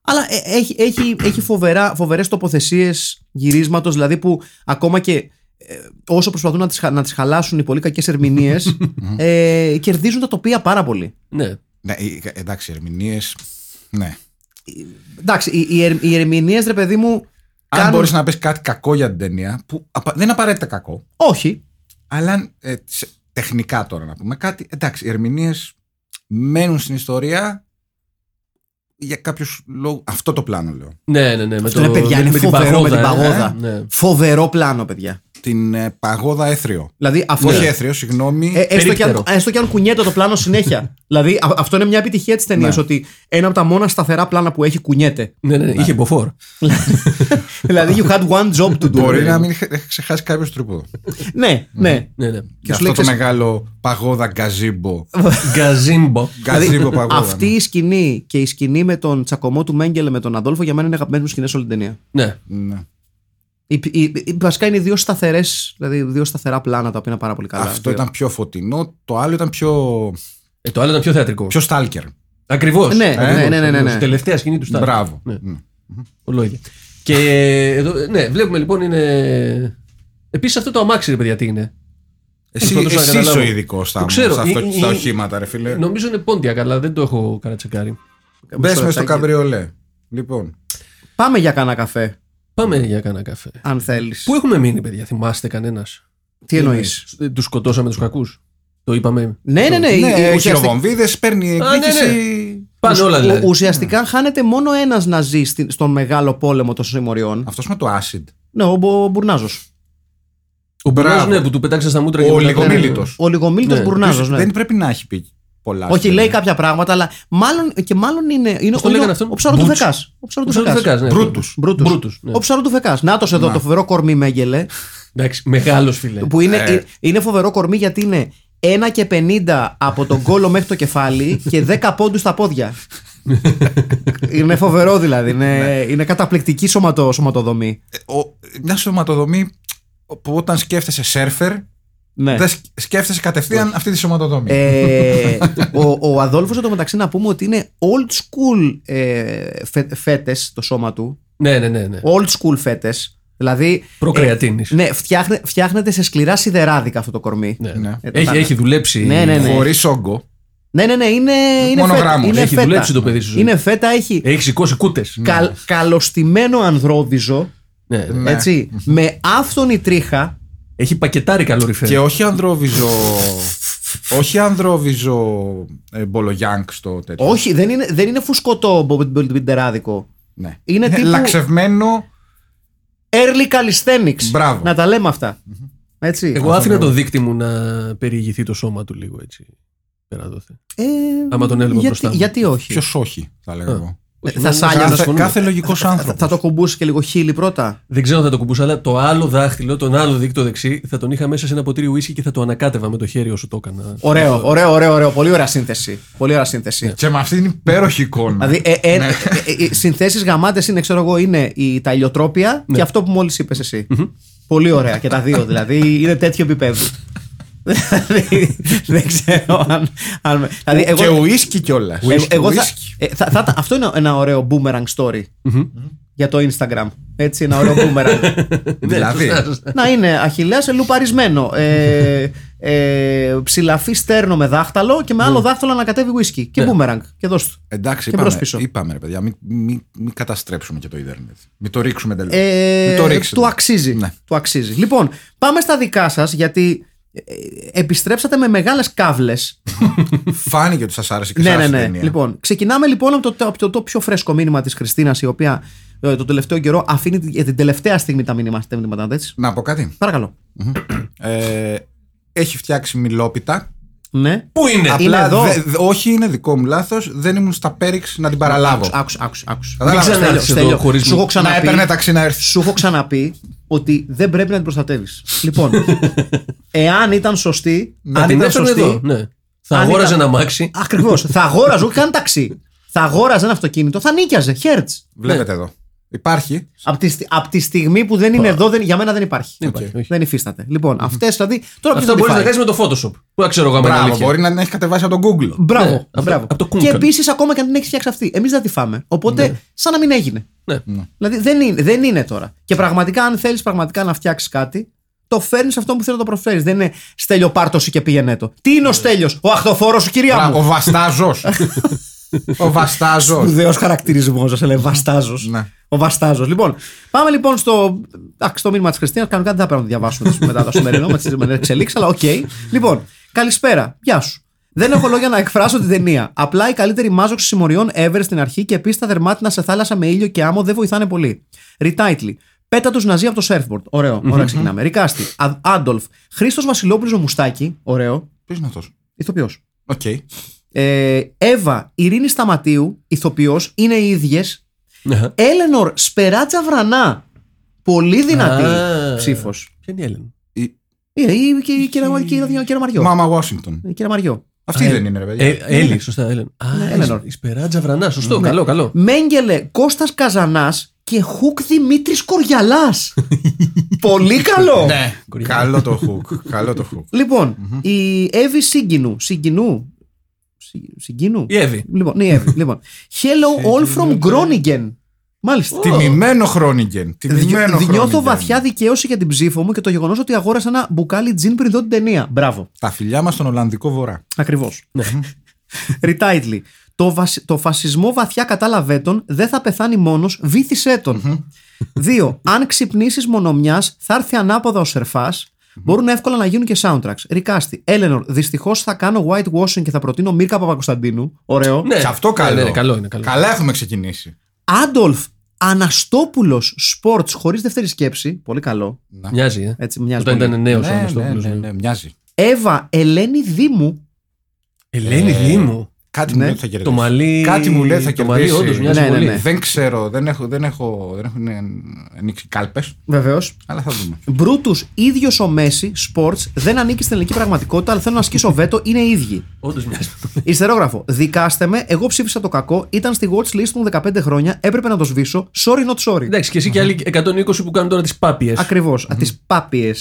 [SPEAKER 1] Αλλά ε, έχει, έχει, έχει φοβερά, φοβερές τοποθεσίες γυρίσματος, δηλαδή που ακόμα και ε, όσο προσπαθούν να τις, χα- να τις χαλάσουν οι πολύ κακές ερμηνείες, ε, κερδίζουν τα τοπία πάρα πολύ.
[SPEAKER 3] Ναι.
[SPEAKER 2] Ναι, ε, εντάξει, ερμηνείες. Ναι.
[SPEAKER 1] Εντάξει, οι, οι, ερ- οι ερμηνείες, ρε παιδί μου,
[SPEAKER 2] Αν
[SPEAKER 1] κάνουν-
[SPEAKER 2] μπορείς να πεις κάτι κακό για την ταινία, που απα- δεν είναι απαραίτητα κακό,
[SPEAKER 1] Όχι.
[SPEAKER 2] αλλά ε, σε- τεχνικά τώρα να πούμε κάτι. Εντάξει, οι ερμηνείες μένουν στην ιστορία για κάποιους λόγου. Αυτό το πλάνο λέω.
[SPEAKER 3] Ναι, ναι, ναι. Με
[SPEAKER 1] Αυτό
[SPEAKER 3] το-
[SPEAKER 1] είναι, παιδιά, είναι
[SPEAKER 3] με την
[SPEAKER 1] φοβερό με την
[SPEAKER 3] παγόδα, ε.
[SPEAKER 1] παγόδα.
[SPEAKER 3] Ναι.
[SPEAKER 1] Φοβερό πλάνο, παιδιά.
[SPEAKER 2] Την ε, παγόδα έθριο.
[SPEAKER 1] Δηλαδή, αυτό.
[SPEAKER 2] Όχι έθριο, συγγνώμη.
[SPEAKER 1] Ε, έστω, και αν,
[SPEAKER 3] Ναι. Περίπτερο.
[SPEAKER 1] έστω και αν κουνιέται το πλάνο συνέχεια. δηλαδή, α- αυτό είναι μια επιτυχία της ταινίας.
[SPEAKER 2] Ναι.
[SPEAKER 1] Ότι ένα από τα μόνα σταθερά πλάνα που έχει κουνιέται.
[SPEAKER 3] Ναι, ναι, ναι, είχε μποφόρ.
[SPEAKER 1] δηλαδή, you had one job to do.
[SPEAKER 2] Μπορεί να μην είχε- έχεις ξεχάσει κάποιος τρίποδο.
[SPEAKER 1] Ναι, ναι.
[SPEAKER 3] Ναι,
[SPEAKER 2] Και
[SPEAKER 3] ναι.
[SPEAKER 1] σου
[SPEAKER 2] αυτό
[SPEAKER 1] λέει,
[SPEAKER 2] το
[SPEAKER 1] ξέρεις-
[SPEAKER 2] μεγάλο παγόδα γκαζίμπο.
[SPEAKER 3] Δηλαδή, Γκαζίμπο.
[SPEAKER 2] Γκαζίμπο παγόδα. ναι.
[SPEAKER 1] Αυτή η σκηνή και η σκηνή με τον τσακωμό του Μέγκελε με τον Αδόλφο για μένα είναι αγαπημένε μου σκηνέ όλη την ταινία.
[SPEAKER 3] Ναι.
[SPEAKER 2] ναι. Ναι.
[SPEAKER 1] Η, η, η- βασικά είναι δύο σταθερές, δηλαδή δύο σταθερά πλάνα τα οποία είναι πάρα πολύ καλά.
[SPEAKER 2] Αυτό
[SPEAKER 1] Δύο.
[SPEAKER 2] ήταν πιο φωτεινό, το άλλο ήταν πιο,
[SPEAKER 3] Ε, το άλλο ήταν πιο θεατρικό.
[SPEAKER 2] πιο stalker.
[SPEAKER 3] Ακριβώς.
[SPEAKER 1] Ναι, ναι, ναι, ναι, ναι, ναι.
[SPEAKER 3] Τελευταία σκηνή του Στάρ.
[SPEAKER 2] Μπράβο.
[SPEAKER 3] Ναι.
[SPEAKER 2] Ναι.
[SPEAKER 3] Ολόγια. Και εδώ, ναι, βλέπουμε λοιπόν είναι. Επίσης αυτό το αμάξι, ρε παιδιά, τι είναι.
[SPEAKER 2] Εσύ,
[SPEAKER 3] Πρώτος να
[SPEAKER 2] εσύ είσαι
[SPEAKER 3] καταλάβω.
[SPEAKER 2] ο ειδικό στα,
[SPEAKER 3] Το ξέρω.
[SPEAKER 2] στα,
[SPEAKER 3] Ε,
[SPEAKER 2] αυτο-
[SPEAKER 3] ε,
[SPEAKER 2] στα
[SPEAKER 3] ε,
[SPEAKER 2] οχήματα, ρε φίλε.
[SPEAKER 3] Νομίζω είναι πόντιακα, αλλά δεν το έχω καρατσεκάρει.
[SPEAKER 1] Μισό
[SPEAKER 2] Μπε μες στο
[SPEAKER 1] λεπτάκι.
[SPEAKER 2] καμπριολέ. Λοιπόν,
[SPEAKER 1] Πάμε για κάνα καφέ,
[SPEAKER 3] Πάμε για κάνα καφέ.
[SPEAKER 1] αν θέλεις.
[SPEAKER 3] Πού έχουμε μείνει, παιδιά, θυμάστε κανένας.
[SPEAKER 2] Ναι.
[SPEAKER 1] Τι εννοεί.
[SPEAKER 3] Τους σκοτώσαμε τους κακούς. Το είπαμε.
[SPEAKER 1] Ναι, ναι, ναι. η- η-
[SPEAKER 2] ναι,
[SPEAKER 1] ουσιαστικά-
[SPEAKER 2] χειροβομβίδες, παίρνει
[SPEAKER 3] Α, ναι, ναι.
[SPEAKER 2] εκδίκηση.
[SPEAKER 3] Πάνε όλα
[SPEAKER 1] Ο-
[SPEAKER 3] δηλαδή.
[SPEAKER 2] Ναι.
[SPEAKER 1] Ουσιαστικά χάνεται μόνο ένας ναζί στην- στον μεγάλο πόλεμο των συμμοριών.
[SPEAKER 2] Αυτός με το acid.
[SPEAKER 1] Ναι, ο Μπο- Μπουρνάζος.
[SPEAKER 3] Ο Μπουρνάζος,
[SPEAKER 2] Μπράβο.
[SPEAKER 3] ναι, που του πετάξα στα μούτρα
[SPEAKER 2] Ο
[SPEAKER 3] και μετά-
[SPEAKER 2] λιγομίλητος.
[SPEAKER 1] Ο Λιγομίλτο
[SPEAKER 3] Ναι,
[SPEAKER 1] Μπουρνάζος, ναι.
[SPEAKER 2] Δεν πρέπει να έχει πει πολλά.
[SPEAKER 1] Όχι,
[SPEAKER 2] στην
[SPEAKER 1] λέει
[SPEAKER 2] Ελλάδα.
[SPEAKER 1] κάποια πράγματα, αλλά μάλλον και μάλλον είναι. είναι
[SPEAKER 3] Πώς το λέγανε αυτόν?
[SPEAKER 1] ο ψάρο του
[SPEAKER 3] Μπούτς.
[SPEAKER 1] Φεκάς. Ο ψάρο του Φεκά.
[SPEAKER 2] Μπρούτους.
[SPEAKER 3] ναι, Μπρούτους. Μπρούτους, ναι.
[SPEAKER 1] Ο ψάρο του Φεκάς. Νάτο εδώ
[SPEAKER 2] Να.
[SPEAKER 1] το φοβερό κορμί Μέγγελε.
[SPEAKER 3] Εντάξει, μεγάλο φιλέ.
[SPEAKER 1] Που είναι,
[SPEAKER 2] Ε.
[SPEAKER 3] Ναι.
[SPEAKER 1] ε, είναι φοβερό κορμί γιατί είναι 1 και 50 από τον κόλο μέχρι το κεφάλι και 10 πόντους στα πόδια. είναι φοβερό δηλαδή.
[SPEAKER 3] Ναι.
[SPEAKER 1] Είναι, είναι καταπληκτική σωματο, σωματοδομή.
[SPEAKER 2] Ε, ο- Μια σωματοδομή που όταν σκέφτεσαι σερφερ,
[SPEAKER 1] Ναι.
[SPEAKER 2] δεν σκ- σκέφτεσαι κατευθείαν αυτή τη σωματοδομή.
[SPEAKER 1] Ε, ο, ο Αδόλφος εδώ μεταξύ να πούμε ότι είναι old school ε, φε, φέτες το σώμα του
[SPEAKER 3] Ναι, ναι, ναι. ναι.
[SPEAKER 1] old school φέτες δηλαδή
[SPEAKER 3] Προκρεατίνης.
[SPEAKER 1] ε, ναι φτιάχνε, φτιάχνεται σε σκληρά σιδεράδικα αυτό το κορμί
[SPEAKER 3] Ναι.
[SPEAKER 2] Ναι.
[SPEAKER 1] Ε,
[SPEAKER 3] Έχει,
[SPEAKER 1] τα-
[SPEAKER 3] έχει δουλέψει.
[SPEAKER 1] Ναι, ναι, ναι.
[SPEAKER 2] Χωρίς όγκο.
[SPEAKER 1] ναι ναι ναι είναι, είναι
[SPEAKER 2] Μόνο
[SPEAKER 1] φέτα,
[SPEAKER 2] γράμμος.
[SPEAKER 1] είναι
[SPEAKER 3] Έχει
[SPEAKER 1] φέτα.
[SPEAKER 3] δουλέψει το παιδί σου. Ε,
[SPEAKER 1] είναι φέτα έχει
[SPEAKER 3] Έχει σηκώσει κούτες.
[SPEAKER 1] καλ, καλωστημένο ανδρόβιζο
[SPEAKER 3] Ναι, ναι.
[SPEAKER 2] Ναι.
[SPEAKER 1] έτσι, με άφθονη τρίχα
[SPEAKER 3] Έχει πακετάρει
[SPEAKER 1] Ε.
[SPEAKER 3] καλοριφέρ.
[SPEAKER 2] Και όχι ανδρόβιζο. όχι ανδρόβιζο ε, μπολογιάνκ στο τέτοιο.
[SPEAKER 1] όχι δεν είναι, δεν είναι φουσκωτό μπο- μπο- μπιντεράδικο
[SPEAKER 2] Ναι.
[SPEAKER 1] Είναι τύπου-
[SPEAKER 2] Λαξευμένο.
[SPEAKER 1] early calisthenics
[SPEAKER 2] Μπράβο.
[SPEAKER 1] να τα λέμε αυτά έτσι
[SPEAKER 3] Εγώ άφηνα το δίκτυ μου να περιηγηθεί το σώμα του λίγο έτσι. Πέρα δόθε.
[SPEAKER 1] Ε,
[SPEAKER 3] Άμα τον έλεγα
[SPEAKER 1] γιατί,
[SPEAKER 3] μπροστά μου.
[SPEAKER 1] Γιατί όχι.
[SPEAKER 2] Ποιος όχι, θα
[SPEAKER 1] Ε.
[SPEAKER 2] λέγα
[SPEAKER 3] Α.
[SPEAKER 2] εγώ.
[SPEAKER 3] Όχι,
[SPEAKER 1] θα
[SPEAKER 3] μόνο-
[SPEAKER 1] σάλιαζα,
[SPEAKER 3] μόνο-
[SPEAKER 2] Κάθε,
[SPEAKER 3] συμφωνούμε.
[SPEAKER 2] κάθε λογικός άνθρωπος.
[SPEAKER 1] Θα το κουμπούσει και λίγο χίλι πρώτα.
[SPEAKER 3] Δεν ξέρω αν θα το κουμπούσα, αλλά το άλλο δάχτυλο, τον άλλο δίκτυο δεξί, θα τον είχα μέσα σε ένα ποτήρι ουίσκι και θα το ανακάτευα με το χέρι όσο το έκανα.
[SPEAKER 1] Ωραίο, ωραίο, ωραίο, ωραίο. Πολύ ωραία σύνθεση. Πολύ ωραία σύνθεση.
[SPEAKER 3] Ναι.
[SPEAKER 2] Και με αυτήν την υπέροχη εικόνα.
[SPEAKER 1] Δηλαδή, ε,
[SPEAKER 2] Ναι.
[SPEAKER 1] ε, συνθέσεις γαμάτες είναι, ξέρω εγώ, είναι η, τα ηλιοτρόπια και αυτό που μόλις είπες εσύ. Πολύ ωραία και τα δύο δηλαδή. Είναι τέτοιο επίπεδο. δηλαδή, δεν ξέρω αν. αν δηλαδή,
[SPEAKER 2] Και
[SPEAKER 1] εγώ,
[SPEAKER 2] ουίσκι κιόλας.
[SPEAKER 1] εγώ- εγώ θα, ε, θα- θα τα- αυτό είναι ένα ωραίο boomerang story για το Instagram. Έτσι, ένα ωραίο boomerang.
[SPEAKER 2] Δηλαδή.
[SPEAKER 1] να είναι αχιλέα λουπαρισμένο. Ε, ε, ψηλαφή στέρνο με δάχταλο και με άλλο δάχτυλο να κατέβει whisky. Και boomerang. Και δώσ' του.
[SPEAKER 2] Εντάξει,
[SPEAKER 1] Και
[SPEAKER 2] είπαμε,
[SPEAKER 1] μπρος πίσω.
[SPEAKER 2] είπαμε ρε παιδιά, μην, μην, μην καταστρέψουμε και το Ιντερνετ. Μην το ρίξουμε τελείω.
[SPEAKER 1] Ε,
[SPEAKER 2] μην το ρίξουμε.
[SPEAKER 1] του αξίζει.
[SPEAKER 2] Ναι.
[SPEAKER 1] Του αξίζει. Λοιπόν, πάμε στα δικά σας γιατί ε, ε, επιστρέψατε με μεγάλες κάβλε.
[SPEAKER 2] Φάνηκε ότι σας άρεσε και
[SPEAKER 1] ναι,
[SPEAKER 2] σας
[SPEAKER 1] ναι,
[SPEAKER 2] άρεσε η
[SPEAKER 1] ναι.
[SPEAKER 2] ταινία.
[SPEAKER 1] Λοιπόν, ξεκινάμε λοιπόν από το, από το, το πιο φρέσκο μήνυμα της Χριστίνας, η οποία ε, το τελευταίο καιρό αφήνει τη- για την τελευταία στιγμή τα μήνυμα- τα μηνύματα έτσι.
[SPEAKER 2] Να πω κάτι.
[SPEAKER 1] Παρακαλώ.
[SPEAKER 2] Ε, έχει φτιάξει μιλόπιτα.
[SPEAKER 1] Ναι.
[SPEAKER 3] Πού είναι!
[SPEAKER 1] Α,
[SPEAKER 2] Απλά
[SPEAKER 1] εδώ.
[SPEAKER 2] δε- δε- όχι, είναι δικό μου λάθος. Δεν ήμουν στα πέριξ να την παραλάβω.
[SPEAKER 1] Άκουσε, άκουσε, άκουσε.
[SPEAKER 2] Κατάλαβες,
[SPEAKER 3] Μην
[SPEAKER 2] Στέλιο.
[SPEAKER 3] ξανά- Άρχισε εδώ χωρίς
[SPEAKER 1] Σου έχω
[SPEAKER 3] μου.
[SPEAKER 2] Να
[SPEAKER 1] ξαναπεί.
[SPEAKER 2] έπαιρνε ταξί να έρθει.
[SPEAKER 1] Σου έχω ξαναπεί ότι δεν πρέπει να την προστατεύεις. Λοιπόν, εάν ήταν σωστή.
[SPEAKER 3] Αν
[SPEAKER 1] αν
[SPEAKER 3] την
[SPEAKER 1] ήταν
[SPEAKER 3] έφερνε
[SPEAKER 1] σωστή.
[SPEAKER 3] εδώ. Ναι. Θα
[SPEAKER 1] Αν
[SPEAKER 3] αγόραζε
[SPEAKER 1] ήταν-
[SPEAKER 3] ένα μάξι.
[SPEAKER 1] Ακριβώς. θα αγόραζε, όχι καν ταξί. Θα αγόραζε ένα αυτοκίνητο, θα νίκιαζε. Χέρτ.
[SPEAKER 2] Βλέπετε εδώ. Υπάρχει.
[SPEAKER 1] Από τη, στι- απ' τη στιγμή που δεν είναι εδώ, δεν, για μένα δεν υπάρχει.
[SPEAKER 3] Δεν υπάρχει, Ναι, όχι.
[SPEAKER 1] Δεν υφίσταται. Λοιπόν, αυτέ δηλαδή. Τώρα ποιος
[SPEAKER 3] Αυτό
[SPEAKER 1] θα
[SPEAKER 3] μπορεί
[SPEAKER 1] μπορείς
[SPEAKER 3] να κάνεις με το Photoshop. Πού να ξέρω εγώ αν είναι
[SPEAKER 2] Μπράβο,
[SPEAKER 3] αλήθεια.
[SPEAKER 2] μπορεί να την έχεις κατεβάσει από τον Google.
[SPEAKER 1] Μπράβο.
[SPEAKER 3] Ναι, απ' το-
[SPEAKER 1] μπράβο.
[SPEAKER 3] απ' το
[SPEAKER 1] και
[SPEAKER 3] κούνκαλ.
[SPEAKER 1] επίσης, ακόμα και αν την έχεις φτιάξει αυτή, εμείς δεν τη φάμε. Οπότε, σαν να μην έγινε.
[SPEAKER 3] Ναι.
[SPEAKER 1] Δηλαδή δεν είναι, δεν είναι τώρα. Και πραγματικά, αν θέλεις πραγματικά να φτιάξεις κάτι, το φέρνεις αυτό που θέλει να το προσφέρεις. Δεν είναι στέλιο πάρτωση και πήγαινε το. Τι
[SPEAKER 3] Ναι.
[SPEAKER 1] είναι ο στέλιος, ο αχθοφόρος σου, κυρία
[SPEAKER 2] Μπράβο, Ο
[SPEAKER 1] μου.
[SPEAKER 2] Βαστάζος. Ο Βαστάζος.
[SPEAKER 1] Σπουδαίος χαρακτηρισμός σα, λέει Βαστάζος.
[SPEAKER 2] Ναι.
[SPEAKER 1] Ο Βαστάζος. Λοιπόν, πάμε λοιπόν στο, εντάξει, στο μήνυμα της Χριστίνας. Κανονικά δεν θα πρέπει να το διαβάσουμε μετά το σημερινό με τις εξελίξεις, αλλά οκ. Λοιπόν, καλησπέρα. Γεια σου. Δεν έχω λόγια να εκφράσω την ταινία. Απλά η καλύτερη μάζοξη συμμοριών ever στην αρχή και επίσης τα δερμάτινα σε θάλασσα με ήλιο και άμμο δεν βοηθάνε πολύ. Ριτάιτλι. Πέτα τους Ναζί από το surfboard. Ωραίο. Ωραία, ξεκινάμε. Ρικάστη. Α- Άντολφ. Χρήστος Βασιλόπουλος Μουστάκη. Ωραίο.
[SPEAKER 2] Ποιος είναι αυτός.
[SPEAKER 1] Ηθοποιός.
[SPEAKER 2] Οκ.
[SPEAKER 1] Ε, Εύα Ειρήνη Σταματίου, ηθοποιός, είναι οι ίδιες.
[SPEAKER 3] Ναι.
[SPEAKER 1] Έλενορ Σπεράτσα Βρανά. Πολύ δυνατή
[SPEAKER 3] Α.
[SPEAKER 1] ψήφος.
[SPEAKER 3] Ποια είναι η Έλληνα.
[SPEAKER 1] Η, η, και η, κυρία- η, Ε, κυρία- η κυρία Μαριό.
[SPEAKER 2] Μάμα Washington.
[SPEAKER 1] Η κυρία Μαριό.
[SPEAKER 2] Αυτή
[SPEAKER 3] Α,
[SPEAKER 2] δεν
[SPEAKER 3] ε,
[SPEAKER 2] είναι, ρε
[SPEAKER 3] Ε,
[SPEAKER 2] παιδιά.
[SPEAKER 3] Έλλη, σωστά, Έλληνα. Α,
[SPEAKER 1] Ναι, Έλενορ.
[SPEAKER 3] η Σπεράτζα Βρανά, σωστό, καλό, καλό.
[SPEAKER 1] Μέγγελε Κώστας Καζανάς και Χουκ Δημήτρη Κοριαλά. Πολύ καλό.
[SPEAKER 2] Ναι, καλό το hook. Καλό το hook.
[SPEAKER 1] Λοιπόν, η Εύη Σύγκινου. Συγκινού. Συ- Συγκινού.
[SPEAKER 3] Η Εύη. ναι.
[SPEAKER 1] Λοιπόν, ναι, η Εύη. λοιπόν. Hello all from Groningen. Μάλιστα.
[SPEAKER 2] Τιμημένο Χρόνιγκεν. Τιμημένο
[SPEAKER 1] Δι- Νιώθω
[SPEAKER 2] Χρόνιγκεν.
[SPEAKER 1] βαθιά δικαίωση για την ψήφο μου και το γεγονός ότι αγόρασα ένα μπουκάλι τζιν πριν δω την ταινία. Μπράβο.
[SPEAKER 2] Τα φιλιά μας στον Ολλανδικό Βορρά.
[SPEAKER 1] Ακριβώς.
[SPEAKER 2] Ναι.
[SPEAKER 1] Retitle. Το, βασι- το φασισμό βαθιά κατάλαβε τον, δεν θα πεθάνει μόνος, βήθησέ τον. Δύο. Αν ξυπνήσεις μονομιάς, θα έρθει ανάποδα ο σερφάς. Μπορούν εύκολα να γίνουν και soundtracks. Ρικάστη. Έλενορ, δυστυχώς θα κάνω whitewashing και θα προτείνω Μίρκα Παπακοσταντίνου. Ωραίο.
[SPEAKER 3] Ναι.
[SPEAKER 2] Και αυτό καλό.
[SPEAKER 3] Ναι, ναι, καλό
[SPEAKER 1] Ε.
[SPEAKER 3] είναι. Καλό.
[SPEAKER 2] Καλά έχουμε ξεκινήσει.
[SPEAKER 1] Άντολφ Αναστόπουλος Sports χωρίς δεύτερη σκέψη. Πολύ καλό.
[SPEAKER 3] Μοιάζει, ε.
[SPEAKER 1] Έτσι, μοιάζει
[SPEAKER 3] Όταν
[SPEAKER 1] πολύ.
[SPEAKER 3] ήταν νέος
[SPEAKER 2] Ναι,
[SPEAKER 3] ο
[SPEAKER 2] ναι, ναι, ναι, μοιάζει.
[SPEAKER 1] Εύα Ελένη Δήμου.
[SPEAKER 3] Ελένη Δήμου.
[SPEAKER 2] Κάτι μου
[SPEAKER 1] Ναι.
[SPEAKER 2] λέει ότι θα
[SPEAKER 3] Το
[SPEAKER 2] κερδίσει.
[SPEAKER 3] μαλλί.
[SPEAKER 2] Ε, Κάτι μου λέει θα
[SPEAKER 3] Το μαλλί,
[SPEAKER 2] κερδίσει.
[SPEAKER 3] όντως μοιάζει
[SPEAKER 1] Ναι, ναι,
[SPEAKER 3] πολύ.
[SPEAKER 1] ναι.
[SPEAKER 2] Δεν ξέρω, δεν έχω, δεν έχω, δεν έχουν ε, ανοίξει κάλπες,
[SPEAKER 1] Βεβαίως.
[SPEAKER 2] αλλά θα δούμε.
[SPEAKER 1] Μπρούτου, ίδιος ο Μέση, sports, δεν ανήκει στην ελληνική πραγματικότητα, αλλά θέλω να ασκήσω βέτο, είναι ίδιοι.
[SPEAKER 3] Όντως μοιάζει.
[SPEAKER 1] Ιστερόγραφο. Δικάστε με, εγώ ψήφισα το κακό, ήταν στη watch list των 15 χρόνια, έπρεπε να το σβήσω. Sorry, not sorry.
[SPEAKER 3] Εντάξει, και εσύ και άλλοι 120 που κάνουν τώρα τις πάπιες.
[SPEAKER 1] Ακριβώς. Τις πάπιες.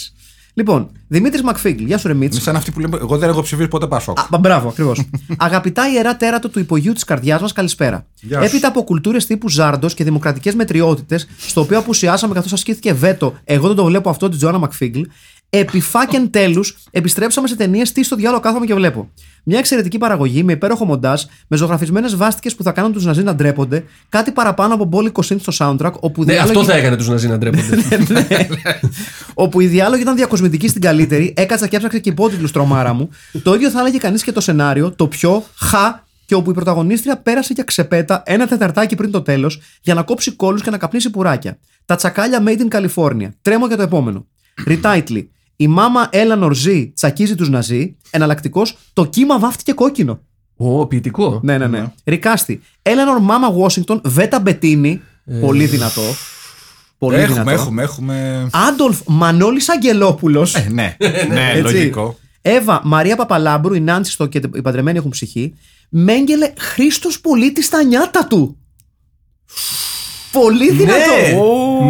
[SPEAKER 1] Λοιπόν, Δημήτρης Μακφίγκλ, γεια σου, ρε Μίτς.
[SPEAKER 2] Είναι σαν αυτοί που λέμε, εγώ δεν έχω ψηφίσει ποτέ Πασόκ.
[SPEAKER 1] Α, μπα- Μπράβο, ακριβώς. Αγαπητά ιερά τέρατο του υπογείου της καρδιάς μας, καλησπέρα.
[SPEAKER 2] Γεια σου.
[SPEAKER 1] Έπειτα από κουλτούρες τύπου Ζάρντος και δημοκρατικές μετριότητες, στο οποίο απουσιάσαμε καθώς ασκήθηκε βέτο, εγώ δεν το βλέπω αυτό, τη Τζοάννα Μακφίγκλ, επί φάκεν τέλους επιστρέψαμε σε ταινίες τι στο διάλογο κάθομαι και βλέπω. Μια εξαιρετική παραγωγή με υπέροχο μοντάζ, με ζωγραφισμένες βάστικες που θα κάνουν τους Ναζί να ντρέπονται, κάτι παραπάνω από μπόλικο synth στο soundtrack, όπου
[SPEAKER 3] Ναι, αυτό
[SPEAKER 1] διάλογοι-
[SPEAKER 3] θα έκανε τους Ναζί
[SPEAKER 1] Ναι.
[SPEAKER 3] να ντρέπονται.
[SPEAKER 1] όπου οι διάλογοι ήταν διακοσμητικοί στην καλύτερη, έκατσα και έψαξα και υπότιτλους τρομάρα μου. το ίδιο θα έλεγε κανείς και το σενάριο, το πιο χα και όπου η πρωταγωνίστρια πέρασε για ξεπέτα ένα τεταρτάκι πριν το τέλος για να κόψει κόλου και να καπνίσει πουράκια. Τα τσακάλια made in California. Τρέμω για το επόμενο. Retitle. Η μάμα Έλα Νορζή τσακίζει τους Ναζί. Εναλλακτικός. Το κύμα βάφτηκε κόκκινο.
[SPEAKER 3] Ω, ποιητικό.
[SPEAKER 1] Ναι, ναι, ναι. Ρικάστη. Έλενορ Μάμα Washington, Βέτα Μπετίνη. Πολύ δυνατό. Πολύ
[SPEAKER 2] Ε. Έχουμε,
[SPEAKER 1] δυνατό.
[SPEAKER 2] έχουμε, έχουμε.
[SPEAKER 1] Άντολφ Μανώλης Αγγελόπουλος
[SPEAKER 2] Ε, Ναι, ναι,
[SPEAKER 1] Έτσι.
[SPEAKER 2] λογικό.
[SPEAKER 1] Εύα Μαρία Παπαλάμπρου, η Νάντσι στο και οι παντρεμένοι έχουν ψυχή. Μέγγελε Χρήστος Πολίτης στα νιάτα του. Πολύ δυνατό.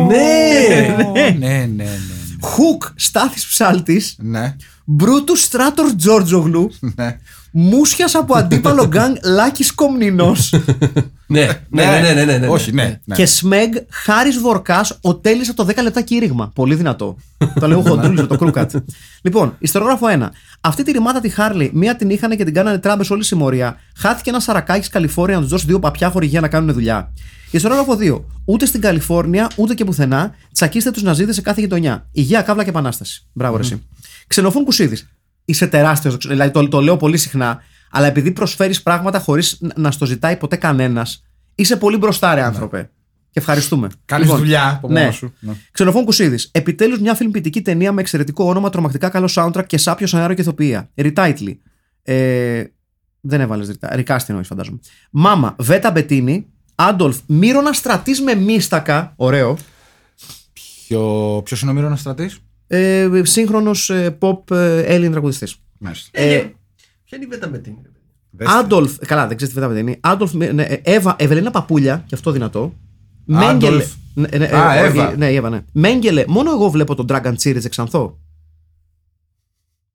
[SPEAKER 2] Ναι, ναι, ναι. ναι.
[SPEAKER 1] Χουκ Στάθης Ψάλτης.
[SPEAKER 2] Ναι,
[SPEAKER 1] Μπρούτου Στράτορ Τζόρτζογλου.
[SPEAKER 2] ναι.
[SPEAKER 1] Μούσιας από αντίπαλο γκάγκ Λάκης Κομνηνός.
[SPEAKER 3] Ναι, ναι, ναι, ναι, ναι, ναι, ναι.
[SPEAKER 2] Όχι, ναι. ναι.
[SPEAKER 1] Και Σμεγ Χάρης Βορκάς ο Τέλης από το 10 λεπτά κήρυγμα. Πολύ δυνατό. το λέω χοντρούλη με το κρούκατ. λοιπόν, ιστερόγραφο 1. Αυτή τη ρημάτα τη Χάρλι, μία την είχαν και την κάνανε τράμπες όλη η μορία. Χάθηκε ένας σαρακάκι Καλιφόρνια να τους δώσει δύο παπιά χορηγία να κάνουν δουλειά. Ιστερόγραφο 2. Ούτε στην Καλιφόρνια, ούτε και πουθενά, τσακίστε τους Ναζίδες σε κάθε γειτονιά. Υγεία, καύλα και επανάσταση. Μπράβο, ρε εσύ. Ξενοφών Κουσίδης. Είσαι τεράστιος, δηλαδή το, το λέω πολύ συχνά, αλλά επειδή προσφέρεις πράγματα χωρίς να στο ζητάει ποτέ κανένας, είσαι πολύ μπροστά, ρε άνθρωπε. Και ευχαριστούμε.
[SPEAKER 2] Κάνεις δουλειά από
[SPEAKER 1] ναι.
[SPEAKER 2] μόνος σου. Ναι.
[SPEAKER 1] Ξενοφών Κουσίδης. Επιτέλους μια φιλμπιτική ταινία με εξαιρετικό όνομα, τρομακτικά καλό soundtrack και σάπιο σενάριο και ηθοποιία. Retitle. Ε, δεν έβαλες ρητά. Ρικάστη εννοείς, φαντάζομαι. Μάμα, Βέτα Μπετίνη. Άντολφ, Μύρονα στρατής με μίστακα. Ωραίο.
[SPEAKER 2] Ποιο ποιος είναι ο Μύρονα στρατής.
[SPEAKER 1] Ε, Σύγχρονος pop ε, Έλλην τραγουδιστής. Ε,
[SPEAKER 3] Ε, Ποια είναι η βέτα με την.
[SPEAKER 1] Άντολφ. Καλά, δεν ξέρεις τι Βέτα Μπετίνη. Άντολφ, ναι, ε, Εύα, Ευελίνα Παπούλια, και αυτό δυνατό. Μέγγελε.
[SPEAKER 2] Άντολφ.
[SPEAKER 1] Ναι, ναι, ε,
[SPEAKER 2] Α,
[SPEAKER 1] όχι,
[SPEAKER 2] Εύα.
[SPEAKER 1] Ναι, η Εύα, ναι. Μέγγελε, μόνο εγώ βλέπω τον Dragon Series εξανθώ.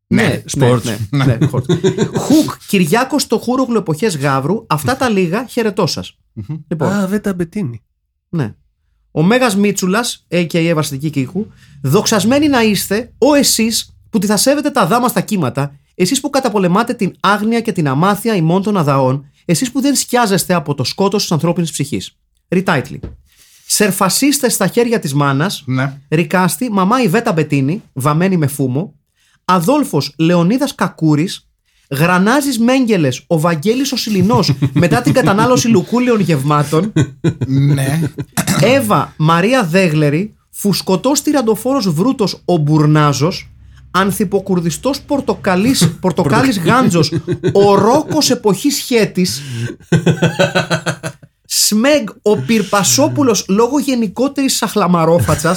[SPEAKER 2] Ναι,
[SPEAKER 3] sports.
[SPEAKER 1] Ναι, ναι, ναι, sports. Χουκ, Κυριάκος στο χούρογλου εποχές Γαύρου. Αυτά τα λίγα, χαιρετώ σας. Λοιπόν,
[SPEAKER 3] Α, βέτα μπετίνη.
[SPEAKER 1] ναι. Ο Μέγας Μίτσουλας, a.k.a. Ευαστική Κίκου, δοξασμένοι να είστε, ο εσείς που τη θα σέβετε τα δάμα στα κύματα, εσείς που καταπολεμάτε την άγνοια και την αμάθεια ημών των αδαών, εσείς που δεν σκιάζεστε από το σκότος της ανθρώπινης ψυχής. Retitle. Σερφασίστε στα χέρια της μάνας,
[SPEAKER 2] Ναι.
[SPEAKER 1] Ρικάστη, μαμά Ιβέτα Μπετίνη, βαμμένη με φούμο. Αδόλφος Λεωνίδας Κακούρης. Γρανάζη Μέγγελες, ο Βαγγέλης ο Σιλινός, μετά την κατανάλωση λουκούλιων γευμάτων.
[SPEAKER 2] ναι.
[SPEAKER 1] Εύα Μαρία Δέγλερη. Φουσκωτός τυραντοφόρο Βρούτος, ο Μπουρνάζος. Ανθυποκουρδιστός πορτοκάλι Γάντζος, ο Ρόκος εποχής Χέτης. Σμεγ, ο Πυρπασόπουλος λόγω γενικότερης σαχλαμαρόφατσας.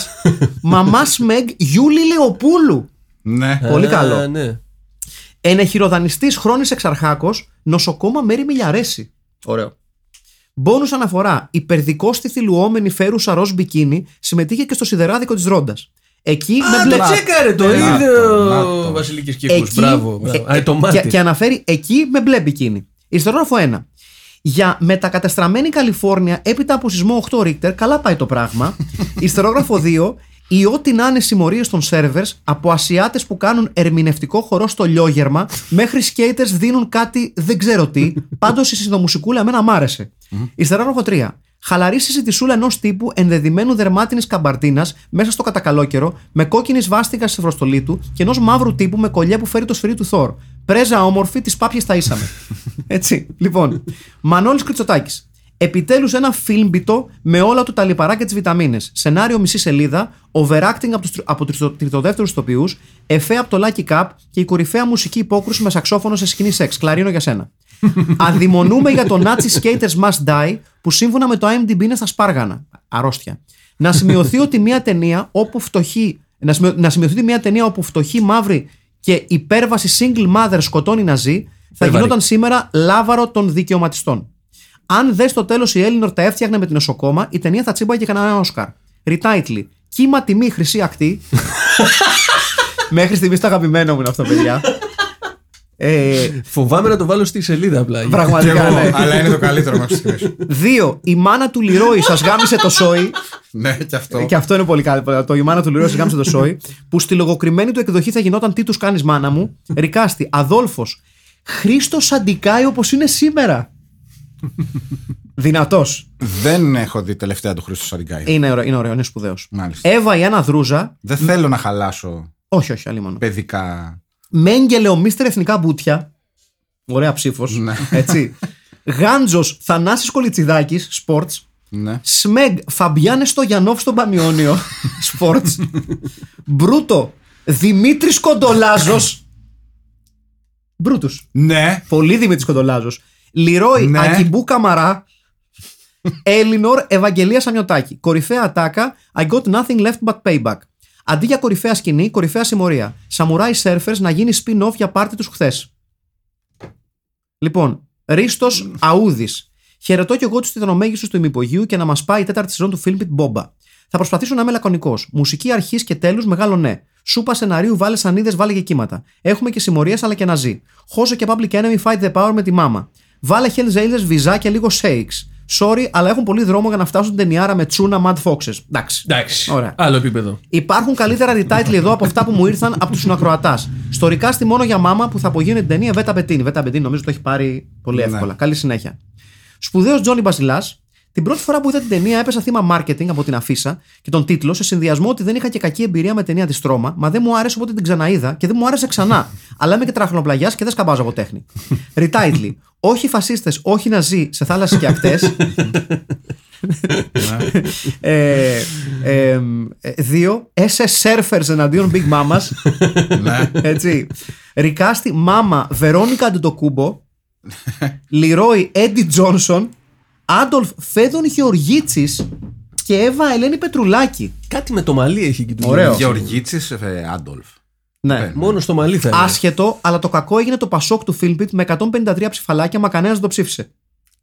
[SPEAKER 1] Μαμά Σμεγ, Γιούλη Λεοπούλου.
[SPEAKER 2] ναι.
[SPEAKER 1] Πολύ
[SPEAKER 3] Α,
[SPEAKER 1] καλό.
[SPEAKER 3] Ναι.
[SPEAKER 1] Ενεχειροδανιστή Χρόνης Εξαρχάκος, νοσοκόμα Μέρη Μιλιαρέση. Ωραίο. Μπόνους αναφορά. Υπερδικόστηθη λουόμενη φέρουσα ροζ μπικίνι συμμετείχε και στο σιδεράδικο της Ρόντας. Εκεί
[SPEAKER 3] Α,
[SPEAKER 1] με
[SPEAKER 3] το
[SPEAKER 1] μπλε-
[SPEAKER 3] τσέκαρε το
[SPEAKER 2] Ναι,
[SPEAKER 3] είδε
[SPEAKER 2] να το, να
[SPEAKER 3] ο
[SPEAKER 2] το.
[SPEAKER 3] Βασιλική Κύκλο. Μπράβο. μπράβο. Α, το μάτι.
[SPEAKER 1] ε, και, και αναφέρει εκεί με μπλε μπικίνι. Ιστογράφο 1. Για μετακατεστραμμένη Καλιφόρνια έπειτα από σεισμό 8 Ρίκτερ, καλά πάει το πράγμα. Ιστερόγραφο 2. Οι ό,τι να είναι συμμορίες των servers από Ασιάτες που κάνουν ερμηνευτικό χορό στο λιόγερμα μέχρι skaters δίνουν κάτι δεν ξέρω τι. Πάντως η συνδομουσικούλα εμένα μ' άρεσε. Ιστερόγραφο 3. Χαλαρή συζητησούλα ενός τύπου ενδεδειμένου δερμάτινης καμπαρτίνας μέσα στο κατακαλόκερο, με κόκκινη σβάστηκα στη φροστολή του και ενός μαύρου τύπου με κολλιά που φέρει το σφυρί του Θόρ. Πρέζα όμορφη, τις πάπιες τα ίσαμε. Έτσι. Λοιπόν, Μανώλης Κριτσοτάκη. Επιτέλους ένα φιλμπιτό με όλα του τα λιπαρά και τις βιταμίνες. Σενάριο μισή σελίδα, overacting από τους από τους τριτοδεύτερους ηθοποιούς, εφέ από το Lucky Cup και η κορυφαία μουσική υπόκρουση με σαξόφωνο σε σκηνή σεξ. Κλαρίνο για σένα. Αδειμονούμε για το Nazi Skaters Must Die που σύμφωνα με το IMDb είναι στα σπάργανα. Αρρώστια. Να σημειωθεί ότι μια ταινία όπου φτωχή. Να, σημειω- να σημειωθεί ότι μια ταινία όπου φτωχή, μαύρη και υπέρβαση single mother σκοτώνει Ναζί θα
[SPEAKER 3] Υπέρβαρη.
[SPEAKER 1] γινόταν σήμερα λάβαρο των δικαιωματιστών. Αν δε στο τέλος η Έλληνορ τα έφτιαχνε με την νοσοκόμα, η ταινία θα τσίμπαγε κανένα Όσκαρ. Ριτάιτλι. Κύμα τιμή χρυσή ακτή. Μέχρι στιγμής το αγαπημένο μου είναι αυτό, παιδιά. Ε,
[SPEAKER 3] Φοβάμαι να το βάλω στη σελίδα απλά.
[SPEAKER 2] Και
[SPEAKER 1] πραγματικά, ναι.
[SPEAKER 2] εγώ, αλλά είναι το καλύτερο μέχρι στιγμής.
[SPEAKER 1] Δύο, η μάνα του Λιρόι σας γάμισε το σόι.
[SPEAKER 2] ναι, και αυτό.
[SPEAKER 1] Ε, και αυτό είναι πολύ καλό. Το η μάνα του Λιρόι σας γάμισε το σόι. Που στη λογοκριμένη του εκδοχή θα γινόταν Τι τους κάνεις μάνα μου. Ρικάστη, Αδόλφος. Χρήστος Αντικάη όπως είναι σήμερα. Δυνατός.
[SPEAKER 2] Δεν έχω δει τελευταία του Χρήστο Σαντικάη.
[SPEAKER 1] Είναι, ωραίο, είναι ωραίο, είναι σπουδαίος.
[SPEAKER 2] Μάλιστα.
[SPEAKER 1] Εύα η Άννα Δρούζα.
[SPEAKER 2] Δεν θέλω να χαλάσω
[SPEAKER 1] Όχι, όχι, αλλήμον.
[SPEAKER 2] παιδικά.
[SPEAKER 1] Μέγγελε ο Μίστερ Εθνικά Μπούτια. Ωραία ψήφος.
[SPEAKER 2] Ναι.
[SPEAKER 1] Έτσι. Γάντζος Θανάσης Κολιτσιδάκης, σπορτ.
[SPEAKER 2] Ναι.
[SPEAKER 1] Σμεγ Φαμπιάνε Στογιανόφ στον Πανιόνιο, σπορτ. Μπρούτο Δημήτρης Κοντολάζος. Μπρούτου.
[SPEAKER 2] Ναι.
[SPEAKER 1] Πολύ Δημήτρης Κοντολάζος. Λιρόι
[SPEAKER 2] Ναι.
[SPEAKER 1] Ακιμπού Καμαρά. Έλληνορ Ευαγγελία Σανιωτάκη. Κορυφαία ατάκα. I got nothing left but payback. Αντί για κορυφαία σκηνή, κορυφαία συμμορία. Σαμουράι Surfers να γίνει spin-off για πάρτι τους χθες. Λοιπόν, Ρίστος Αούδης. Χαιρετώ και εγώ τους τιτανομέγιστου του ημυπογείου και να μας πάει η τέταρτη σεζόν του Φίλμπιτ Μπόμπα. Θα προσπαθήσω να είμαι λακωνικός. Μουσική αρχής και τέλους, μεγάλο ναι. Σούπα σεναρίου, βάλε σανίδες, βάλε και κύματα. Έχουμε και συμμορίες αλλά και ναζί. Χόζο και public enemy, fight the power με τη μάμα. Βάλε Hells Angels, βυζά και λίγο shakes. Sorry, αλλά έχουν πολύ δρόμο για να φτάσουν την ταινιάρα με τσούνα Mad Foxes. Εντάξει.
[SPEAKER 3] Εντάξει.
[SPEAKER 1] Ωραία.
[SPEAKER 3] Άλλο επίπεδο.
[SPEAKER 1] Υπάρχουν καλύτερα retitle εδώ από αυτά που μου ήρθαν από τους συνακροατά. Ιστορικά στη μόνο για μάμα που θα απογίνει την ταινία Βέτα Μπετίνη. Βέτα Μπετίνη νομίζω το έχει πάρει πολύ εύκολα. Καλή συνέχεια. Σπουδαίος Τζόνι Μπασιλάς. Την πρώτη φορά που είδα την ταινία έπεσα θύμα marketing από την αφίσα και τον τίτλο σε συνδυασμό ότι δεν είχα και κακή εμπειρία με ταινία της Στρώμα, μα δεν μου άρεσε οπότε την ξαναείδα και δεν μου άρεσε ξανά. Αλλά είμαι και τραχνοπλαγιάς και δεν σκαμπάζω από τέχνη. Retitle. Όχι φασίστες, όχι να ζει σε θάλασσες και ακτές. Ε, ε, ε, δύο, SS Surfers εναντίον Big Mamas.
[SPEAKER 2] ναι.
[SPEAKER 1] έτσι. Ρικάστη Μάμα Βερόνικα Αντιτοκούμπο. Λιρόι Έντι Τζόνσον. Άντολφ Φέδων Γεωργίτσης και Εύα Ελένη Πετρουλάκη.
[SPEAKER 3] Κάτι με το μαλλί έχει εκεί του.
[SPEAKER 1] Ωραίο.
[SPEAKER 2] Γεωργίτσης ε, Άντολφ. Ε,
[SPEAKER 1] Ναι.
[SPEAKER 3] Μόνος στο μαλλί θα είναι.
[SPEAKER 1] Άσχετο, αλλά το κακό έγινε το πασόκ του Φίλμπιτ με 153 ψηφαλάκια, μα κανένας δεν το ψήφισε.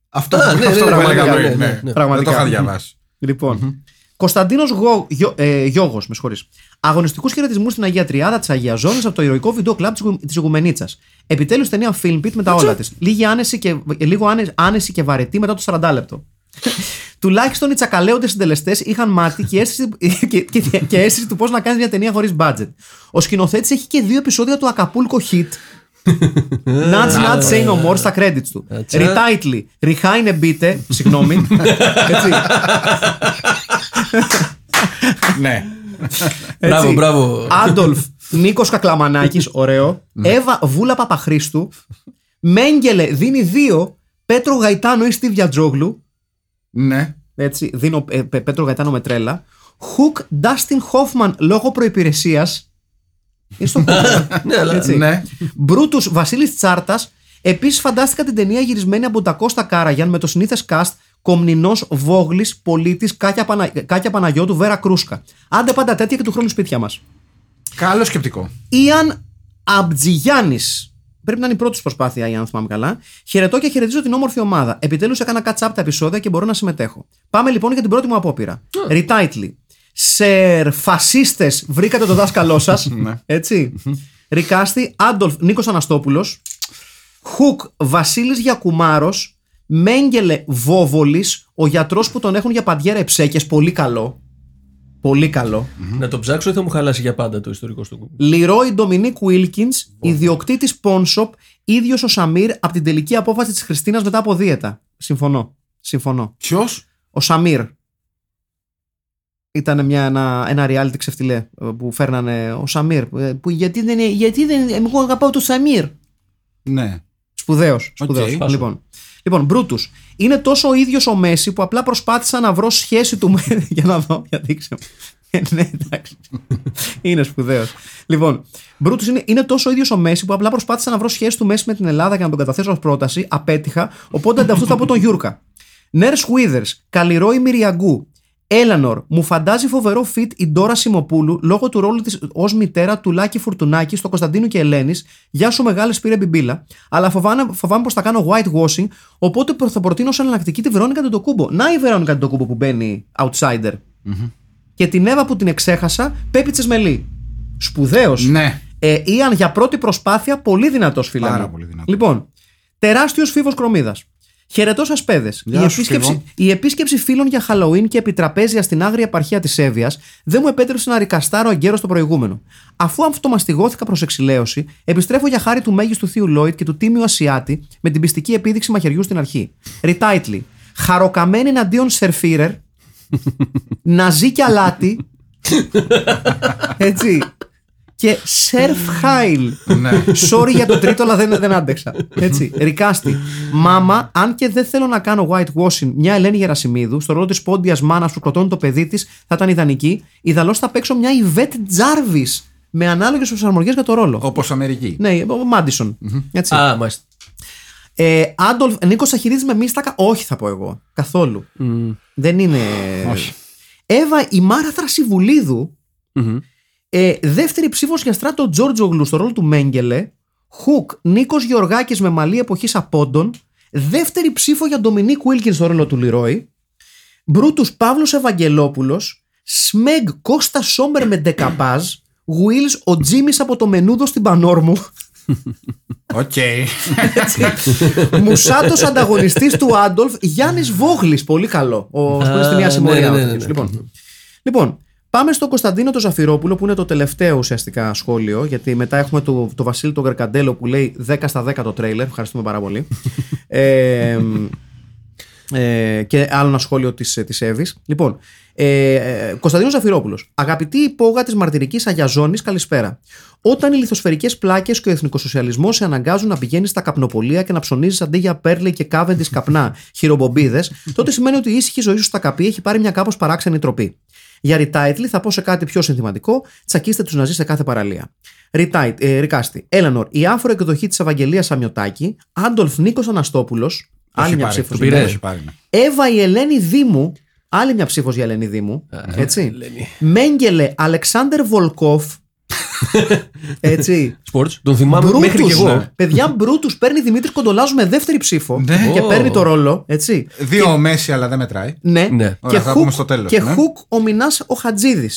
[SPEAKER 2] Αυτό,
[SPEAKER 3] Α, ναι, ναι,
[SPEAKER 2] αυτό που
[SPEAKER 3] πραγματικά,
[SPEAKER 2] έλεγα
[SPEAKER 3] ναι,
[SPEAKER 2] πριν, ναι.
[SPEAKER 3] ναι, ναι.
[SPEAKER 2] Δεν το
[SPEAKER 1] Πραγματικά.
[SPEAKER 2] είχα διαβάσει.
[SPEAKER 1] Λοιπόν. Κωνσταντίνο Γιώγο, ε, με συγχωρείς. Αγωνιστικούς χαιρετισμούς στην Αγία Τριάδα της Αγίας Ζώνης από το ηρωικό βίντεο κλαμπ της Γουμενίτσας. Επιτέλους ταινία Film Pit με τα όλα της. άνεση και, λίγο άνε- άνεση και βαρετή μετά το 40 λεπτό. Τουλάχιστον οι τσακαλέοντες συντελεστές είχαν μάτι και αίσθηση, και, και, και αίσθηση του πώς να κάνεις μια ταινία χωρίς budget. Ο σκηνοθέτης έχει και δύο επεισόδια του Ακαπούλκο Hit. Nuts, not say no more στα credits του.
[SPEAKER 3] Έτσι.
[SPEAKER 1] Retitle. Ριχάινε μπείτε. Συγγνώμη. Έτσι.
[SPEAKER 2] ναι.
[SPEAKER 3] Μπράβο,
[SPEAKER 1] Έτσι.
[SPEAKER 3] μπράβο. Ναι.
[SPEAKER 1] Άντολφ Νίκος Κακλαμανάκης, ωραίο. Εύα Βούλα Παπαχρήστου. Μέγγελε δίνει δύο. Πέτρο Γαϊτάνο ή Στίβ Γιατζόγλου.
[SPEAKER 2] ναι.
[SPEAKER 1] Έτσι, δίνω ε, Πε- Πέτρο Γαϊτάνο με τρέλα. Χουκ Ντάστιν Χόφμαν λόγω προπηρεσία. Είναι στο Hook.
[SPEAKER 3] Ναι, αλλά.
[SPEAKER 1] Έτσι.
[SPEAKER 2] Ναι.
[SPEAKER 1] Μπρούτου Βασίλης Τσάρτας. Επίσης, φαντάστηκα την ταινία γυρισμένη από τα Κώστα Κάραγιαν με το συνήθες cast Κομνηνός Βόγλης Πολίτης Κάκια, Πανα... Κάκια Παναγιώτου Βέρα Κρούσκα. Άντε πάντα τέτοια και του χρόνου σπίτια μας.
[SPEAKER 2] Καλό σκεπτικό.
[SPEAKER 1] Ιαν Αμπτζιγιάννης. Πρέπει να είναι η πρώτη του προσπάθεια, για να θυμάμαι καλά. Χαιρετώ και χαιρετίζω την όμορφη ομάδα. Επιτέλους έκανα catch up τα επεισόδια και μπορώ να συμμετέχω. Πάμε λοιπόν για την πρώτη μου απόπειρα. Retitly. Σερ φασίστες, βρήκατε το δάσκαλό σας.
[SPEAKER 2] Ναι.
[SPEAKER 1] έτσι. Ρικάστη, Άντολφ Νίκος Αναστόπουλος. Χουκ Βασίλης Γιακουμάρος. Μέγγελε Βόβολης, ο γιατρός που τον έχουν για παντιέρα εψέκες. Πολύ καλό. Πολύ καλό.
[SPEAKER 3] Να το ψάξω ή θα μου χαλάσει για πάντα το ιστορικό του.
[SPEAKER 1] Λιρόι Ντομινίκ Βίλκιν, ιδιοκτήτης Πόνσοπ, ίδιος ο Σαμίρ από την τελική απόφαση της Χριστίνας μετά από δίαιτα. Συμφωνώ. Συμφωνώ.
[SPEAKER 2] Ποιος.
[SPEAKER 1] Ο Σαμίρ. Ήταν μια, ένα, ένα reality ξεφτιλέ ε, που φέρνανε ο Σαμίρ. ε, Που, γιατί δεν. είναι- Γιατί δεν. ε, Εγώ αγαπάω τον Σαμίρ.
[SPEAKER 2] Ναι.
[SPEAKER 1] Σπουδαίος.
[SPEAKER 2] Οκ.
[SPEAKER 1] Λοιπόν, λοιπόν Μπρούτου. Είναι τόσο ο ίδιος ο Μέση που απλά προσπάθησα να βρω σχέση του με. για να δω, για δείξε μου. Ε, ναι, εντάξει. είναι σπουδαίος. Λοιπόν, Μπρούτου είναι, είναι τόσο ο ίδιος ο Μέση που απλά προσπάθησα να βρω σχέση του Μέση με την Ελλάδα για να τον καταθέσω ως πρόταση. Απέτυχα. Οπότε ανταυτού θα πω τον Γιούρκα. Νέρ Σουίδερ, Καλλιρόη Μυριαγκού. Έλανορ, μου φαντάζει φοβερό φιτ η Ντόρα Σιμοπούλου λόγω του ρόλου της ως μητέρα του Λάκη Φουρτουνάκη στο Κωνσταντίνου και Ελένης. Γεια σου, μεγάλη σπήρε μπιμπίλα. Αλλά φοβάμαι, φοβάμαι πως θα κάνω whitewashing, οπότε προ- θα προτείνω ως εναλλακτική τη Βερόνικα Ντοκούμπο. Να η Βερόνικα Ντοκούμπο που μπαίνει outsider. Και την Εύα που την εξέχασα, Πέπι Τσεσμελή. Σπουδαίος.
[SPEAKER 2] Ναι.
[SPEAKER 1] Ε, Ιαν για πρώτη προσπάθεια, πολύ δυνατός φίλε.
[SPEAKER 2] Πάρα
[SPEAKER 1] μου.
[SPEAKER 2] πολύ δυνατός.
[SPEAKER 1] Λοιπόν, τεράστιος φίβος κρομίδας. Χαιρετώ σας, παιδες. Η,
[SPEAKER 2] Γεια σου,
[SPEAKER 1] επίσκεψη,
[SPEAKER 2] Φίβο.
[SPEAKER 1] η επίσκεψη φίλων για Halloween και επιτραπέζια στην άγρια επαρχία της Εύβοιας δεν μου επέτρεψε να ρικαστάρω αγκαίρω το προηγούμενο. Αφού αυτομαστιγώθηκα προς εξηλαίωση, επιστρέφω για χάρη του μέγιστου θείου Λόιτ και του τίμιου Ασιάτη με την πιστική επίδειξη μαχαιριού στην αρχή. Ριτάιτλι. Χαροκαμένη εναντίον Σερφίρερ, Ναζί και αλάτι. Έτσι. Και Σερφ Χάιλ.
[SPEAKER 2] Ναι.
[SPEAKER 1] Sorry για το τρίτο, αλλά δεν, δεν άντεξα. Έτσι. Ρικάστη. Μάμα, αν και δεν θέλω να κάνω whitewashing, μια Ελένη Γερασιμίδου, στο ρόλο της πόντιας μάνας που σκοτώνει το παιδί της, θα ήταν ιδανική. Ιδαλώς θα παίξω μια Ιβέτ Τζάρβις με ανάλογες προσαρμογές για το ρόλο.
[SPEAKER 2] Όπως Αμερική.
[SPEAKER 1] Ναι, ο Μάντισον. Έτσι.
[SPEAKER 3] Α, μάλιστα.
[SPEAKER 1] Ε, Άντολφ, Νίκος Σαχυρίδη με μίστακα. Όχι, θα πω εγώ. Καθόλου. Δεν είναι.
[SPEAKER 2] Όχι.
[SPEAKER 1] Εύα, η Μάρα Θρασιβουλίδου. Ε, δεύτερη ψήφος για στράτο Τζόρτζογλου στο ρόλο του Μέγκελε. Χουκ, Νίκος Γεωργάκης με μαλλί εποχής απόντων. Δεύτερη ψήφο για Ντομινίκ Βίλκιν στο ρόλο του Λιρόι. Μπρούτους Παύλος Ευαγγελόπουλος. Σμεγ Κώστα Σόμπερ με ντεκαπάζ. Γουίλ ο Τζίμι από το μενούδο στην Πανόρμου. Ναι.
[SPEAKER 2] Οκ.
[SPEAKER 1] Μουσάτος ανταγωνιστής του Άντολφ, Γιάννης Βόγλης. Πολύ καλό. Ο που είναι στη Νέα
[SPEAKER 3] ναι,
[SPEAKER 1] Συμμορία.
[SPEAKER 3] ναι,
[SPEAKER 1] ο
[SPEAKER 3] ναι,
[SPEAKER 1] τέτοιος.
[SPEAKER 3] ναι.
[SPEAKER 1] Λοιπόν, λοιπόν, πάμε στο Κωνσταντίνο το Ζαφυρόπουλο που είναι το τελευταίο ουσιαστικά σχόλιο. Γιατί μετά έχουμε το, το Βασίλη τον Γερκαντέλο που λέει 10 στα 10 το τρέιλερ. Ευχαριστούμε πάρα πολύ. ε, ε, και άλλο ένα σχόλιο της, ε, της Εύης. Λοιπόν, ε, ε, Κωνσταντίνος Ζαφυρόπουλος. Αγαπητή υπόγα της μαρτυρικής Αγιαζώνης, καλησπέρα. Όταν οι λιθοσφαιρικές πλάκες και ο εθνικοσοσιαλισμός σε αναγκάζουν να πηγαίνεις στα καπνοπολία και να ψωνίζεις αντί για πέρλε και κάβεντις καπνά χειρομπομπίδες, τότε σημαίνει ότι η ήσυχη ζωή σου στα καπή έχει πάρει μια κάπως παράξενη τροπή. Για retitle θα πω σε κάτι πιο συνθηματικό. Τσακίστε τους Ναζί σε κάθε παραλία. Retite, ε, ρικάστη. Έλανορ, η άφρο εκδοχή της Ευαγγελίας Σαμιωτάκη. Άντολφ Νίκος Αναστόπουλος. Άλλη μια ψήφο.
[SPEAKER 2] Το
[SPEAKER 3] πήρε.
[SPEAKER 2] Έχει πάρει. ναι.
[SPEAKER 1] Εύα η Ελένη Δήμου. Άλλη μια ψήφος για Ελένη Δήμου. έτσι.
[SPEAKER 3] Ελένη.
[SPEAKER 1] Μέγκελε Αλεξάνδρ Βολκόφ. έτσι.
[SPEAKER 3] Sports. Τον θυμάμαι μέχρι και
[SPEAKER 1] Μπρούτους, ναι.
[SPEAKER 3] εγώ.
[SPEAKER 1] Παιδιά, Μπρούτους παίρνει Δημήτρης Κοντολάζου με δεύτερη ψήφο.
[SPEAKER 2] Ναι.
[SPEAKER 1] Και
[SPEAKER 3] Ω.
[SPEAKER 1] παίρνει το ρόλο. Έτσι.
[SPEAKER 2] Ε, Δύο ο Μέση, αλλά δεν μετράει.
[SPEAKER 1] Ναι.
[SPEAKER 3] Ναι.
[SPEAKER 1] Και
[SPEAKER 2] Ωραία, θα πούμε
[SPEAKER 1] Χουκ,
[SPEAKER 2] στο τέλος,
[SPEAKER 1] και
[SPEAKER 2] ναι.
[SPEAKER 1] Χουκ ο Μινάς ο Χατζίδης.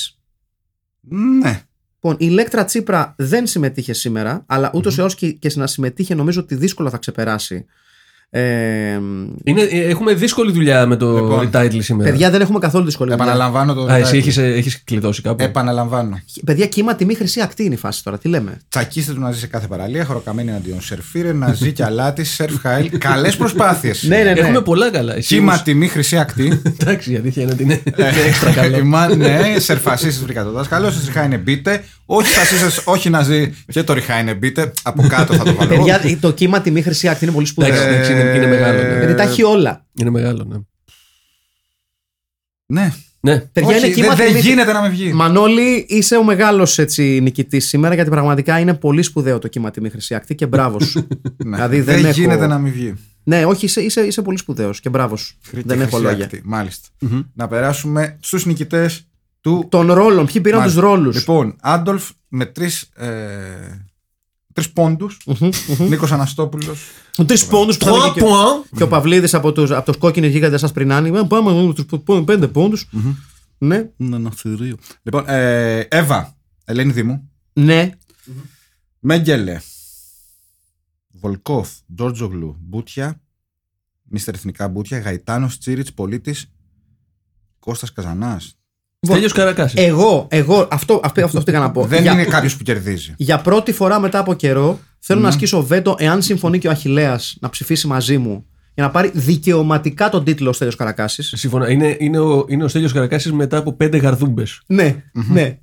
[SPEAKER 2] Ναι.
[SPEAKER 1] Λοιπόν, η Λέκτρα Τσίπρα δεν συμμετείχε σήμερα, αλλά ούτως ή άλλω και, και να συμμετείχε νομίζω ότι δύσκολα θα ξεπεράσει. Ε,
[SPEAKER 3] Είναι, ε, έχουμε δύσκολη δουλειά με το
[SPEAKER 2] Λοιπόν.
[SPEAKER 3] retitle σήμερα.
[SPEAKER 1] παιδιά, δεν έχουμε καθόλου δυσκολία.
[SPEAKER 2] Επαναλαμβάνω το.
[SPEAKER 3] Α, εσύ έχεις, ε, έχεις κλειδώσει κάπου.
[SPEAKER 2] Επαναλαμβάνω.
[SPEAKER 1] Παιδιά, κύμα τιμή χρυσή ακτή είναι η φάση τώρα. Τι λέμε.
[SPEAKER 2] Τσακίστε του να ζει σε κάθε παραλία, χωροκαμένη εναντίον σερφίρε, να ζει και αλάτι, σερφ χάιλ. Καλές προσπάθειες.
[SPEAKER 1] Ναι,
[SPEAKER 3] Ναι, Έχουμε πολλά καλά. Εσύ
[SPEAKER 2] Κύμα
[SPEAKER 3] όμως-
[SPEAKER 2] τιμή, χρυσή ακτή.
[SPEAKER 3] Εντάξει, η αλήθεια είναι ότι είναι, είναι έξτρα καλό.
[SPEAKER 2] Μα- ναι, σερφασίστε βρήκα το δάσκαλο. Σα ριχά είναι μπείτε. Όχι φασίστε, όχι να ζει και το ριχά είναι μπείτε. Από κάτω θα το βάλω.
[SPEAKER 1] Παιδιά, το κύμα τιμή χρυσή ακτή είναι πολύ
[SPEAKER 3] Εντάξει,
[SPEAKER 2] Ναι.
[SPEAKER 1] σπουδαίο.
[SPEAKER 3] εντάξει, είναι, είναι μεγάλο.
[SPEAKER 2] Ε,
[SPEAKER 3] Ναι.
[SPEAKER 1] Γιατί τα έχει όλα.
[SPEAKER 3] Είναι μεγάλο, ναι.
[SPEAKER 2] Ναι.
[SPEAKER 3] ναι.
[SPEAKER 1] Παιδιά,
[SPEAKER 2] Όχι,
[SPEAKER 1] είναι κύμα
[SPEAKER 2] δεν- Δεν
[SPEAKER 1] τιμή.
[SPEAKER 2] γίνεται να με βγει.
[SPEAKER 1] Μανώλη, είσαι ο μεγάλος νικητής σήμερα γιατί πραγματικά είναι πολύ σπουδαίο το κύμα τιμή χρυσή ακτή και μπράβος σου.
[SPEAKER 2] Ναι.
[SPEAKER 1] δηλαδή δεν
[SPEAKER 2] Δεν
[SPEAKER 1] έχω-
[SPEAKER 2] γίνεται να με βγει.
[SPEAKER 1] ναι, όχι, είσαι, είσαι, είσαι πολύ σπουδαίος και μπράβος σου.
[SPEAKER 2] Χρήτη
[SPEAKER 1] Δεν έχω
[SPEAKER 2] χρυσή
[SPEAKER 1] λόγια.
[SPEAKER 2] ακτή. Μάλιστα. Να περάσουμε στους νικητές του. Λοιπόν,
[SPEAKER 1] Των ρόλων, ποιοι πήραν τους
[SPEAKER 2] Μάλιστα.
[SPEAKER 1] ρόλους.
[SPEAKER 2] Λοιπόν, Άντολφ με τρεις ε, Τρεις πόντους. Νίκος Αναστόπουλος.
[SPEAKER 1] Τρεις
[SPEAKER 2] λοιπόν.
[SPEAKER 1] πόντου που θα έλεγε και- Και ο Παυλίδης από τους από τους κόκκινε γίγαντες σας πρινάνει. «Ε, Πάμε του πέντε πόντους. Ναι,
[SPEAKER 2] Ένα θηρίο. Λοιπόν, ε, Εύα, Ελένη Δήμου.
[SPEAKER 1] ναι.
[SPEAKER 2] Μέγκελε. Βολκόφ, Τζόρτζογλου, Μπούτια. Μίστερ Εθνικά Μπούτια. Γαϊτάνος Τσίριτ, Πολίτης. Κώστας Καζανάς.
[SPEAKER 3] Στέλιος Καρακάσης.
[SPEAKER 1] Εγώ, εγώ, αυτό, αυτό, αυτό πήγα να πω.
[SPEAKER 2] Δεν
[SPEAKER 1] για,
[SPEAKER 2] είναι κάποιος που κερδίζει.
[SPEAKER 1] για πρώτη φορά μετά από καιρό θέλω να ασκήσω βέτο εάν συμφωνεί και ο Αχηλέας να ψηφίσει μαζί μου για να πάρει δικαιωματικά τον τίτλο ο Στέλιος Καρακάσης.
[SPEAKER 3] Συμφωνώ. Είναι, είναι, ο, είναι ο Στέλιος Καρακάσης μετά από πέντε γαρδούμπες.
[SPEAKER 1] Ναι, ναι.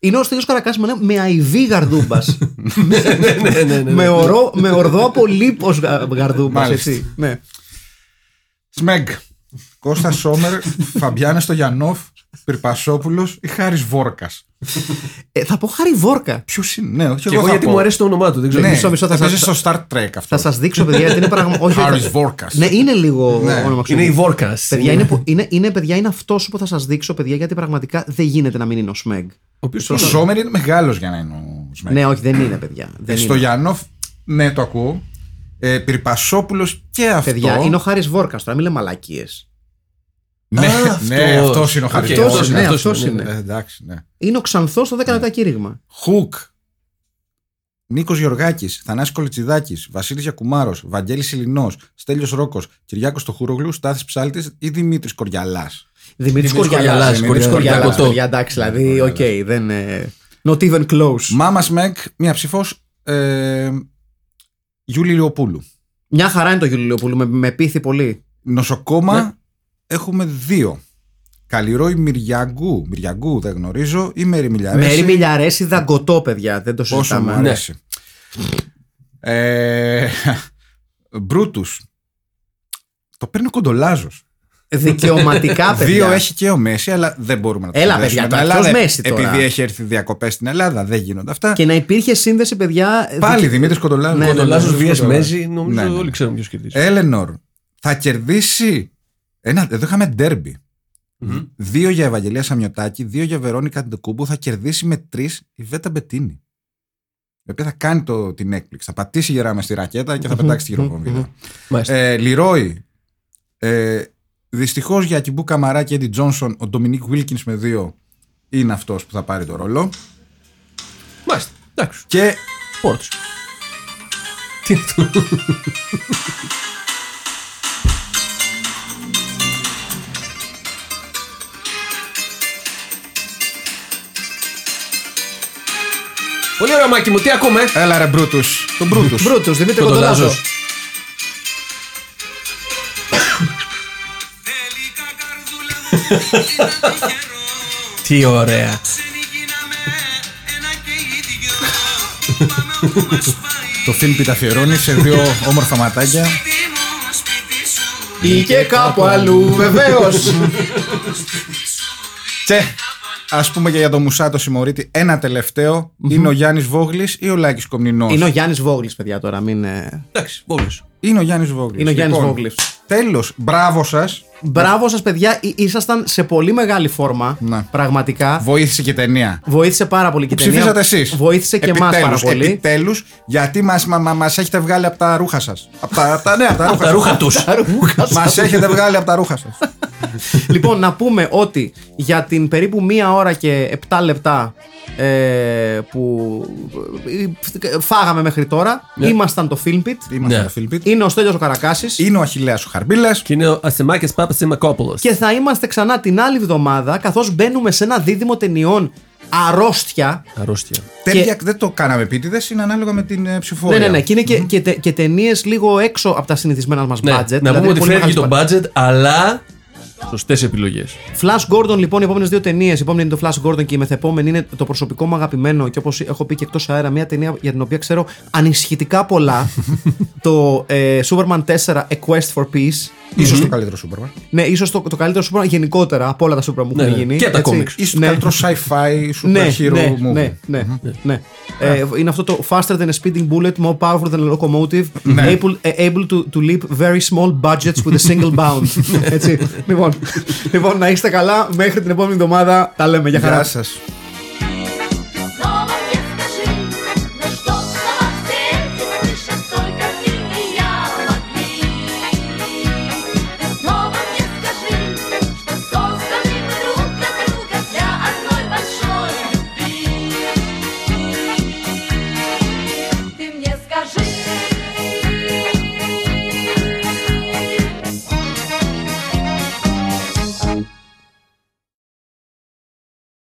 [SPEAKER 1] Είναι ο Στέλιος Καρακάσης με, ένα- με αϊβή γαρδούμπας.
[SPEAKER 3] ναι, ναι, ναι, ναι.
[SPEAKER 1] με, ορό, με ορδό από λίπος γα- γαρδούμπας,
[SPEAKER 2] Μάλιστα.
[SPEAKER 1] έτσι. Ναι.
[SPEAKER 2] Σμέγ. Κώστα Σόμερ, Φαμπιάνα Στογιανόφ, Πυρπασόπουλος ή Χάρης Βόρκας.
[SPEAKER 1] Ε, θα πω χάρη βόρκα.
[SPEAKER 2] Ποιος είναι, ναι, όχι
[SPEAKER 3] Και εγώ
[SPEAKER 2] θα
[SPEAKER 3] γιατί
[SPEAKER 2] πω.
[SPEAKER 3] μου αρέσει το όνομά του. Δεν ξέρω.
[SPEAKER 2] Ναι,
[SPEAKER 1] Μισό, μισό, θα σας-
[SPEAKER 2] θα παίζει στο Star Trek
[SPEAKER 1] Θα
[SPEAKER 2] αυτό.
[SPEAKER 1] σας δείξω, παιδιά, γιατί είναι πράγμα. όχι,
[SPEAKER 2] Χάρης
[SPEAKER 1] θα-
[SPEAKER 2] Βόρκας.
[SPEAKER 1] Ναι, είναι λίγο
[SPEAKER 2] Ναι.
[SPEAKER 1] όνομα
[SPEAKER 3] Είναι
[SPEAKER 1] ξένο.
[SPEAKER 3] η Βόρκας.
[SPEAKER 1] Παιδιά, είναι, που- είναι, είναι, παιδιά, είναι αυτός που θα σας δείξω, παιδιά, γιατί πραγματικά δεν γίνεται να μην είναι ο Σμέγ.
[SPEAKER 3] Ο οποίος
[SPEAKER 2] Ο Σόμερ είναι μεγάλος για να είναι ο Σμέγ.
[SPEAKER 1] Ναι, όχι, δεν είναι, παιδιά. Δεν
[SPEAKER 2] Ε, στο
[SPEAKER 1] είναι.
[SPEAKER 2] Γιάννοφ, ναι, το ακούω. Ε, Πυρπασόπουλος και αυτό.
[SPEAKER 1] Παιδιά, είναι ο Χάρης Βόρκας τώρα, μην λέμε μαλακίες.
[SPEAKER 2] Ναι,
[SPEAKER 3] Α,
[SPEAKER 2] ναι
[SPEAKER 3] αυτός.
[SPEAKER 2] αυτός είναι ο Χάρη
[SPEAKER 3] Οκ,
[SPEAKER 1] Αυτός
[SPEAKER 3] αυτός
[SPEAKER 1] είναι,
[SPEAKER 3] είναι,
[SPEAKER 1] αυτός
[SPEAKER 3] αυτός
[SPEAKER 1] είναι.
[SPEAKER 2] Ε, εντάξει, ναι.
[SPEAKER 1] Είναι ο Ξανθός στο 10 λεπτά κήρυγμα.
[SPEAKER 2] Χουκ. Νίκος Γεωργάκης, Θανάσης Κολιτσιδάκη, Βασίλης Γιακουμάρος, Βαγγέλης Ηλινό, Στέλιος Ρόκος, Κυριάκος Στοχούρογλου, Στάθης Ψάλτης ή Δημήτρης Κοριαλάς.
[SPEAKER 1] Δημήτρης
[SPEAKER 3] Δημήτρης
[SPEAKER 1] Κοριαλάς.
[SPEAKER 3] Κοριαλάς,
[SPEAKER 1] Δημήτρη
[SPEAKER 2] Κοριαλάς,
[SPEAKER 1] Κοριαλά.
[SPEAKER 3] Κοριαλάς.
[SPEAKER 1] Εντάξει, δηλαδή, οκ, δεν. ε, Not even close.
[SPEAKER 2] Μάμας Σμεκ, μία ψήφος. Ε, Γιούλη Λιοπούλου.
[SPEAKER 1] Μια χαρά είναι το Γιουλιλιοπούλου, με, με πείθει πολύ.
[SPEAKER 2] Νοσοκόμα
[SPEAKER 3] Ναι.
[SPEAKER 2] έχουμε δύο. Καλλιρόη Μυριαγκού. Μυριαγκού δεν γνωρίζω. Ή Μέρι Μιλιαρέση.
[SPEAKER 1] Μέρι Μιλιαρέση ναι. δαγκωτό, παιδιά, δεν το
[SPEAKER 2] Όσο μου
[SPEAKER 1] συζητάμε.
[SPEAKER 2] αρέσει. Ε, Μπρούτους. Το παίρνει ο Κοντολάζο.
[SPEAKER 1] Δικαιωματικά, παιδιά.
[SPEAKER 2] Δύο έχει και ο Μέση, αλλά δεν μπορούμε να το
[SPEAKER 1] Έλα,
[SPEAKER 2] συνδέσουμε
[SPEAKER 1] παιδιά,
[SPEAKER 2] με την
[SPEAKER 1] τώρα, ποιος
[SPEAKER 2] Ελλάδα.
[SPEAKER 1] Μέση τώρα?
[SPEAKER 2] Επειδή έχει έρθει διακοπές στην Ελλάδα, δεν γίνονται αυτά.
[SPEAKER 1] Και να υπήρχε σύνδεση, παιδιά. ε,
[SPEAKER 2] Πάλι
[SPEAKER 1] δικαι-
[SPEAKER 2] Δημήτρης Κοντολάζος.
[SPEAKER 1] Ναι, ναι,
[SPEAKER 3] Ο
[SPEAKER 1] ναι.
[SPEAKER 3] Λάζος Βίας
[SPEAKER 2] Κοντολάζος.
[SPEAKER 3] Μέζη, νομίζω
[SPEAKER 2] Ναι, ναι.
[SPEAKER 3] όλοι ξέρουμε ποιος κερδίζει.
[SPEAKER 2] Έλενορ, θα κερδίσει. Ένα, εδώ είχαμε ντέρμπι.
[SPEAKER 3] Μμμ.
[SPEAKER 2] Δύο για Ευαγγελία Σαμιωτάκη, δύο για Βερόνικα Ντεκούμπου. Θα κερδίσει με τρεις η Βέτα Μπετίνη. Η οποία θα κάνει το, την έκπληξη. Θα πατήσει γερά μες στη ρακέτα και θα πετάξει τη γυροκομβίδα.
[SPEAKER 3] Μάλιστα.
[SPEAKER 2] ε, Λιρόι. Ε, Δυστυχώς για Ακυμπού Καμαρά και Έντι Τζόνσον, ο Ντομινίκ Βίλκιν με δύο είναι αυτός που θα πάρει το ρόλο.
[SPEAKER 3] Μάλιστα. Εντάξει.
[SPEAKER 2] Και
[SPEAKER 3] Πόρτος. Τι είναι αυτό. Πολύ ωραία, Μάκη μου, τι ακούμε. ε?
[SPEAKER 2] έλα ρε Μπρούτους, τον Μπρούτους.
[SPEAKER 1] Μπρούτος, Δημήτρη Κοντολάζο.
[SPEAKER 3] Κοντολάζος.
[SPEAKER 4] Τελικά καρδούλα μου είναι τυχερό
[SPEAKER 3] Τι ωραία.
[SPEAKER 4] Ξένοι γίναμε ένα και ίδιο Πάμε όπου μας πάει
[SPEAKER 2] το φιλμ πιταφιερώνει σε δύο όμορφα ματάκια.
[SPEAKER 4] Τι μου σπίτι σου
[SPEAKER 1] Ή και κάπου αλλού, βεβαίως.
[SPEAKER 2] Και ας πούμε και για το Μουσάτο Σιμωρίτη, ένα τελευταίο είναι ο Γιάννης Βόγλης ή ο Λάκης Κομνηνός.
[SPEAKER 1] Είναι ο Γιάννης Βόγλης, παιδιά, τώρα. Μην... ε,
[SPEAKER 2] Ναι.
[SPEAKER 3] Εντάξει, μόλις.
[SPEAKER 2] Είναι ο Γιάννης Βόγλης.
[SPEAKER 1] Είναι ο Γιάννης Βόγλης.
[SPEAKER 2] Τέλος, μπράβο σας.
[SPEAKER 1] Μπράβο σας, παιδιά. Ή- Ήσασταν σε πολύ μεγάλη φόρμα.
[SPEAKER 2] Ναι.
[SPEAKER 1] Πραγματικά.
[SPEAKER 2] Βοήθησε και η ταινία.
[SPEAKER 1] Βοήθησε πάρα πολύ και η ταινία.
[SPEAKER 2] Ψηφίσατε εσείς.
[SPEAKER 1] Βοήθησε και εμάς πάρα πολύ.
[SPEAKER 2] Επιτέλους, γιατί μας μα, μα, μας έχετε βγάλει από τα ρούχα σας. Από τα, απ' τα, ναι, απ' τα
[SPEAKER 3] Από τα
[SPEAKER 2] ρούχα
[SPEAKER 3] ρούχα τους.
[SPEAKER 2] σα. μα έχετε βγάλει από τα ρούχα σας.
[SPEAKER 1] λοιπόν, να πούμε ότι για την περίπου μία ώρα και 7 λεπτά ε, που ε, φάγαμε μέχρι τώρα, ήμασταν το Filmpit.
[SPEAKER 2] Είμαστε
[SPEAKER 3] Ναι.
[SPEAKER 2] τα Φίλιππιτ.
[SPEAKER 1] Είναι ο Στέλιος ο Καρακάσης.
[SPEAKER 2] Είναι ο Αχηλέα ο Χαρμπίλας.
[SPEAKER 3] Και είναι ο Ασημάκης Πάπας Σιμακόπουλος.
[SPEAKER 1] Και θα είμαστε ξανά την άλλη εβδομάδα, καθώς μπαίνουμε σε ένα δίδυμο ταινιών αρρώστια.
[SPEAKER 3] Αρρώστια.
[SPEAKER 2] Δεν το κάναμε επίτηδες, είναι ανάλογα με την ε, ψηφοφορία.
[SPEAKER 1] Ναι, ναι, ναι. Και είναι και, και, τε- και ταινίες λίγο έξω από τα συνηθισμένα μας
[SPEAKER 3] Ναι,
[SPEAKER 1] budget. Δηλαδή,
[SPEAKER 3] να πούμε ότι φεύγει το
[SPEAKER 1] budget.
[SPEAKER 3] budget, αλλά σωστές επιλογές.
[SPEAKER 1] Flash Gordon, λοιπόν, οι επόμενες δύο ταινίες. Η επόμενη είναι το Flash Gordon και η μεθεπόμενη είναι το προσωπικό μου αγαπημένο. Και όπως έχω πει και εκτός αέρα, μια ταινία για την οποία ξέρω ανησυχητικά πολλά. το ε, Superman 4 A Quest for Peace.
[SPEAKER 2] σω το καλύτερο Σούπερμαν.
[SPEAKER 1] Ναι, ίσως το, το καλύτερο Superman γενικότερα από όλα τα Superman που
[SPEAKER 3] Ναι,
[SPEAKER 1] έχουν
[SPEAKER 3] ναι.
[SPEAKER 1] γίνει.
[SPEAKER 3] Και τα
[SPEAKER 1] έτσι.
[SPEAKER 3] comics.
[SPEAKER 2] Ίσως το
[SPEAKER 1] Ναι.
[SPEAKER 2] καλύτερο sci-fi
[SPEAKER 1] ναι,
[SPEAKER 2] super hero
[SPEAKER 1] ναι,
[SPEAKER 2] movie.
[SPEAKER 1] ναι, ναι, ναι. Ε, είναι αυτό το faster than a speeding bullet, more powerful than a locomotive, able, ε, able to, to leap very small budgets with a single bound. Έτσι. λοιπόν, λοιπόν, να είστε καλά. Μέχρι την επόμενη εβδομάδα. Τα λέμε. Για χαρά.
[SPEAKER 2] Γεια σας.